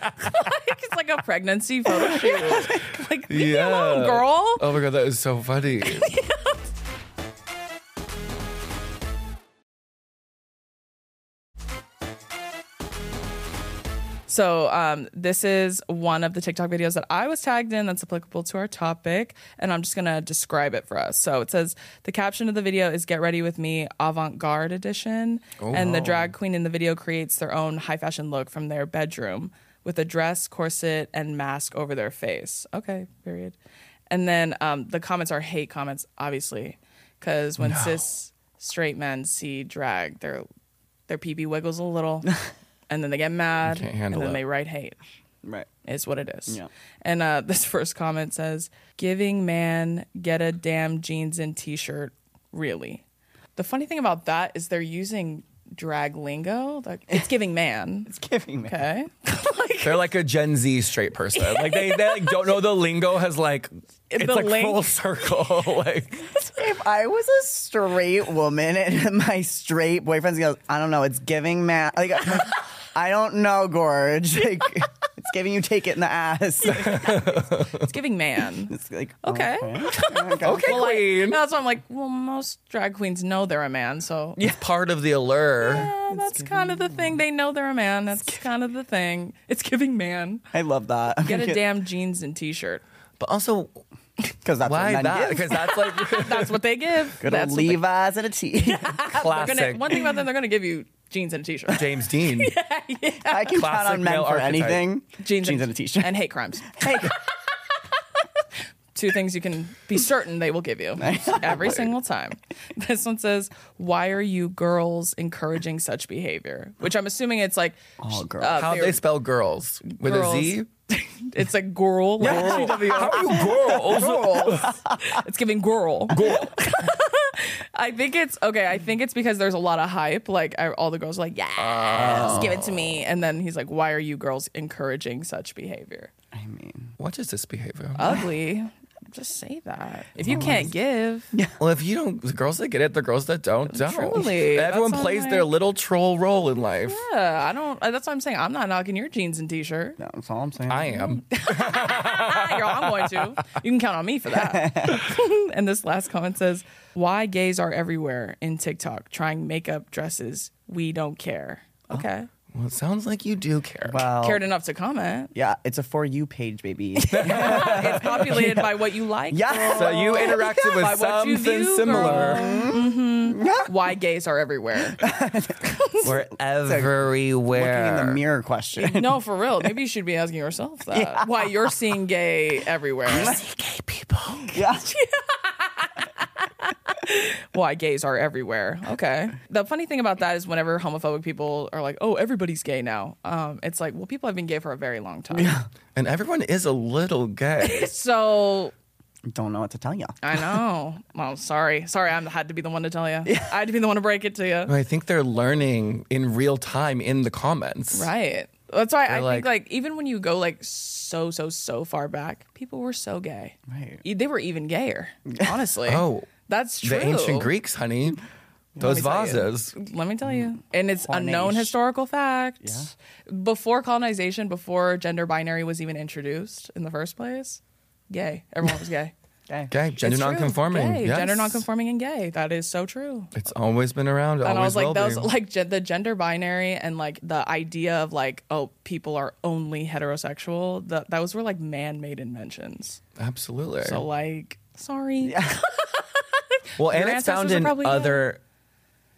[SPEAKER 2] it's like a pregnancy photo shoot. Like, leave me alone, girl.
[SPEAKER 1] Oh my god, that is so funny.
[SPEAKER 2] So, um, this is one of the TikTok videos that I was tagged in that's applicable to our topic. And I'm just going to describe it for us. So, it says the caption of the video is Get Ready With Me Avant Garde Edition. and the drag queen in the video creates their own high fashion look from their bedroom with a dress, corset, and mask over their face. Okay, period. And then um, the comments are hate comments, obviously, because when cis straight men see drag, they're their pee pee wiggles a little, and then they get mad,
[SPEAKER 1] Can't
[SPEAKER 2] and
[SPEAKER 1] handle
[SPEAKER 2] then
[SPEAKER 1] it.
[SPEAKER 2] they write hate.
[SPEAKER 3] Right.
[SPEAKER 2] Is what it is.
[SPEAKER 3] Yeah.
[SPEAKER 2] And uh, this first comment says, "Giving man get a damn jeans and t-shirt." Really, the funny thing about that is they're using drag lingo. Like it's giving man.
[SPEAKER 3] It's giving me.
[SPEAKER 2] Okay. like,
[SPEAKER 1] They're like a Gen Z straight person. Like they, they like don't know the lingo has like it's
[SPEAKER 2] The
[SPEAKER 1] like
[SPEAKER 2] link.
[SPEAKER 1] full circle. like
[SPEAKER 3] If I was a straight woman and my straight boyfriend goes, I don't know, it's giving man. Like, I don't know, Gorge. Like, it's giving you take it in the ass.
[SPEAKER 2] it's giving man.
[SPEAKER 3] It's like,
[SPEAKER 2] Okay.
[SPEAKER 3] Okay.
[SPEAKER 1] okay,
[SPEAKER 2] Well, like,
[SPEAKER 1] queen.
[SPEAKER 2] that's why I'm like, well, most drag queens know they're a man, so
[SPEAKER 1] it's part of the allure.
[SPEAKER 2] Yeah, that's kind of the thing. They know they're a man. That's kind of the thing. It's giving man.
[SPEAKER 3] I love that.
[SPEAKER 2] Get a damn jeans and t-shirt.
[SPEAKER 1] But also,
[SPEAKER 3] Because that's
[SPEAKER 1] why
[SPEAKER 3] what men
[SPEAKER 1] that?
[SPEAKER 3] give.
[SPEAKER 1] Because that's like
[SPEAKER 2] That's what they give.
[SPEAKER 3] Good old
[SPEAKER 2] That's what they-
[SPEAKER 3] Levi's and a tee.
[SPEAKER 2] they're
[SPEAKER 1] classic.
[SPEAKER 2] gonna- one thing about them, they're going to give you jeans and a t-shirt.
[SPEAKER 1] James Dean.
[SPEAKER 3] I can count
[SPEAKER 1] Classic
[SPEAKER 3] on men
[SPEAKER 1] male
[SPEAKER 3] for
[SPEAKER 1] archetype.
[SPEAKER 3] anything.
[SPEAKER 2] Jeans,
[SPEAKER 3] and a t-shirt.
[SPEAKER 2] And hate crimes.
[SPEAKER 3] Hey,
[SPEAKER 2] Two things you can be certain they will give you every single time. This one says, "Why are you girls encouraging such behavior?" Which I'm assuming it's like, uh,
[SPEAKER 3] Oh, girl.
[SPEAKER 1] How they
[SPEAKER 2] they're-
[SPEAKER 1] spell girls with
[SPEAKER 2] girls.
[SPEAKER 1] a Z?
[SPEAKER 2] it's like girl. like-
[SPEAKER 1] How are you girls?
[SPEAKER 2] It's giving girl. Girl. I think it's okay. I think it's because there's a lot of hype. Like I, all the girls are like, "Yes, give
[SPEAKER 1] Oh.
[SPEAKER 2] it to me," and then he's like, "Why are you girls encouraging such behavior?
[SPEAKER 3] I mean,
[SPEAKER 1] What is this behavior?
[SPEAKER 2] Uh. Ugly." Just say that if you can't give.
[SPEAKER 1] Well, if you don't, the girls that get it, the girls that don't, don't.
[SPEAKER 2] Truly, that's
[SPEAKER 1] Everyone
[SPEAKER 2] what I'm
[SPEAKER 1] plays
[SPEAKER 2] like-
[SPEAKER 1] their little troll role in life.
[SPEAKER 2] Yeah, I don't. uh, That's what I'm saying. I'm not knocking your jeans and t-shirt.
[SPEAKER 3] that's all I'm saying.
[SPEAKER 1] I am.
[SPEAKER 2] Ah, girl, I'm going to. You can count on me for that. and this last comment says, "Why gays are everywhere in TikTok trying makeup dresses? We don't care." Okay,
[SPEAKER 1] Well, it sounds like you do care.
[SPEAKER 3] Well,
[SPEAKER 2] cared enough to comment.
[SPEAKER 3] yeah, it's a for you page, baby.
[SPEAKER 2] it's populated by what you like.
[SPEAKER 3] yeah.
[SPEAKER 1] So you interacted
[SPEAKER 2] By
[SPEAKER 1] with
[SPEAKER 2] Oh, what you
[SPEAKER 1] something
[SPEAKER 2] view,
[SPEAKER 1] similar.
[SPEAKER 2] girl. Why gays are everywhere?
[SPEAKER 1] We're
[SPEAKER 3] Looking in
[SPEAKER 1] everywhere.
[SPEAKER 3] the mirror question.
[SPEAKER 2] No, for real. Maybe you should be asking yourself that. Why you're seeing gay everywhere?
[SPEAKER 1] gay people.
[SPEAKER 3] yeah.
[SPEAKER 2] Why gays are everywhere? Okay. The funny thing about that is whenever homophobic people are like, "Oh, everybody's gay now," um, it's like, well, people have been gay for a very long time.
[SPEAKER 1] And everyone is a little gay.
[SPEAKER 2] So
[SPEAKER 3] Don't know what to tell you.
[SPEAKER 2] I know. Well, sorry, sorry. I had to be the one to tell you. I had to be the one to break it to you.
[SPEAKER 1] I think they're learning in real time in the comments.
[SPEAKER 2] Right. That's why I
[SPEAKER 1] They're
[SPEAKER 2] think
[SPEAKER 1] like-
[SPEAKER 2] like even when you go like so so so far back, people were so gay.
[SPEAKER 3] Right.
[SPEAKER 2] E- They were even gayer. Honestly.
[SPEAKER 1] Oh,
[SPEAKER 2] that's true.
[SPEAKER 1] The ancient Greeks, honey. Those
[SPEAKER 2] tell you.
[SPEAKER 1] vases.
[SPEAKER 2] Let me tell
[SPEAKER 1] Mm.
[SPEAKER 2] you. And it's a known
[SPEAKER 3] Cornish.
[SPEAKER 2] historical fact. Before colonization, before gender binary was even introduced in the first place, gay. Everyone was gay.
[SPEAKER 3] Okay.
[SPEAKER 1] Okay, gender
[SPEAKER 2] It's true.
[SPEAKER 1] nonconforming.
[SPEAKER 2] Gay.
[SPEAKER 1] Yes.
[SPEAKER 2] Gender nonconforming and gay. That is so true.
[SPEAKER 1] It's always been around.
[SPEAKER 2] And I was
[SPEAKER 1] always
[SPEAKER 2] like,
[SPEAKER 1] will
[SPEAKER 2] those
[SPEAKER 1] be.
[SPEAKER 2] like gen- the gender binary and like the idea of like, oh, people are only heterosexual. That those were like man-made inventions.
[SPEAKER 1] Absolutely.
[SPEAKER 2] So like, sorry,
[SPEAKER 1] well, and
[SPEAKER 2] your
[SPEAKER 1] it's found
[SPEAKER 2] ancestors are
[SPEAKER 1] in
[SPEAKER 2] probably gay.
[SPEAKER 1] other.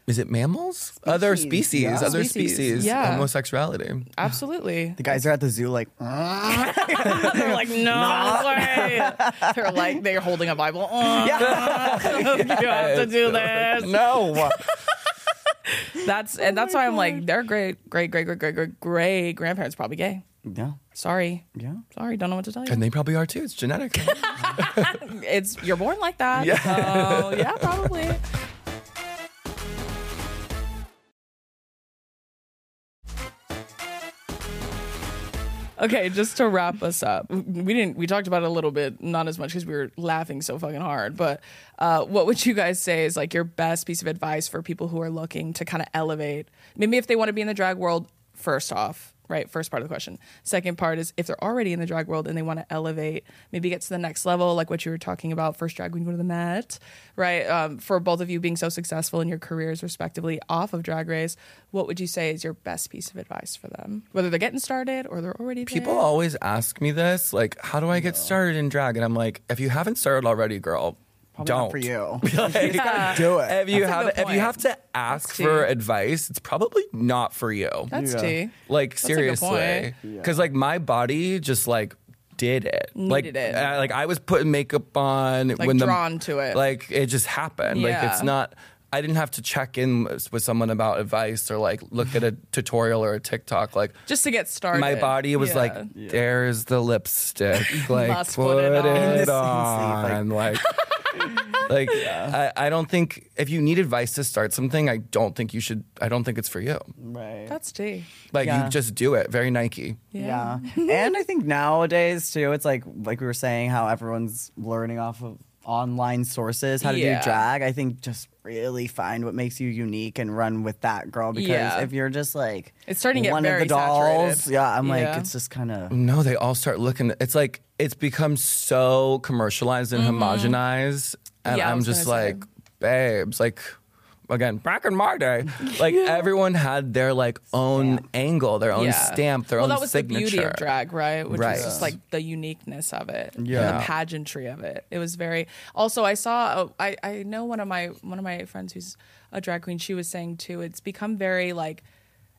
[SPEAKER 1] Is it mammals? Other species.
[SPEAKER 3] yeah.
[SPEAKER 1] Other
[SPEAKER 2] Species,
[SPEAKER 1] species.
[SPEAKER 2] yeah.
[SPEAKER 1] Homosexuality.
[SPEAKER 2] absolutely.
[SPEAKER 3] The guys are at the zoo, like, "Mm,
[SPEAKER 2] They're like, no, way. They're like, they're holding a Bible. Oh, you have to do this.
[SPEAKER 1] No.
[SPEAKER 2] That's and that's why I'm like, their great, great, great, great, great, great, great grandparents probably gay.
[SPEAKER 3] yeah,
[SPEAKER 2] Sorry,
[SPEAKER 3] yeah.
[SPEAKER 2] sorry, don't know what to tell you.
[SPEAKER 1] and they probably are too. It's genetic.
[SPEAKER 2] it's you're born like that. So yeah, probably. Okay, just to wrap us up, we didn't we talked about it a little bit, not as much because we were laughing so fucking hard. But uh, what would you guys say is like your best piece of advice for people who are looking to kind of elevate? Maybe if they want to be in the drag world, first off, right? First part of the question. Second part is if they're already in the drag world and they want to elevate, maybe get to the next level, like what you were talking about, first drag queen go to the Met, right? Um, for both of you being so successful in your careers, respectively, off of Drag Race, what would you say is your best piece of advice for them, whether they're getting started or they're already there?
[SPEAKER 1] People always ask me this, like, how do I get started in drag? And I'm like, if you haven't started already, girl,
[SPEAKER 3] Probably
[SPEAKER 1] don't.
[SPEAKER 3] not for you.
[SPEAKER 1] Like,
[SPEAKER 3] Do it.
[SPEAKER 1] If
[SPEAKER 2] That's
[SPEAKER 1] you
[SPEAKER 2] a
[SPEAKER 1] have
[SPEAKER 2] good
[SPEAKER 1] if
[SPEAKER 2] point.
[SPEAKER 1] you have to ask
[SPEAKER 2] tea.
[SPEAKER 1] for advice, it's probably not for you.
[SPEAKER 2] That's
[SPEAKER 3] Yeah.
[SPEAKER 2] tea.
[SPEAKER 1] like
[SPEAKER 2] a good
[SPEAKER 1] seriously, because like my body just like did it. like
[SPEAKER 2] Needed it.
[SPEAKER 1] I, like I was putting makeup on when the
[SPEAKER 2] drawn to it.
[SPEAKER 1] Like it just happened. Like it's
[SPEAKER 2] Yeah.
[SPEAKER 1] not. I didn't have to check in with with someone about advice or like look at a tutorial or a TikTok. Like
[SPEAKER 2] Just to get started.
[SPEAKER 1] my body was
[SPEAKER 2] Yeah.
[SPEAKER 1] like, "There's the lipstick. Like,
[SPEAKER 2] Must
[SPEAKER 1] put, it, on. Like, like I, I don't think if you need advice to start something, I don't think you should. I don't think it's for you.
[SPEAKER 3] Right.
[SPEAKER 2] that's tea.
[SPEAKER 1] Like,
[SPEAKER 3] Yeah.
[SPEAKER 1] you just do it. Very Nike.
[SPEAKER 2] Yeah.
[SPEAKER 3] Yeah. and I think nowadays too, it's like like we were saying how everyone's learning off of online sources how to
[SPEAKER 2] Yeah.
[SPEAKER 3] do drag. I think just really find what makes you unique and run with that girl because
[SPEAKER 2] Yeah.
[SPEAKER 3] if you're just like
[SPEAKER 2] It's starting to get
[SPEAKER 3] one of
[SPEAKER 2] very
[SPEAKER 3] the dolls,
[SPEAKER 2] saturated.
[SPEAKER 3] yeah, I'm like
[SPEAKER 2] Yeah.
[SPEAKER 3] it's just kind of
[SPEAKER 1] No, they all start looking. It's like it's become so commercialized and homogenized, and
[SPEAKER 2] Mm-hmm. Yeah, I
[SPEAKER 1] I'm
[SPEAKER 2] was
[SPEAKER 1] just
[SPEAKER 2] gonna say.
[SPEAKER 1] like, babes, like. Again, back in my day, like everyone had their like own angle, their own stamp, their
[SPEAKER 2] well,
[SPEAKER 1] own
[SPEAKER 2] that was
[SPEAKER 1] signature.
[SPEAKER 2] the beauty of drag, right? Which
[SPEAKER 1] Right.
[SPEAKER 2] was just like the uniqueness of it, and
[SPEAKER 1] Yeah.
[SPEAKER 2] the pageantry of it. It was very. Also, I saw. a- I I know one of my one of my friends who's a drag queen. She was saying too. It's become very like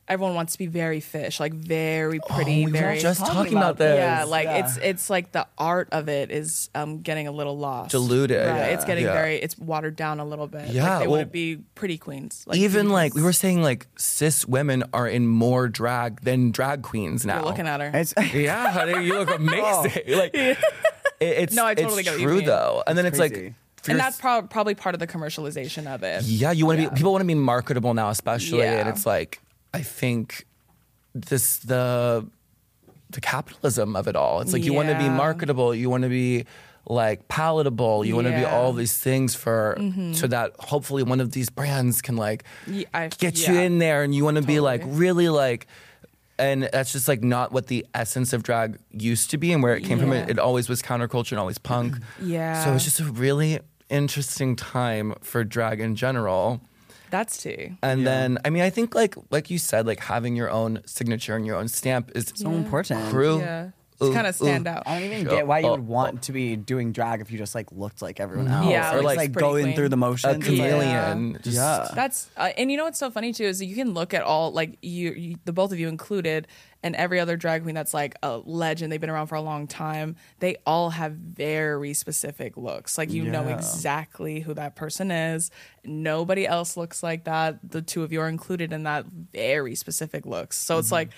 [SPEAKER 2] everyone wants to be very fish, like very pretty,
[SPEAKER 1] Oh, we were
[SPEAKER 2] very
[SPEAKER 1] just
[SPEAKER 3] talking
[SPEAKER 1] talking about
[SPEAKER 3] about
[SPEAKER 1] this.
[SPEAKER 2] yeah. Like
[SPEAKER 3] yeah.
[SPEAKER 2] it's it's like the art of it is um getting a little lost,
[SPEAKER 1] Diluted.
[SPEAKER 2] Right.
[SPEAKER 1] Yeah.
[SPEAKER 2] It's getting
[SPEAKER 1] Yeah.
[SPEAKER 2] very. It's watered down a little bit.
[SPEAKER 1] Yeah,
[SPEAKER 2] Like, they
[SPEAKER 1] well,
[SPEAKER 2] want to be pretty queens.
[SPEAKER 1] even
[SPEAKER 2] beauty
[SPEAKER 1] like we
[SPEAKER 2] queens.
[SPEAKER 1] were saying like cis women are in more drag than drag queens now
[SPEAKER 2] You're looking at her. Oh.
[SPEAKER 3] it's
[SPEAKER 1] yeah honey you look amazing like it, it's
[SPEAKER 2] No, I totally
[SPEAKER 1] it's
[SPEAKER 2] get what you
[SPEAKER 1] true
[SPEAKER 2] mean.
[SPEAKER 1] though and then it's like
[SPEAKER 3] crazy.
[SPEAKER 1] for
[SPEAKER 2] and
[SPEAKER 1] your-
[SPEAKER 2] that's prob- probably part of the commercialization of it.
[SPEAKER 1] yeah you want to be people want to be marketable now especially
[SPEAKER 2] Yeah.
[SPEAKER 1] and it's like i think this the the capitalism of it all it's like you want to be
[SPEAKER 2] Yeah.
[SPEAKER 1] marketable you want to be like palatable you want to be
[SPEAKER 2] Yeah. Mm-hmm.
[SPEAKER 1] all these things for so that hopefully one of these brands can like
[SPEAKER 2] Ye- I-
[SPEAKER 1] get you
[SPEAKER 2] yeah.
[SPEAKER 1] in there and you want to be like
[SPEAKER 2] Totally.
[SPEAKER 1] really like and that's just like not what the essence of drag used to be and where it came from
[SPEAKER 2] Yeah.
[SPEAKER 1] it, it always was counterculture and always punk
[SPEAKER 2] Yeah.
[SPEAKER 1] so it's just a really interesting time for drag in general
[SPEAKER 2] That's tea.
[SPEAKER 1] and then i mean i think like like you said like having your own signature and your own stamp is
[SPEAKER 3] so important.
[SPEAKER 1] crew
[SPEAKER 2] Yeah. To
[SPEAKER 1] Ooh,
[SPEAKER 2] kind of stand
[SPEAKER 1] ooh.
[SPEAKER 2] out.
[SPEAKER 3] I don't even get why you
[SPEAKER 1] Oh,
[SPEAKER 3] would want to be doing drag if you just like looked like everyone else,
[SPEAKER 2] Mm-hmm. Yeah,
[SPEAKER 3] or
[SPEAKER 1] like
[SPEAKER 3] like,
[SPEAKER 2] just pretty
[SPEAKER 3] going
[SPEAKER 2] queen.
[SPEAKER 3] through the
[SPEAKER 1] a
[SPEAKER 3] motions. It's like-
[SPEAKER 1] chameleon just-
[SPEAKER 3] Yeah.
[SPEAKER 2] That's uh, and you know what's so funny too is that you can look at all like you, you the both of you included and every other drag queen that's like a legend they've been around for a long time they all have very specific looks like you know
[SPEAKER 3] Yeah.
[SPEAKER 2] exactly who that person is nobody else looks like that the two of you are included in that very specific looks so
[SPEAKER 1] Mm-hmm.
[SPEAKER 2] it's like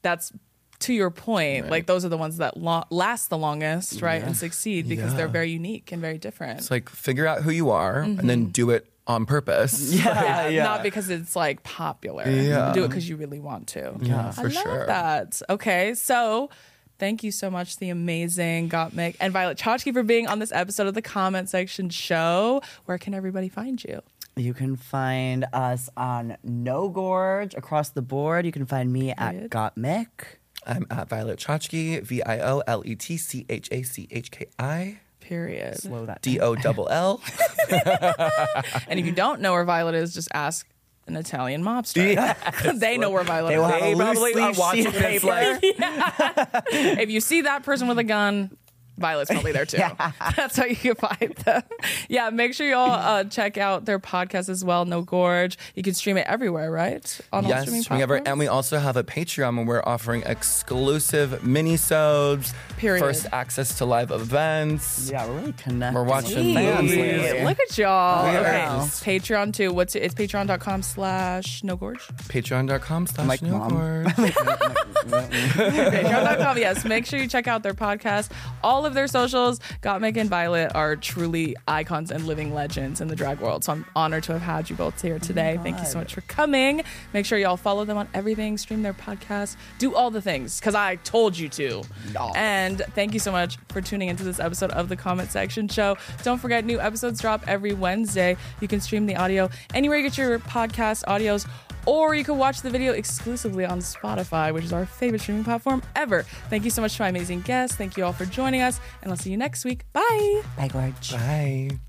[SPEAKER 2] that's to your point like those are the ones that lo- last the longest right and succeed because they're very unique and very different Mm-hmm.
[SPEAKER 1] It's like figure out who you are and then do it on purpose.
[SPEAKER 3] Yeah, yeah.
[SPEAKER 2] uh, Not because it's like popular.
[SPEAKER 1] Yeah.
[SPEAKER 2] You do it because you really want to.
[SPEAKER 1] Yeah,
[SPEAKER 2] I
[SPEAKER 1] for
[SPEAKER 2] love
[SPEAKER 1] sure.
[SPEAKER 2] that. Okay, so thank you so much, the amazing Gottmik and Violet Chachki for being on this episode of the Comment Section Show. Where can everybody find you?
[SPEAKER 3] You can find us on No Gorge across the board. You can find me at Got Mick.
[SPEAKER 1] I'm at Violet Chachki, V I O L E T C H A C H K I
[SPEAKER 2] Period.
[SPEAKER 3] Slow that.
[SPEAKER 1] D O double L.
[SPEAKER 2] And if you don't know where Violet is, just ask an Italian mobster. they know where Violet
[SPEAKER 3] They
[SPEAKER 2] is.
[SPEAKER 3] will have
[SPEAKER 1] They
[SPEAKER 3] a loose
[SPEAKER 1] probably are
[SPEAKER 3] leaf
[SPEAKER 1] watching
[SPEAKER 3] sheet of
[SPEAKER 1] this,
[SPEAKER 3] paper.
[SPEAKER 1] like-
[SPEAKER 2] if you see that person with a gun, Violet's probably there too. That's how you can find them. Yeah, make sure y'all uh, check out their podcast as well, No Gorge. You can stream it everywhere, right? On
[SPEAKER 1] Yes, we ever, and we also have a Patreon where we're offering exclusive mini-sodes,
[SPEAKER 2] Period.
[SPEAKER 1] first access to live events.
[SPEAKER 3] Yeah, we're really connecting.
[SPEAKER 1] We're
[SPEAKER 3] with
[SPEAKER 1] watching
[SPEAKER 3] the fans
[SPEAKER 1] movies.
[SPEAKER 3] lately.
[SPEAKER 1] Absolutely.
[SPEAKER 2] Look at y'all.
[SPEAKER 1] We are
[SPEAKER 2] Okay.
[SPEAKER 3] just-
[SPEAKER 2] Patreon too. What's it? It's patreon.com slash no gorge.
[SPEAKER 1] Patreon.com slash
[SPEAKER 3] Like
[SPEAKER 1] New
[SPEAKER 3] mom.
[SPEAKER 1] Gorge.
[SPEAKER 2] patreon.com. Yes, make sure you check out their podcast. All of their socials. Gottmik and Violet are truly icons and living legends in the drag world. So I'm honored to have had you both here today. Thank you so much for coming. Make sure y'all follow them on everything, stream their podcast, do all the things because I told you to. And thank you so much for tuning into this episode of the Comment Section Show. Don't forget, new episodes drop every Wednesday. You can stream the audio anywhere you get your podcast audios or you can watch the video exclusively on Spotify, which is our favorite streaming platform ever. Thank you so much to my amazing guests. Thank you all for joining us, and I'll see you next week. Bye.
[SPEAKER 3] Bye, Gorge.
[SPEAKER 1] Bye.